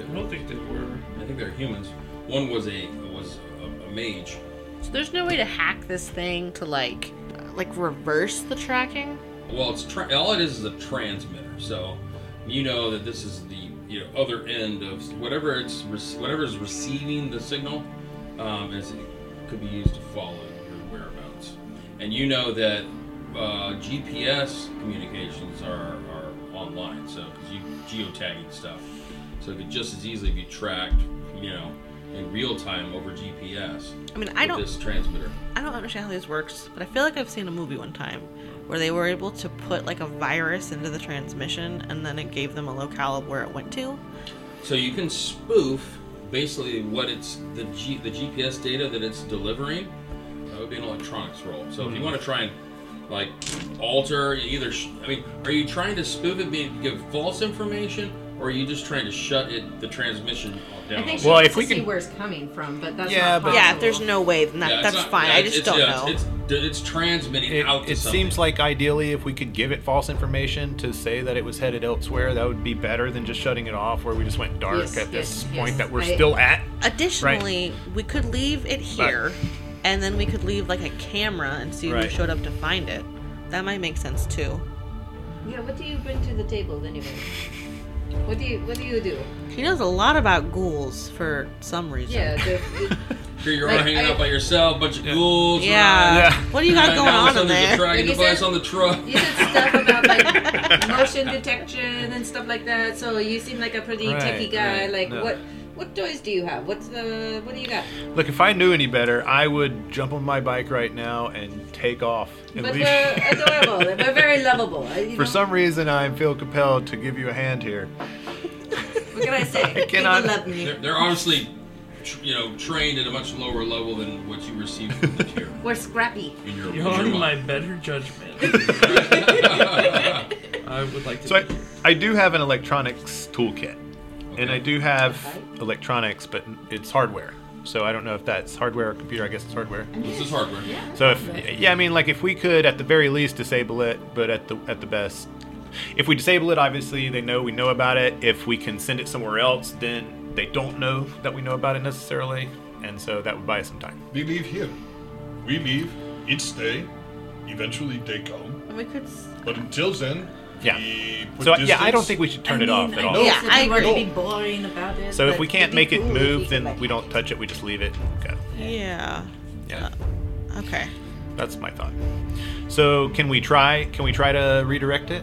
Speaker 5: I don't think they were.
Speaker 2: I think they're humans. One was a was a, a mage.
Speaker 6: So there's no way to hack this thing to like, like reverse the tracking.
Speaker 2: Well, it's tra- all it is is a transmitter. So you know that this is the you know other end of whatever it's rec- whatever is receiving the signal um, is it could be used to follow your whereabouts. And you know that uh, GPS communications are, are online, so 'cause you geotagging stuff, so it could just as easily be tracked, you know, in real time over GPS.
Speaker 6: I mean, I
Speaker 2: with
Speaker 6: don't,
Speaker 2: this transmitter.
Speaker 6: I don't understand how this works, but I feel like I've seen a movie one time where they were able to put like a virus into the transmission, and then it gave them a locale of where it went to.
Speaker 2: So you can spoof basically what it's the G, the GPS data that it's delivering. That would be an electronics role. So
Speaker 4: Hmm.
Speaker 2: if you want to try and like alter either, sh- I mean, are you trying to spoof it, being give false information, or are you just trying to shut it the transmission down?
Speaker 3: I think she
Speaker 4: Well,
Speaker 3: wants
Speaker 4: if
Speaker 3: to
Speaker 4: we
Speaker 3: see
Speaker 4: can-
Speaker 3: where it's coming from, but that's
Speaker 4: Yeah,
Speaker 3: not
Speaker 4: but-
Speaker 6: Yeah,
Speaker 3: possible.
Speaker 6: if there's no way, then that,
Speaker 2: Yeah, it's
Speaker 6: that's
Speaker 2: not-
Speaker 6: fine.
Speaker 2: yeah,
Speaker 6: I
Speaker 2: it's-
Speaker 6: just
Speaker 2: it's,
Speaker 6: don't
Speaker 2: yeah,
Speaker 6: know.
Speaker 2: It's, it's, it's transmitting
Speaker 4: It,
Speaker 2: out to
Speaker 4: it
Speaker 2: something.
Speaker 4: seems like ideally, if we could give it false information to say that it was headed elsewhere, that would be better than just shutting it off where we just went dark
Speaker 3: Yes,
Speaker 4: at this
Speaker 3: yes,
Speaker 4: point
Speaker 3: yes.
Speaker 4: that we're
Speaker 3: I-
Speaker 4: still at.
Speaker 6: Additionally, we could leave it here, and then we could leave like a camera and see who
Speaker 4: Right.
Speaker 6: showed up to find it. That might make sense too.
Speaker 3: Yeah, what do you bring to the table anyway? What do you What do you do?
Speaker 6: He knows a lot about ghouls for some reason.
Speaker 3: Yeah, the, the-
Speaker 2: Here you are
Speaker 3: Like,
Speaker 2: hanging
Speaker 3: I-
Speaker 2: out by yourself, bunch of ghouls.
Speaker 6: Yeah.
Speaker 4: Yeah.
Speaker 6: What do you got going on in
Speaker 2: under the
Speaker 6: there?
Speaker 2: tracking
Speaker 3: Like you
Speaker 2: device
Speaker 3: said-
Speaker 2: on the truck.
Speaker 3: You said stuff about like motion detection and stuff like that. So you seem like a pretty
Speaker 4: Right,
Speaker 3: techie guy.
Speaker 4: right,
Speaker 3: like
Speaker 4: no.
Speaker 3: what? What toys do you have? What's the? What do you got?
Speaker 4: Look, if I knew any better, I would jump on my bike right now and take off. And
Speaker 3: But
Speaker 4: leave.
Speaker 3: we're adorable. we're very lovable. I- You
Speaker 4: For
Speaker 3: know,
Speaker 4: some reason, I feel compelled to give you a hand here.
Speaker 3: what can I say?
Speaker 4: cannot-
Speaker 3: People love me.
Speaker 2: They're, they're obviously, tr- you know, trained at a much lower level than what you received from the tier.
Speaker 3: We're scrappy.
Speaker 2: In your, in
Speaker 5: You're
Speaker 2: your
Speaker 5: on my
Speaker 2: mind.
Speaker 5: better judgment. I would like to.
Speaker 4: So I, I do have an electronics toolkit, and I do have electronics, but it's hardware. So I don't know if that's hardware or computer. I guess it's hardware.
Speaker 2: This is hardware.
Speaker 4: So if yeah, I mean like if we could at the very least disable it, but at the at the best, if we disable it, obviously they know we know about it. If we can send it somewhere else, then they don't know that we know about it necessarily, and so that would buy us some time.
Speaker 1: We leave here. We leave. It stay. Eventually they come.
Speaker 6: We could. s-
Speaker 1: But until then,
Speaker 4: Yeah.
Speaker 1: we put
Speaker 4: So yeah, I don't
Speaker 1: distance.
Speaker 4: think we should
Speaker 3: I
Speaker 4: turn it
Speaker 3: mean,
Speaker 4: off at
Speaker 3: I
Speaker 4: all.
Speaker 3: guess
Speaker 6: Yeah,
Speaker 3: if
Speaker 6: I
Speaker 3: we were to
Speaker 6: agree.
Speaker 3: be boring about it.
Speaker 4: So if
Speaker 3: but
Speaker 4: we can't
Speaker 3: it'd be
Speaker 4: make it
Speaker 3: cool if
Speaker 4: move,
Speaker 3: could,
Speaker 4: then
Speaker 3: like,
Speaker 4: we don't touch it. We just leave it. Okay.
Speaker 6: Yeah.
Speaker 3: Uh,
Speaker 4: Yeah.
Speaker 6: Okay.
Speaker 4: That's my thought. So can we try? Can we try to redirect it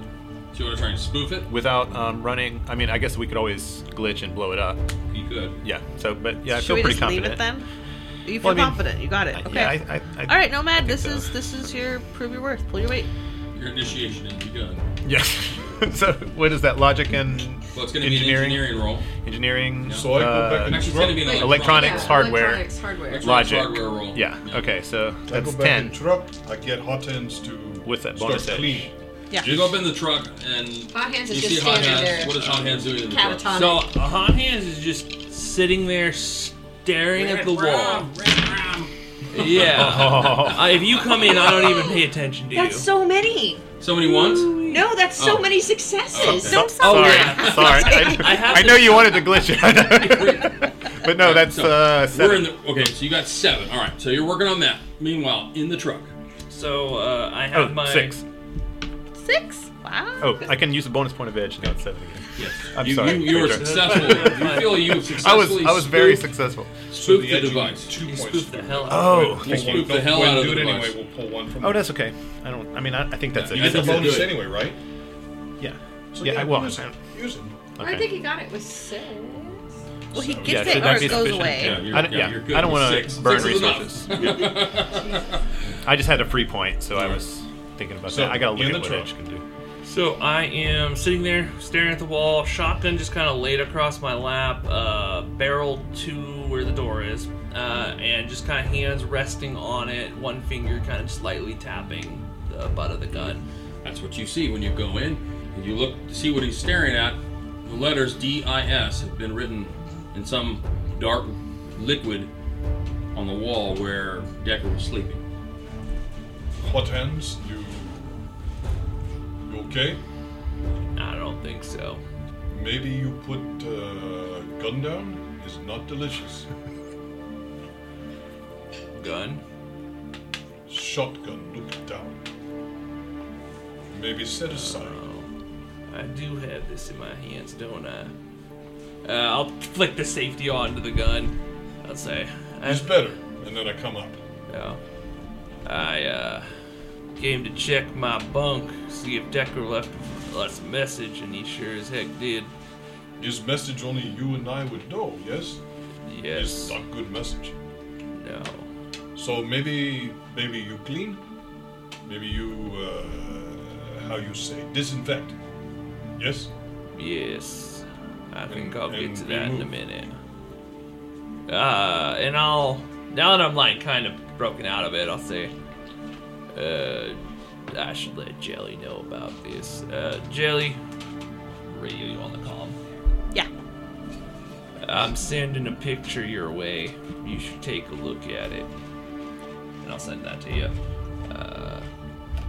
Speaker 2: So you want to try and spoof it?
Speaker 4: without um, running? I mean, I guess we could always glitch and blow it up.
Speaker 2: You could.
Speaker 4: Yeah. So, but yeah, I
Speaker 6: Should
Speaker 4: feel
Speaker 6: we
Speaker 4: pretty
Speaker 6: just
Speaker 4: confident.
Speaker 6: leave it then? You feel
Speaker 4: Well, I mean-
Speaker 6: confident. You got it. Okay.
Speaker 4: Yeah, I, I, I,
Speaker 6: All right, Nomad.
Speaker 4: think
Speaker 6: This
Speaker 4: so.
Speaker 6: is this is your prove your worth. Pull your weight.
Speaker 2: Your initiation is begun.
Speaker 4: Yes. so what is that? Logic and
Speaker 2: Well, it's going to be an
Speaker 4: engineering,
Speaker 2: engineering roll.
Speaker 4: engineering.
Speaker 1: So I go
Speaker 4: uh,
Speaker 1: back and
Speaker 2: Actually, it's going to be an
Speaker 3: Wait,
Speaker 4: electronics, hardware,
Speaker 3: Electronics, hardware.
Speaker 2: electronics
Speaker 4: logic.
Speaker 2: hardware roll.
Speaker 4: Yeah. Okay. So
Speaker 1: I
Speaker 4: that's
Speaker 1: go back
Speaker 4: ten.
Speaker 1: in truck. I get hot hands to
Speaker 4: With that
Speaker 1: start
Speaker 4: bonus edge.
Speaker 1: clean.
Speaker 6: Yeah.
Speaker 2: You go up in the truck and
Speaker 3: Hot hands
Speaker 2: you
Speaker 3: is
Speaker 2: see
Speaker 3: just
Speaker 2: Hot
Speaker 3: standing
Speaker 2: Hands.
Speaker 3: there.
Speaker 2: What is Hot Hands doing in the truck?
Speaker 3: Catatonic.
Speaker 5: So uh, Hot Hands is just sitting there staring at the wall. Yeah.
Speaker 4: Oh,
Speaker 5: Uh, if you come in, I don't even pay attention to
Speaker 3: That's
Speaker 5: you.
Speaker 3: so many.
Speaker 2: Somebody wants?
Speaker 3: No, that's so
Speaker 2: Oh.
Speaker 3: many successes.
Speaker 2: Okay.
Speaker 6: Don't
Speaker 5: Oh,
Speaker 6: sound
Speaker 4: sorry,
Speaker 5: yeah.
Speaker 4: sorry. I,
Speaker 5: I have
Speaker 4: I
Speaker 5: to-
Speaker 4: know you wanted to glitch it, but no, that's
Speaker 2: So,
Speaker 4: uh,
Speaker 2: We're in
Speaker 4: seven.
Speaker 2: the, okay, so you got seven. All right, so you're working on that. Meanwhile, in the truck.
Speaker 5: So uh, I have
Speaker 4: Oh,
Speaker 5: my
Speaker 4: six.
Speaker 6: six. Wow.
Speaker 4: Oh, I can use a bonus point of edge. No, it's seven again.
Speaker 2: Yes.
Speaker 4: I'm
Speaker 2: you,
Speaker 4: sorry.
Speaker 2: You, you were
Speaker 4: Sorry.
Speaker 2: successful. you feel you've
Speaker 4: I was
Speaker 2: successfully
Speaker 4: I was very
Speaker 2: spoofed,
Speaker 4: successful.
Speaker 1: So
Speaker 2: spoofed the,
Speaker 1: edge will be
Speaker 2: device.
Speaker 1: Two
Speaker 5: You
Speaker 1: points.
Speaker 5: spoofed the hell out. of
Speaker 4: Oh,
Speaker 1: We'll
Speaker 4: thank you.
Speaker 1: spook
Speaker 2: the hell
Speaker 1: one
Speaker 2: out of
Speaker 1: dude
Speaker 2: the
Speaker 1: anyway.
Speaker 2: device.
Speaker 1: We'll pull one from.
Speaker 4: Oh, that's okay. I don't. I mean, I, I think that's
Speaker 2: You
Speaker 4: it.
Speaker 1: It's a
Speaker 2: That's it,
Speaker 1: bonus
Speaker 2: do it.
Speaker 1: anyway, right?
Speaker 4: yeah.
Speaker 1: So
Speaker 4: yeah, I will.
Speaker 1: Use it. Use it.
Speaker 3: I
Speaker 4: Okay.
Speaker 3: think he got it with six.
Speaker 6: Well, he gets
Speaker 4: Yeah,
Speaker 6: it
Speaker 4: should
Speaker 6: or
Speaker 4: that be
Speaker 6: it goes
Speaker 4: sufficient?
Speaker 6: away.
Speaker 2: Yeah, you're,
Speaker 4: I don't,
Speaker 2: yeah,
Speaker 4: yeah,
Speaker 2: you're good
Speaker 4: I don't
Speaker 2: with
Speaker 4: want
Speaker 2: six.
Speaker 4: to burn
Speaker 2: Six is enough.
Speaker 4: resources. I just had a free point, so I was thinking about
Speaker 1: So,
Speaker 4: that. I gotta
Speaker 1: in
Speaker 4: look
Speaker 1: the
Speaker 4: at what
Speaker 1: truck.
Speaker 4: Edge can do.
Speaker 5: it. So I am sitting there staring at the wall. Shotgun just kind of laid across my lap, uh, barrel to where the door is, uh, and just kind of hands resting on it. One finger kind of slightly tapping the butt of the gun.
Speaker 2: That's what you see when you go in and you look to see what he's staring at. The letters D I S have been written in some dark liquid on the wall where Decker was sleeping.
Speaker 1: Hot hands. You. You okay?
Speaker 5: I don't think so.
Speaker 1: Maybe you put uh, gun down. It's not delicious.
Speaker 5: Gun.
Speaker 1: Shotgun. Look down. Maybe set aside.
Speaker 5: Oh, I do have this in my hands, don't I? Uh, I'll flick the safety onto the gun. I'll say. I,
Speaker 1: It's
Speaker 4: Uh,
Speaker 1: better. And then I come up.
Speaker 5: yeah. I uh, came to check my bunk, see if Decker left us a message, and he sure as heck did.
Speaker 1: His message only you and I would know. Yes. It's
Speaker 5: Yes.
Speaker 1: not good message.
Speaker 5: No.
Speaker 1: So maybe maybe you clean, maybe you uh, how you say disinfect. Yes,
Speaker 5: Yes. I think
Speaker 1: And-
Speaker 5: I'll get
Speaker 1: and
Speaker 5: to
Speaker 1: we
Speaker 5: that in a
Speaker 1: move.
Speaker 5: minute. Uh, and I'll now that I'm like kind of broken out of it, I'll say, uh, I should let Jelly know about this. Uh, Jelly, radio you on the call.
Speaker 6: Yeah.
Speaker 5: I'm sending a picture your way. You should take a look at it. And I'll send that to you. Uh,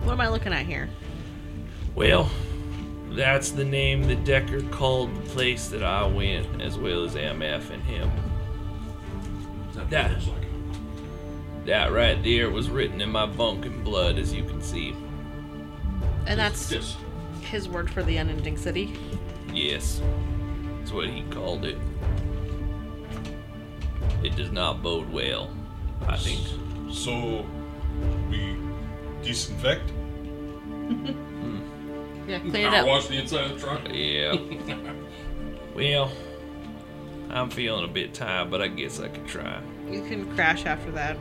Speaker 6: What am I looking at here?
Speaker 5: well, that's the name that Decker called the place that I went, as well as MF and him.
Speaker 2: Is that what
Speaker 5: Yeah.
Speaker 2: it looks like?
Speaker 5: That right there was written in my bunk in blood, as you can see.
Speaker 6: And that's
Speaker 2: Yes.
Speaker 6: his word for the unending city.
Speaker 5: Yes, that's what he called it. It does not bode well. I think.
Speaker 1: So we disinfect.
Speaker 6: Yeah, clean it
Speaker 2: Power
Speaker 6: up.
Speaker 2: wash the inside of the truck.
Speaker 5: Yeah. well, I'm feeling a bit tired, but I guess I could try.
Speaker 6: You can crash after that.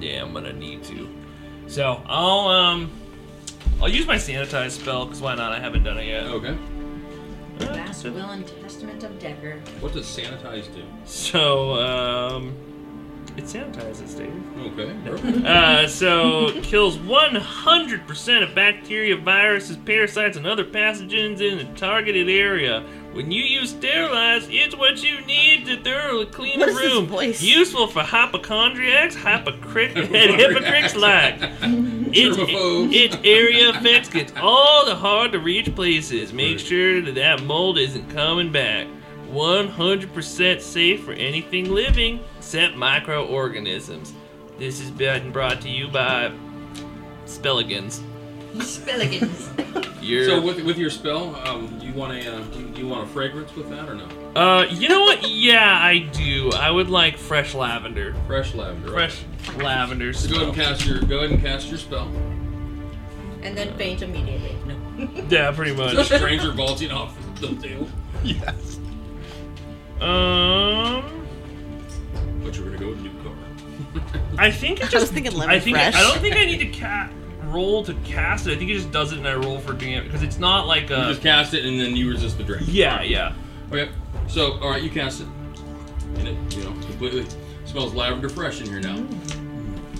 Speaker 5: Yeah, I'm gonna need to. So I'll um, I'll use my sanitize spell because why not? I haven't done it yet.
Speaker 2: Okay.
Speaker 7: Last will and testament of Decker.
Speaker 2: What does sanitize do?
Speaker 5: So um, it sanitizes, David.
Speaker 2: Okay. perfect.
Speaker 5: Uh, so kills 100% of bacteria, viruses, parasites, and other pathogens in the targeted area. When you use sterilize, it's what you need to thoroughly clean
Speaker 6: What
Speaker 5: a
Speaker 6: is this
Speaker 5: room.
Speaker 6: voice?
Speaker 5: Useful for hypochondriacs, hypocrite, and hypocrites like. Its,
Speaker 2: Germaphobes.
Speaker 5: its area effects gets all the hard to reach places. Make sure that that mold isn't coming back. 100% safe for anything living except microorganisms. This has been brought to you by Spelligans.
Speaker 7: Spilligans.
Speaker 5: You're,
Speaker 2: so with, with your spell, um, do you want a uh, do you want a fragrance with that or no?
Speaker 5: uh, you know what? Yeah, I do. I would like fresh lavender.
Speaker 2: Fresh lavender. okay.
Speaker 5: Fresh lavender.
Speaker 2: So go ahead and
Speaker 5: smell.
Speaker 2: cast your go ahead and cast your spell.
Speaker 7: and then faint immediately.
Speaker 5: Yeah, pretty
Speaker 2: The
Speaker 5: much.
Speaker 2: stranger vaulting off the table.
Speaker 4: Yes.
Speaker 5: Um,
Speaker 2: But you're gonna go with new car.
Speaker 5: I think it
Speaker 6: I
Speaker 5: just
Speaker 6: was thinking lemon
Speaker 5: I think
Speaker 6: fresh.
Speaker 5: I don't think I need to ca- roll to cast it. I think it just does it, and I roll for damage because it's not like
Speaker 2: you
Speaker 5: a
Speaker 2: just cast it and then you resist the drink.
Speaker 5: yeah, yeah.
Speaker 2: Okay. So all right, you cast it, and it you know completely smells lavender fresh in here now.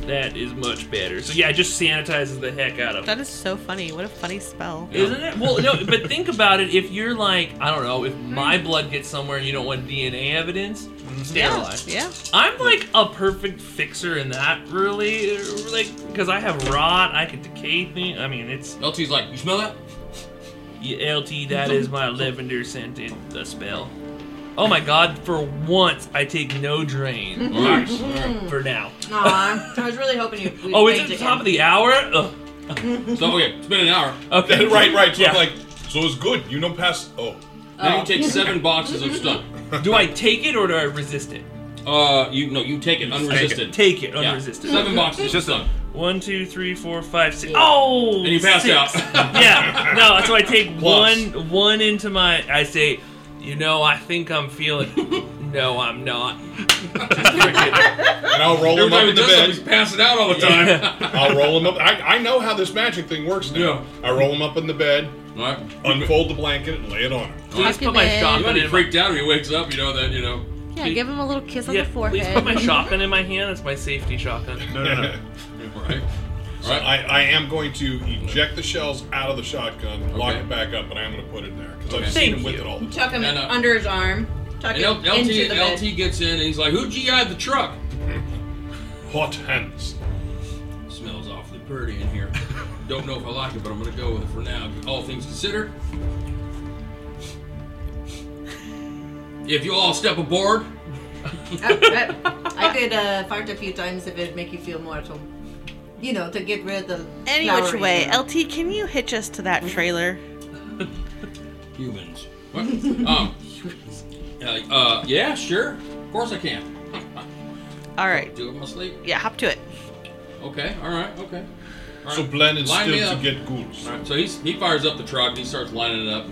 Speaker 5: That is much better. So yeah, it just sanitizes the heck out of it.
Speaker 6: That is so funny. What a funny spell.
Speaker 2: Yeah.
Speaker 5: Isn't it? Well, no, but think about it. If you're like, I don't know, if my
Speaker 6: Hmm.
Speaker 5: blood gets somewhere and you don't want DNA evidence, sterilize.
Speaker 6: Mm-hmm. Yeah.
Speaker 5: I'm like a perfect fixer in that, really. Like, because I have rot, I can decay things. I mean, it's
Speaker 2: LT's like, you smell that?
Speaker 5: Yeah, LT, that is my lavender scented uh, spell. Oh my god, for once I take no drain.
Speaker 2: All right. All right.
Speaker 5: For now.
Speaker 7: Aw, I was really hoping you. we'd
Speaker 5: Oh, it's at
Speaker 7: faint
Speaker 5: the
Speaker 7: again.
Speaker 5: top of the hour? Ugh.
Speaker 2: So okay, it's been an hour.
Speaker 5: Okay.
Speaker 1: right, right. So
Speaker 5: yeah.
Speaker 1: I'm like, so it's good. You know, past. Oh,
Speaker 2: Now you take seven boxes of stun.
Speaker 5: do I take it or do I resist it?
Speaker 2: Uh, you no, you take it unresisted.
Speaker 5: Take it,
Speaker 2: Yeah.
Speaker 5: unresisted.
Speaker 2: Seven boxes of
Speaker 4: Just a-
Speaker 2: stun.
Speaker 5: One, two, three, four, five, six. Oh!
Speaker 2: And you passed
Speaker 5: six.
Speaker 2: out.
Speaker 5: yeah. No, so I take
Speaker 2: Plus.
Speaker 5: one one into my I say, you know, I think I'm feeling No, I'm not.
Speaker 1: and I'll roll
Speaker 2: Every
Speaker 1: him up
Speaker 2: time he
Speaker 1: in the
Speaker 2: does something, he's
Speaker 1: bed.
Speaker 2: passing out all the time.
Speaker 1: I'll roll him up. I, I know how this magic thing works now. I roll him up in the bed,
Speaker 2: all right.
Speaker 1: unfold the blanket, and lay it on him.
Speaker 5: Please
Speaker 6: Tuck
Speaker 5: put
Speaker 6: him
Speaker 5: my
Speaker 6: in.
Speaker 2: You might
Speaker 5: shotgun
Speaker 2: be
Speaker 5: in my
Speaker 2: freaked out if he wakes up. You know that. You know.
Speaker 6: Yeah, give him a little kiss on
Speaker 5: yeah,
Speaker 6: the
Speaker 5: please put my
Speaker 6: forehead.
Speaker 5: shotgun in my hand. That's my safety shotgun.
Speaker 4: No, no, no.
Speaker 2: All right. All
Speaker 1: So
Speaker 2: right.
Speaker 1: I, I am going to eject the shells out of the shotgun, lock
Speaker 2: Okay.
Speaker 1: it back up, and I'm going to put it there because
Speaker 2: Okay.
Speaker 1: I've seen him
Speaker 5: Thank
Speaker 1: with
Speaker 5: you.
Speaker 1: it all the time.
Speaker 7: Tuck him
Speaker 2: No, no.
Speaker 7: under his arm. Tuck
Speaker 2: And
Speaker 7: him
Speaker 2: L-
Speaker 7: into
Speaker 2: LT,
Speaker 7: the bed.
Speaker 2: LT gets in and he's like, "Who GI'd the truck?"
Speaker 1: Hot hands.
Speaker 2: Smells awfully pretty in here. Don't know if I like it, but I'm gonna go with it for now. All things considered, if you all step aboard,
Speaker 7: I, I- I could uh, fart a few times if it'd make you feel more at home. You know, to get rid of the.
Speaker 6: Any
Speaker 7: flowery
Speaker 6: which way,
Speaker 7: smell.
Speaker 6: LT, can you hitch us to that trailer?
Speaker 2: humans. What? Um. uh, uh, yeah, sure. Of course I can.
Speaker 6: All right.
Speaker 2: Do it in my sleep.
Speaker 6: Yeah, hop to it.
Speaker 2: Okay. All right. Okay. All
Speaker 1: So
Speaker 2: right.
Speaker 1: blend and
Speaker 2: Line me
Speaker 1: still
Speaker 2: up.
Speaker 1: to get ghouls.
Speaker 2: All right, so he's, he fires up the truck and he starts lining it up.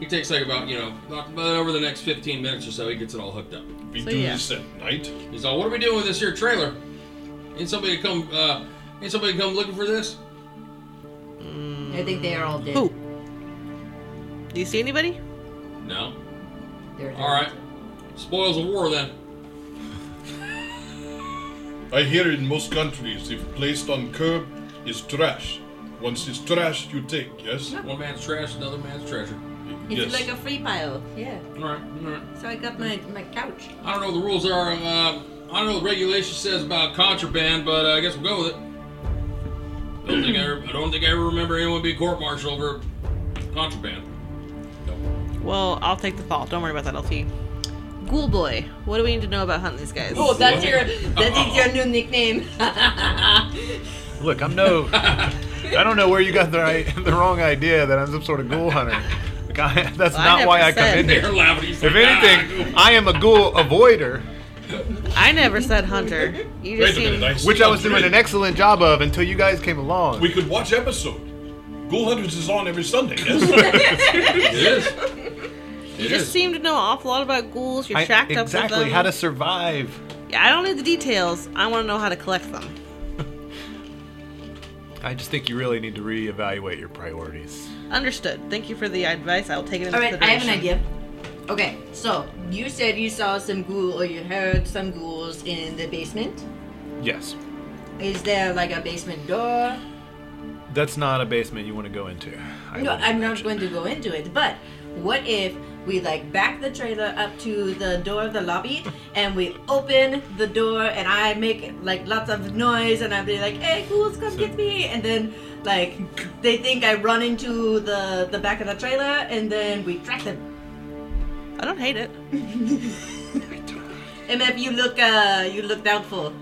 Speaker 2: He takes like about, you know, about, about over the next 15 minutes or so, he gets it all hooked up.
Speaker 1: We
Speaker 6: So,
Speaker 1: do
Speaker 6: yeah.
Speaker 1: this at night.
Speaker 2: He's all, what are we doing with this here trailer? Ain't somebody come, uh, ain't somebody come looking for this?
Speaker 7: I think they are all dead.
Speaker 6: Who? Do you see anybody?
Speaker 2: No.
Speaker 7: They're dead.
Speaker 2: All right. Spoils of war then.
Speaker 1: I hear in most countries, if placed on curb, is trash. Once it's trash, you take, yes?
Speaker 2: One man's trash, another man's treasure.
Speaker 7: It's
Speaker 1: yes.
Speaker 7: like a free pile. Yeah.
Speaker 2: All right, all right.
Speaker 7: So I got my, my couch.
Speaker 2: I don't know what the rules are. Uh, I don't know what the regulation says about contraband, but uh, I guess we'll go with it. Don't think I, ever- I don't think I ever remember anyone being court-martialed over contraband.
Speaker 6: Well, I'll take the fall. Don't worry about that, LT. Ghoul boy, what do we need to know about hunting these guys?
Speaker 7: Oh, that's
Speaker 2: What?
Speaker 7: your that is your new nickname.
Speaker 4: Look, I'm no. I don't know where you got the right, the wrong idea that I'm some sort of ghoul hunter. God, that's
Speaker 6: Well, I
Speaker 4: not why I come
Speaker 6: 100%.
Speaker 4: in here.
Speaker 2: They're laughing. He's
Speaker 4: If
Speaker 2: like, "Ah,
Speaker 4: anything,
Speaker 2: cool."
Speaker 4: I am a ghoul avoider.
Speaker 6: I never said Hunter. You
Speaker 1: Wait
Speaker 6: just
Speaker 1: a minute, I
Speaker 6: seem.
Speaker 1: see
Speaker 4: Which I was
Speaker 1: what you
Speaker 4: doing
Speaker 1: did.
Speaker 4: an excellent job of until you guys came along.
Speaker 1: We could watch episode. Ghoul Hunters is on every Sunday. Yes.
Speaker 2: It is.
Speaker 6: You
Speaker 2: It
Speaker 6: just
Speaker 2: is.
Speaker 6: seem to know an awful lot about ghouls. You're
Speaker 4: I-
Speaker 6: shacked up with
Speaker 4: exactly
Speaker 6: them.
Speaker 4: how to survive.
Speaker 6: Yeah, I don't need the details. I want to know how to collect them.
Speaker 4: I just think you really need to reevaluate your priorities.
Speaker 6: Understood. Thank you for the advice. I will take it into
Speaker 3: All right, I have
Speaker 6: consideration.
Speaker 3: an idea. Okay, so you said you saw some ghoul or you heard some ghouls in the basement.
Speaker 4: Yes.
Speaker 3: Is there like a basement door?
Speaker 4: That's not a basement you want to go into. I
Speaker 3: no,
Speaker 4: would
Speaker 3: I'm not
Speaker 4: imagine.
Speaker 3: going to go into it. But what if we like back the trailer up to the door of the lobby and we open the door and I make like lots of noise and I'd be like, "Hey, ghouls, come get me!" And then like they think I run into the the back of the trailer and then we track them.
Speaker 6: I don't hate it.
Speaker 3: MF, you look uh, you look doubtful.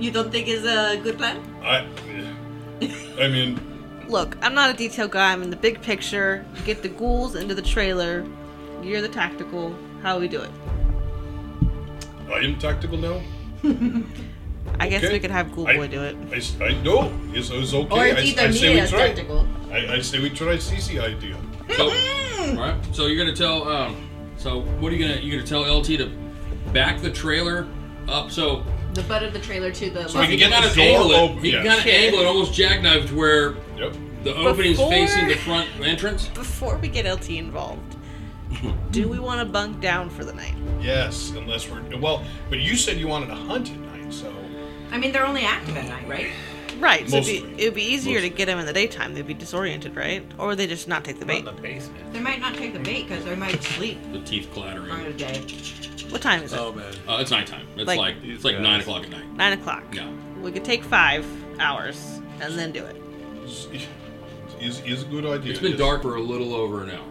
Speaker 3: You don't think it's a good plan?
Speaker 1: I, I mean,
Speaker 6: Look, I'm not a detail guy. I'm in the big picture. Get the ghouls into the trailer. You're the tactical. How we do it?
Speaker 1: I am tactical now.
Speaker 6: I guess
Speaker 1: Okay.
Speaker 6: we could have Ghoul
Speaker 1: I-
Speaker 6: Boy do it.
Speaker 1: I, s- I know it's, it's okay.
Speaker 3: Or it's
Speaker 1: I,
Speaker 3: either
Speaker 1: I
Speaker 3: me
Speaker 1: say
Speaker 3: or
Speaker 1: we try.
Speaker 3: tactical.
Speaker 1: I, I say we try CC idea.
Speaker 2: So, all right. So you're gonna tell. Um, so what are you gonna? You're gonna tell LT to back the trailer up so
Speaker 3: The butt of the trailer to the.
Speaker 2: so he
Speaker 1: can
Speaker 2: can
Speaker 1: get
Speaker 2: kind
Speaker 1: the
Speaker 2: of
Speaker 1: door
Speaker 2: angle it.
Speaker 1: open,
Speaker 2: He can
Speaker 1: yes.
Speaker 2: kind of angle it, almost jackknife to where
Speaker 1: Yep.
Speaker 2: the opening's
Speaker 6: Before-
Speaker 2: facing the front entrance.
Speaker 6: Before we get LT involved, do we want to bunk down for the night?
Speaker 1: Yes, unless we're well. But you said you wanted to hunt at night, so
Speaker 3: I mean, they're only active at night, right?
Speaker 6: Right. So it'd be,
Speaker 1: Mostly.
Speaker 6: it'd be easier
Speaker 1: Mostly.
Speaker 6: to get them in the daytime. They'd be disoriented, right? Or would they just not take the bait?
Speaker 4: basement.
Speaker 3: They might not take the bait because they might sleep
Speaker 2: The teeth
Speaker 3: during the
Speaker 2: clattering.
Speaker 3: day.
Speaker 6: What time is it?
Speaker 4: Oh,
Speaker 1: Um,
Speaker 4: man.
Speaker 2: Uh, it's nighttime. It's
Speaker 6: Like-
Speaker 2: like, it's like nine o'clock at night.
Speaker 6: Nine o'clock.
Speaker 2: No.
Speaker 6: We could take five hours and then do it.
Speaker 1: is is, is a good idea.
Speaker 2: It's been
Speaker 1: yes.
Speaker 2: dark for a little over an hour.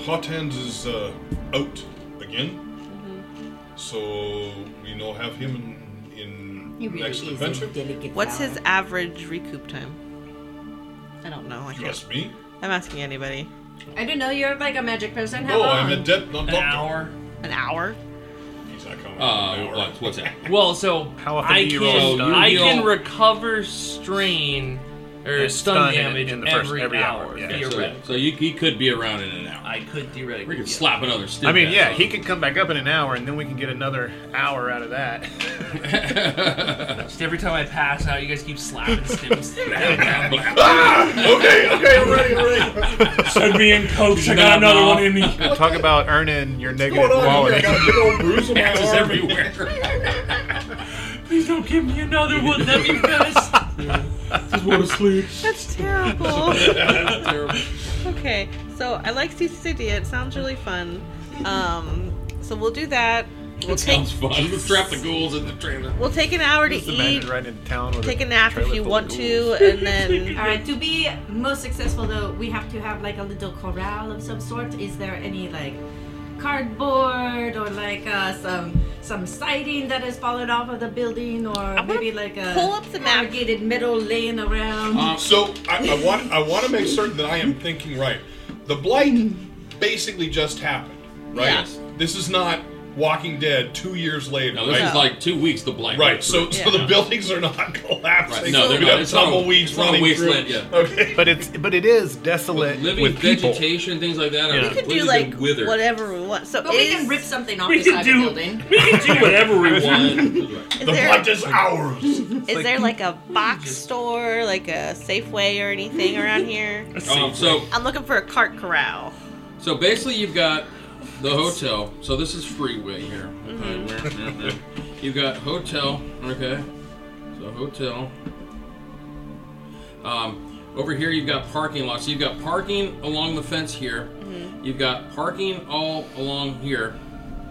Speaker 1: Hot Hands is uh, out again,
Speaker 3: Mm-hmm.
Speaker 1: so we now have him in,
Speaker 3: He
Speaker 1: in
Speaker 3: really
Speaker 1: next
Speaker 3: is
Speaker 1: adventure.
Speaker 3: a delicate
Speaker 6: What's
Speaker 3: flower.
Speaker 6: his average recoup time? I don't know. I
Speaker 1: You
Speaker 6: can't.
Speaker 1: ask me.
Speaker 6: I'm asking anybody.
Speaker 3: I don't know. You're like a magic person. How
Speaker 1: No,
Speaker 3: long?
Speaker 1: Oh, I'm a debt, not doctor.
Speaker 6: An hour?
Speaker 1: He's not coming.
Speaker 2: Uh,
Speaker 1: An hour.
Speaker 2: what, what's that?
Speaker 5: Well, so
Speaker 4: How often
Speaker 5: I
Speaker 4: do you
Speaker 5: can
Speaker 4: roll stun?
Speaker 5: I
Speaker 2: You
Speaker 5: can
Speaker 2: don't-
Speaker 5: recover strain or
Speaker 4: Yeah,
Speaker 5: stun,
Speaker 4: stun in-
Speaker 5: damage
Speaker 4: in the first-
Speaker 5: every,
Speaker 4: every
Speaker 5: hour.
Speaker 4: hour, yeah.
Speaker 2: Okay, so,
Speaker 5: theoretically.
Speaker 2: so you, he could be around in an hour.
Speaker 5: I could
Speaker 2: we
Speaker 5: theoretically.
Speaker 2: could
Speaker 5: yeah.
Speaker 2: slap another stick.
Speaker 4: I mean,
Speaker 2: at
Speaker 4: yeah,
Speaker 2: him.
Speaker 4: he could come back up in an hour, and then we can get another hour out of that.
Speaker 5: Just every time I pass out, you guys keep slapping stims.
Speaker 4: okay, okay, I'm ready, I'm ready.
Speaker 5: Send me in, coach. I
Speaker 2: got another one in
Speaker 5: me.
Speaker 4: Talk about earning your negative
Speaker 1: What's going on here? I got
Speaker 4: quality.
Speaker 1: a big old bruise on my
Speaker 2: It's
Speaker 1: arm.
Speaker 2: everywhere.
Speaker 5: Please don't give me another one. Let me finish.
Speaker 2: Just want to sleep.
Speaker 6: That's terrible.
Speaker 2: Terrible.
Speaker 6: okay, so I like Cece's idea. It sounds really fun. Um, so we'll do that. We'll
Speaker 2: That
Speaker 6: take
Speaker 2: sounds fun. Let's trap the ghouls in the trailer.
Speaker 6: we'll take an hour to
Speaker 4: Just imagine
Speaker 6: eat.
Speaker 4: right into town with
Speaker 6: Take a nap if
Speaker 4: trailer
Speaker 6: you
Speaker 4: full of
Speaker 6: want to,
Speaker 4: ghouls.
Speaker 6: and then
Speaker 3: All right. To be most successful, though, we have to have like a little corral of some sort. Is there any like cardboard or like uh, some some siding that has fallen off of the building, or
Speaker 6: gonna
Speaker 3: maybe like a
Speaker 6: pull up the map.
Speaker 3: corrugated metal laying around?
Speaker 5: Uh,
Speaker 2: Um,
Speaker 1: So I, I want I want to make certain that I am thinking right. The blight basically just happened, right?
Speaker 6: Yeah.
Speaker 1: This is not Walking Dead two years later,
Speaker 2: no, this
Speaker 1: right?
Speaker 2: is like two weeks. The blight.
Speaker 1: Right, so, so
Speaker 6: Yeah.
Speaker 1: the buildings are not collapsing.
Speaker 2: Right, no, they're
Speaker 1: we
Speaker 2: not.
Speaker 1: have
Speaker 2: It's not a-
Speaker 1: tumbleweeds
Speaker 2: it's not a
Speaker 1: running
Speaker 2: wasteland,
Speaker 1: through.
Speaker 2: yeah.
Speaker 1: Okay.
Speaker 4: But it's but it is desolate
Speaker 2: living
Speaker 4: with people.
Speaker 2: vegetation, things like that.
Speaker 4: Yeah.
Speaker 2: Are
Speaker 4: We
Speaker 6: we could
Speaker 2: completely
Speaker 6: do like
Speaker 2: been withered.
Speaker 6: whatever we want. So
Speaker 3: but
Speaker 6: is,
Speaker 3: we can rip something off
Speaker 5: We
Speaker 3: the
Speaker 5: can
Speaker 3: side
Speaker 5: do-
Speaker 3: of the building.
Speaker 5: We can do whatever we want.
Speaker 2: One.
Speaker 6: is
Speaker 1: The
Speaker 6: there
Speaker 1: blight is ours.
Speaker 6: is there like a box store, like a Safeway or anything around here?
Speaker 2: Um, so
Speaker 6: I'm looking for a cart corral.
Speaker 2: so basically, you've got the hotel. So this is freeway here. Okay,
Speaker 6: Mm-hmm.
Speaker 2: where- yeah, yeah. You've got hotel. Okay, so hotel. Um, over here you've got parking lots. So you've got parking along the fence here.
Speaker 6: Mm-hmm.
Speaker 2: You've got parking all along here.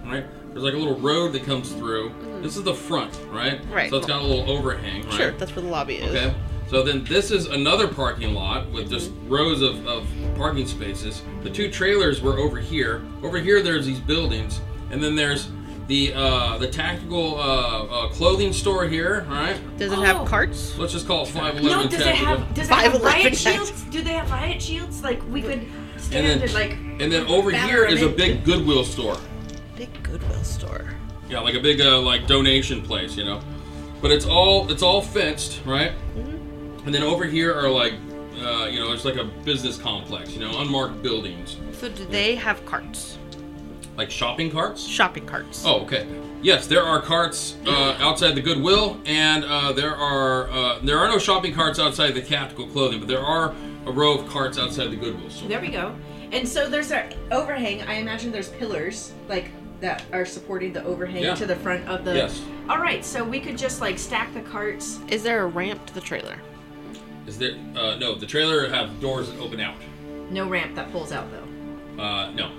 Speaker 2: Right. There's like a little road that comes through. This is the front, right?
Speaker 6: Mm-hmm. Right.
Speaker 2: So it's got a little overhang, right?
Speaker 6: Sure, that's where the lobby is.
Speaker 2: Okay. So then this is another parking lot with just
Speaker 3: Mm-hmm.
Speaker 2: rows of, of parking spaces. The two trailers were over here. Over here, there's these buildings, and then there's the uh, the tactical uh, uh, clothing store here. All right.
Speaker 6: Does it have
Speaker 3: Oh.
Speaker 6: carts?
Speaker 2: Let's just call it five eleven.
Speaker 3: No, does it have does it have
Speaker 6: 5'11"
Speaker 3: riot
Speaker 6: guys.
Speaker 3: shields? Do they have riot shields? Like we could
Speaker 2: And
Speaker 3: stand and,
Speaker 2: then
Speaker 3: like
Speaker 2: and then over
Speaker 3: batter
Speaker 2: here is a
Speaker 3: it.
Speaker 2: big Goodwill store.
Speaker 6: Big Goodwill store.
Speaker 2: Yeah, like a big uh, like donation place, you know. But it's all it's all fenced, right?
Speaker 3: Mm-hmm.
Speaker 2: And then over here are like, uh, you know, it's like a business complex, you know, unmarked buildings,
Speaker 6: So do they have carts?
Speaker 2: like shopping carts.
Speaker 6: Shopping carts.
Speaker 2: Oh, okay. Yes, there are carts uh, outside the Goodwill, and uh, there are uh, there are no shopping carts outside the Tactical Clothing, but there are a row of carts outside the Goodwill store.
Speaker 3: There we go. And so there's our overhang. I imagine there's pillars like that are supporting the overhang
Speaker 2: Yeah.
Speaker 3: to the front of the.
Speaker 2: Yes.
Speaker 3: All right, so we could just like stack the carts.
Speaker 6: Is there a ramp to the trailer?
Speaker 2: Is there? Uh, no, the trailer have doors that open out.
Speaker 3: No ramp that pulls out though.
Speaker 2: Uh, no.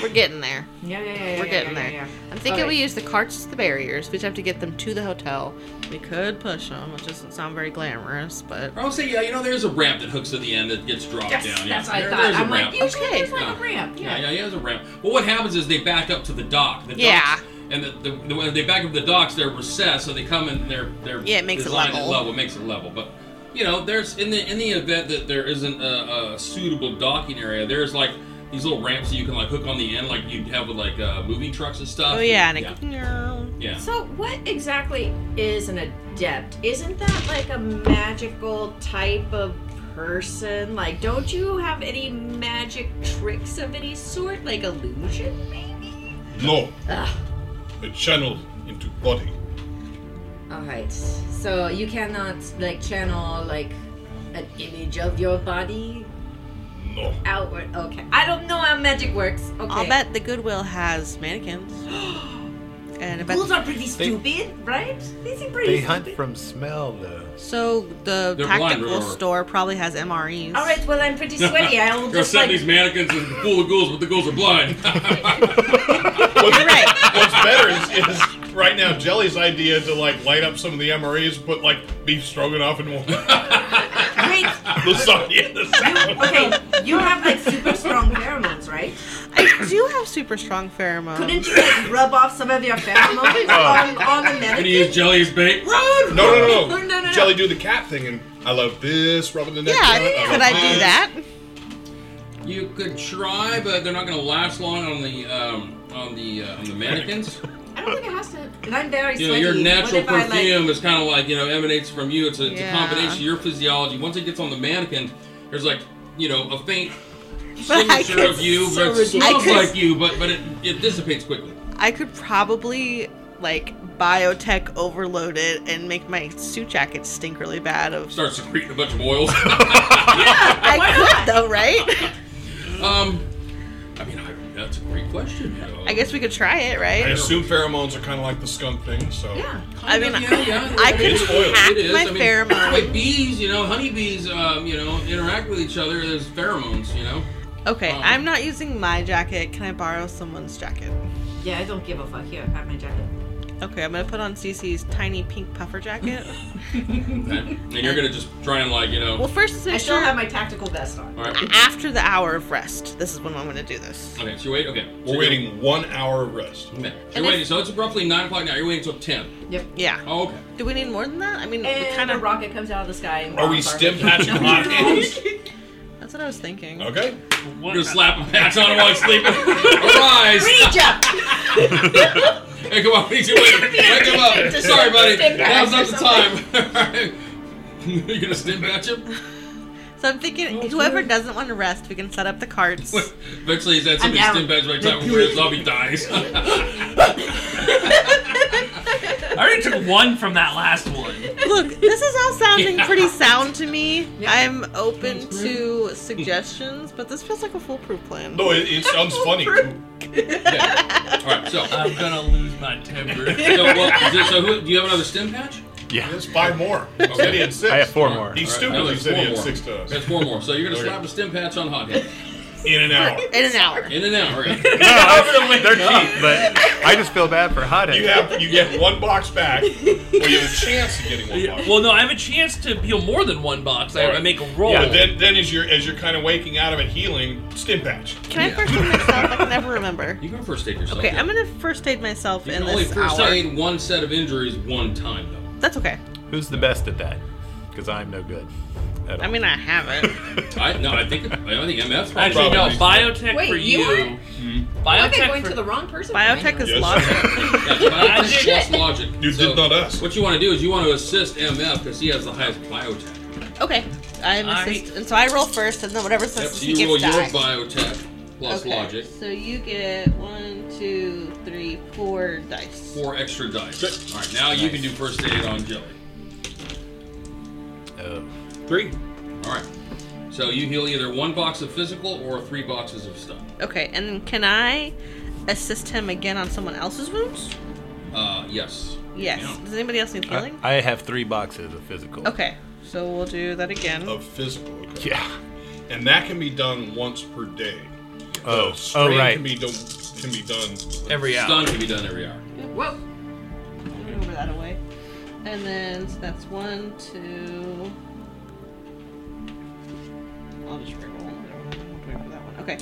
Speaker 6: We're getting there.
Speaker 3: Yeah, yeah, yeah.
Speaker 6: We're getting there. I'm thinking we use the carts as the barriers. We just have to get them to the hotel. We could push them, which doesn't sound very glamorous, but
Speaker 2: I would say, yeah, you know, there's a ramp that hooks to the end that gets dropped
Speaker 3: Yes,
Speaker 2: down.
Speaker 3: that's
Speaker 2: yeah.
Speaker 3: what I
Speaker 2: There-
Speaker 3: thought.
Speaker 2: There's a
Speaker 3: I'm like,
Speaker 2: ramp.
Speaker 3: usually
Speaker 6: Okay.
Speaker 3: there's like a
Speaker 2: Yeah.
Speaker 3: ramp.
Speaker 2: yeah,
Speaker 3: Yeah.
Speaker 2: yeah, yeah, there's a ramp. Well, what happens is they back up to the dock. The
Speaker 6: Yeah.
Speaker 2: Docks, and the, the, the, when they back up to the docks, they're recessed, so they come and they're they're
Speaker 6: Yeah, it makes it
Speaker 2: designed at
Speaker 6: level.
Speaker 2: It makes it level, but. You know, there's in the in the event that there isn't a, a suitable docking area, there's like these little ramps that you can like hook on the end, like you'd have with like uh, moving trucks and stuff.
Speaker 6: oh yeah, and
Speaker 2: yeah,
Speaker 6: it, yeah.
Speaker 2: yeah.
Speaker 3: So what exactly is an adept? Isn't that like a magical type of person? Like, don't you have any magic tricks of any sort, like illusion, maybe?
Speaker 1: No,
Speaker 3: Ugh.
Speaker 1: a channel into body.
Speaker 3: All right. So you cannot like channel like an image of your body
Speaker 1: No.
Speaker 3: outward. Okay. I don't know how magic works. Okay.
Speaker 6: I'll bet the Goodwill has mannequins. and I bet
Speaker 3: Ghouls are pretty
Speaker 4: They-
Speaker 3: stupid, right? They seem pretty
Speaker 4: They hunt
Speaker 3: stupid.
Speaker 4: from smell, though.
Speaker 6: so the
Speaker 2: They're blind,
Speaker 6: tactical
Speaker 2: remember.
Speaker 6: store probably has MREs.
Speaker 3: All right. Well, I'm pretty sweaty. I will
Speaker 2: You're
Speaker 3: just
Speaker 2: setting
Speaker 3: like.
Speaker 2: these mannequins and full of ghouls, but the ghouls are blind.
Speaker 1: What's,
Speaker 6: Right.
Speaker 1: what's better is, is right now Jelly's idea to like light up some of the MREs, put like beef stroganoff and
Speaker 3: Wait.
Speaker 1: lasagna in the sandwich.
Speaker 3: Okay. You have like super strong pheromones, right?
Speaker 6: I do have super strong pheromones.
Speaker 3: Couldn't you like rub off some of your pheromones on, on the
Speaker 2: Can
Speaker 3: mannequin?
Speaker 2: you use jelly as bait?
Speaker 3: Run!
Speaker 1: No, no, no,
Speaker 3: No, no, no.
Speaker 1: Jelly do the cat thing, and I love this rubbing the neck.
Speaker 6: yeah,
Speaker 1: down, love
Speaker 6: could I do
Speaker 1: this.
Speaker 6: that?
Speaker 2: You could try, but they're not going to last long on the um, on the uh, on the mannequins.
Speaker 3: I don't think it has to. And I'm very
Speaker 2: you
Speaker 3: sweaty.
Speaker 2: know, your natural
Speaker 3: what if I,
Speaker 2: perfume
Speaker 3: like,
Speaker 2: is kind of like you know emanates from you. It's a, it's a
Speaker 6: Yeah.
Speaker 2: combination of your physiology. Once it gets on the mannequin, there's like you know a faint
Speaker 6: But I
Speaker 2: signature of
Speaker 6: could
Speaker 2: you,
Speaker 6: so
Speaker 2: but it
Speaker 6: ridiculous. I
Speaker 2: smells
Speaker 6: could-
Speaker 2: like you, but but it, it dissipates quickly.
Speaker 6: I could probably like biotech overload it and make my suit jacket stink really bad. Of
Speaker 2: Starts secreting a bunch of oils.
Speaker 6: I could though, right?
Speaker 2: um, I mean, I, that's a great question. You know.
Speaker 6: I guess we could try it,
Speaker 1: I
Speaker 6: right?
Speaker 1: assume pheromones are kind of like the skunk thing, so
Speaker 3: yeah.
Speaker 6: I mean,
Speaker 2: yeah, yeah,
Speaker 6: I
Speaker 2: mean,
Speaker 6: could
Speaker 2: it's oil.
Speaker 6: hack
Speaker 2: It is.
Speaker 6: my
Speaker 2: I mean,
Speaker 6: pheromones.
Speaker 2: Like bees, you know, honeybees, um, you know, interact with each other. There's pheromones, you know.
Speaker 6: Okay,
Speaker 2: Um,
Speaker 6: I'm not using my jacket. Can I borrow someone's jacket?
Speaker 3: Yeah, I don't give a fuck. Here, have my jacket.
Speaker 6: Okay, I'm gonna put on Cece's tiny pink puffer jacket.
Speaker 2: And you're gonna just try and like, you know,
Speaker 6: well, first, let's
Speaker 3: I
Speaker 6: make
Speaker 3: still
Speaker 6: sure
Speaker 3: have my tactical vest on.
Speaker 2: all right.
Speaker 6: after the hour of rest. This is when I'm gonna do this.
Speaker 2: Okay, so you wait. Okay, so
Speaker 1: we're
Speaker 2: you're-
Speaker 1: waiting one hour of rest.
Speaker 2: Okay, so
Speaker 6: And
Speaker 2: you're
Speaker 6: if-
Speaker 2: waiting. So it's roughly nine o'clock now. You're waiting until ten.
Speaker 3: Yep.
Speaker 6: Yeah.
Speaker 2: Oh, okay.
Speaker 6: Do we need more than that? I mean,
Speaker 3: And
Speaker 6: kind
Speaker 3: a
Speaker 6: of.
Speaker 3: rocket comes out of the sky. And
Speaker 1: Are we
Speaker 3: bombs our-
Speaker 1: stim patching hot hands?
Speaker 6: That's what I was thinking.
Speaker 1: Okay.
Speaker 2: You're gonna slap a patch on him while he's sleeping. Arise! hey, come on, we need you wake, wake him up. Sorry, buddy.
Speaker 3: stim
Speaker 2: Now's
Speaker 3: patch
Speaker 2: not
Speaker 3: or
Speaker 2: the time. All right. You're gonna stim patch him.
Speaker 6: So I'm thinking,
Speaker 2: Oh,
Speaker 6: whoever doesn't want to rest, we can set up the carts.
Speaker 2: Eventually, he's had so
Speaker 3: I'm
Speaker 2: many stim
Speaker 3: down.
Speaker 2: patches by the time we're zombie dies.
Speaker 5: I already took one from that last one.
Speaker 6: Look, this is all sounding pretty sound to me.
Speaker 3: Yeah.
Speaker 6: I'm open
Speaker 2: Mm-hmm.
Speaker 6: to suggestions, but this feels like a foolproof plan.
Speaker 2: Oh.
Speaker 1: No, it, it sounds funny.
Speaker 2: Yeah. All right. So,
Speaker 5: I'm gonna lose my temper.
Speaker 2: so, well, is there- so who, do you have another stim patch?
Speaker 4: Yeah.
Speaker 1: There's five more. He said he had six.
Speaker 4: I have four more.
Speaker 1: He
Speaker 2: All right, now
Speaker 1: stupidly
Speaker 2: there's
Speaker 1: said he
Speaker 2: four
Speaker 1: had
Speaker 2: more.
Speaker 1: six to us.
Speaker 2: That's four more. So you're gonna
Speaker 1: Okay.
Speaker 2: slap a stem patch on Hothead.
Speaker 1: In and out.
Speaker 6: In an hour.
Speaker 2: In and out. Okay.
Speaker 4: No, I- they're cheap, but I just feel bad for Hothead.
Speaker 1: You have you get one box back, or you have a chance of getting one
Speaker 5: Yeah,
Speaker 1: box.
Speaker 5: Well, no, I have a chance to heal more than one box. I have to
Speaker 1: Alright.
Speaker 5: make a roll.
Speaker 1: But then, then as you're as you're kind of waking out of it, healing stim patch.
Speaker 6: Can I first aid myself? I can never remember.
Speaker 2: You can first aid yourself.
Speaker 6: Okay,
Speaker 2: yeah.
Speaker 6: I'm gonna first aid myself
Speaker 2: You
Speaker 6: in
Speaker 2: can only
Speaker 6: this
Speaker 2: first
Speaker 6: hour.
Speaker 2: aid one set of injuries one time, though.
Speaker 6: That's okay.
Speaker 4: Who's the best at that? Because I'm no good. at all.
Speaker 6: I mean, I haven't.
Speaker 2: I no, I think I think MF's probably
Speaker 5: Actually,
Speaker 1: Probably.
Speaker 5: no. Biotech
Speaker 3: Wait,
Speaker 5: for
Speaker 3: you
Speaker 5: you. Hmm.
Speaker 3: are? Why are they
Speaker 5: Biotech
Speaker 3: going
Speaker 5: for
Speaker 3: to the wrong person? for
Speaker 6: Biotech
Speaker 3: manual?
Speaker 6: is
Speaker 1: Yes.
Speaker 6: logic.
Speaker 2: That's biotech plus
Speaker 3: Shit.
Speaker 2: logic.
Speaker 1: You did not ask.
Speaker 2: What you want to do is you want to assist MF because he has the highest biotech.
Speaker 6: Okay. I'm
Speaker 5: All
Speaker 6: assist- and so I roll first, and then whatever
Speaker 2: Yep,
Speaker 6: assistance
Speaker 2: so
Speaker 6: he
Speaker 2: you roll
Speaker 6: gets
Speaker 2: your
Speaker 6: dies.
Speaker 2: biotech plus
Speaker 6: Okay,
Speaker 2: logic.
Speaker 6: So you get one, two, three, four dice.
Speaker 2: Four extra dice.
Speaker 1: Good.
Speaker 2: All right, now you can do first aid on Jelly.
Speaker 4: Oh.
Speaker 1: Three.
Speaker 2: All right. So you heal either one box of physical or three boxes of stun.
Speaker 6: Okay, and can I assist him again on someone else's wounds?
Speaker 2: Uh, yes.
Speaker 6: Yes.
Speaker 2: Yeah. Uh,
Speaker 6: Does anybody else need
Speaker 4: I,
Speaker 6: healing?
Speaker 4: I have three boxes of physical.
Speaker 6: okay, so we'll do that again.
Speaker 1: Of physical. Okay.
Speaker 4: Yeah.
Speaker 1: And that can be done once per day.
Speaker 4: Oh.
Speaker 1: The strain
Speaker 4: Oh right.
Speaker 1: Can be done. Can be done.
Speaker 5: every hour.
Speaker 2: Stun can be done every hour.
Speaker 3: Whoa.
Speaker 6: Over that away. And then so that's one, two. I'll just reroll. Wait for that one. Okay,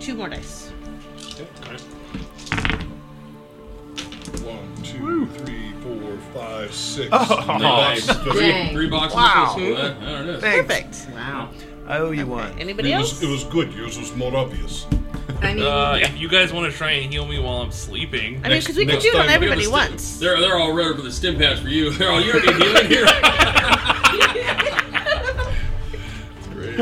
Speaker 6: two more dice.
Speaker 1: Okay. One, two, three, four, five, six.
Speaker 4: Oh.
Speaker 1: Nice.
Speaker 3: Dang.
Speaker 2: Three boxes
Speaker 4: Wow.
Speaker 2: of physical. Uh, I don't know.
Speaker 6: Perfect.
Speaker 3: Wow.
Speaker 4: I owe you one.
Speaker 6: Anybody
Speaker 1: It
Speaker 6: else?
Speaker 1: was, it was good. Yours was more obvious.
Speaker 3: I mean,
Speaker 5: Uh, if you guys want to try and heal me while I'm sleeping,
Speaker 6: I mean,
Speaker 1: next-
Speaker 6: because we could
Speaker 1: next
Speaker 6: do it
Speaker 1: time
Speaker 6: on
Speaker 1: we
Speaker 2: Give
Speaker 6: everybody
Speaker 2: us the-
Speaker 6: once.
Speaker 2: They're they're all ready for the stim pads for you. They're all you're gonna be healing here.
Speaker 1: Great.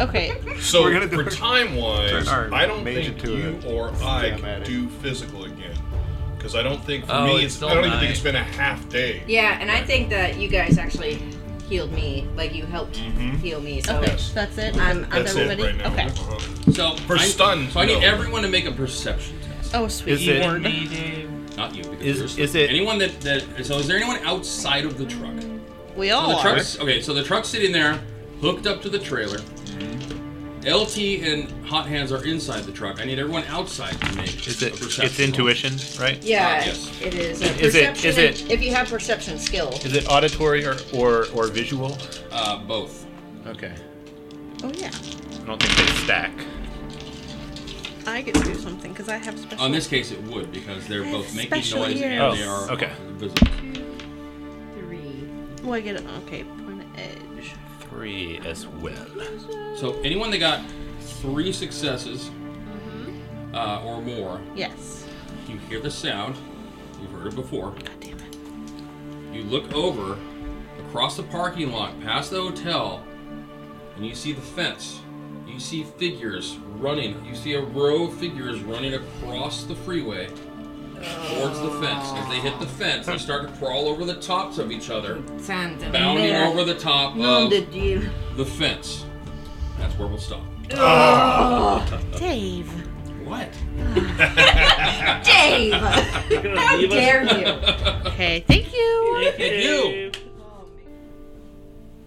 Speaker 6: Okay,
Speaker 1: So
Speaker 4: We're gonna do
Speaker 1: for
Speaker 4: it.
Speaker 1: time wise,
Speaker 4: Turn our
Speaker 1: I don't
Speaker 4: mage
Speaker 1: think
Speaker 4: into
Speaker 1: you
Speaker 4: a
Speaker 1: or I
Speaker 4: damn
Speaker 1: can
Speaker 4: addict.
Speaker 1: do physical again. Because I don't think for
Speaker 5: Oh,
Speaker 1: me,
Speaker 5: it's
Speaker 1: it's,
Speaker 5: still
Speaker 1: I don't even
Speaker 5: nine.
Speaker 1: think it's been a half day.
Speaker 3: yeah, and I think that you guys actually healed me. Like, you helped
Speaker 1: Mhm.
Speaker 3: heal me, so.
Speaker 6: okay, that's it.
Speaker 3: I'm- I'm
Speaker 1: That's it
Speaker 6: everybody.
Speaker 1: right now.
Speaker 6: Okay.
Speaker 1: Uh-huh.
Speaker 2: So
Speaker 1: For
Speaker 2: I,
Speaker 1: stun,
Speaker 2: So I need
Speaker 1: no.
Speaker 2: everyone to make a perception test.
Speaker 6: Oh, sweet.
Speaker 4: Is it-
Speaker 6: Lord.
Speaker 2: Not you. Because
Speaker 4: Is-
Speaker 2: you're
Speaker 4: is
Speaker 2: asleep.
Speaker 4: it-
Speaker 2: anyone that, that? So is there anyone outside of the truck? So
Speaker 6: We all
Speaker 4: Oh,
Speaker 2: the
Speaker 6: are.
Speaker 2: truck's okay. So the truck's sitting there, hooked up to the trailer. LT and Hot Hands are inside the truck. I need everyone outside to make
Speaker 4: Is
Speaker 2: a
Speaker 4: it?
Speaker 2: perception.
Speaker 4: It's intuition, right?
Speaker 3: Yeah,
Speaker 2: Yes.
Speaker 3: it is.
Speaker 4: Is it-
Speaker 3: Perception
Speaker 4: is it-
Speaker 3: If you have perception skill.
Speaker 4: Is it auditory or or, or visual?
Speaker 2: Uh, both.
Speaker 4: Okay.
Speaker 6: Oh yeah,
Speaker 4: I don't think they stack.
Speaker 6: I get to do something because I have special.
Speaker 2: On this case, it would because they're
Speaker 6: I
Speaker 2: both
Speaker 6: have
Speaker 2: making
Speaker 6: special
Speaker 2: noise and
Speaker 6: ears.
Speaker 2: they are
Speaker 4: Oh, okay.
Speaker 2: visible.
Speaker 3: Three.
Speaker 6: Well, I get it. Okay, point of edge.
Speaker 4: Three as well.
Speaker 2: So anyone that got three successes uh, or more,
Speaker 6: Yes.
Speaker 2: you hear the sound. You've heard it before.
Speaker 6: God damn it.
Speaker 2: You look over across the parking lot, past the hotel, and you see the fence. You see figures running. You see a row of figures running across the freeway towards the fence. As they hit the fence, they start to crawl over the tops of each other,
Speaker 3: Santa
Speaker 2: bounding
Speaker 3: Mira.
Speaker 2: over the top
Speaker 3: No,
Speaker 2: of
Speaker 3: did you?
Speaker 2: the fence. That's where we'll stop.
Speaker 6: Dave.
Speaker 2: What?
Speaker 3: Dave! How dare you?
Speaker 1: Uh,
Speaker 6: Okay, thank you.
Speaker 2: Thank you.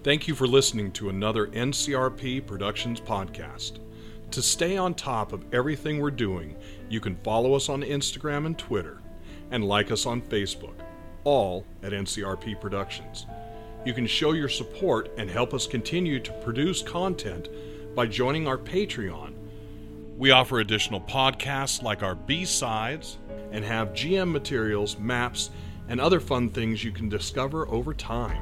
Speaker 1: Thank you for listening to another NCRP Productions podcast. To stay on top of everything we're doing, you can follow us on Instagram and Twitter, and like us on Facebook, all at NCRP Productions. You can show your support and help us continue to produce content by joining our Patreon. We offer additional podcasts like our B sides and have GM materials, maps, and other fun things you can discover over time.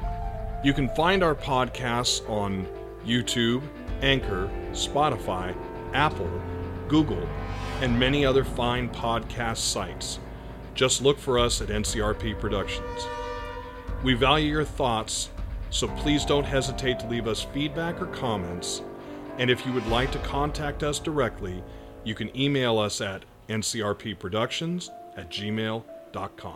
Speaker 1: You can find our podcasts on YouTube, Anchor, Spotify, Apple, Google, and many other fine podcast sites. Just look for us at NCRP Productions. We value your thoughts, so please don't hesitate to leave us feedback or comments. And if you would like to contact us directly, you can email us at ncrpproductions at gmail.com.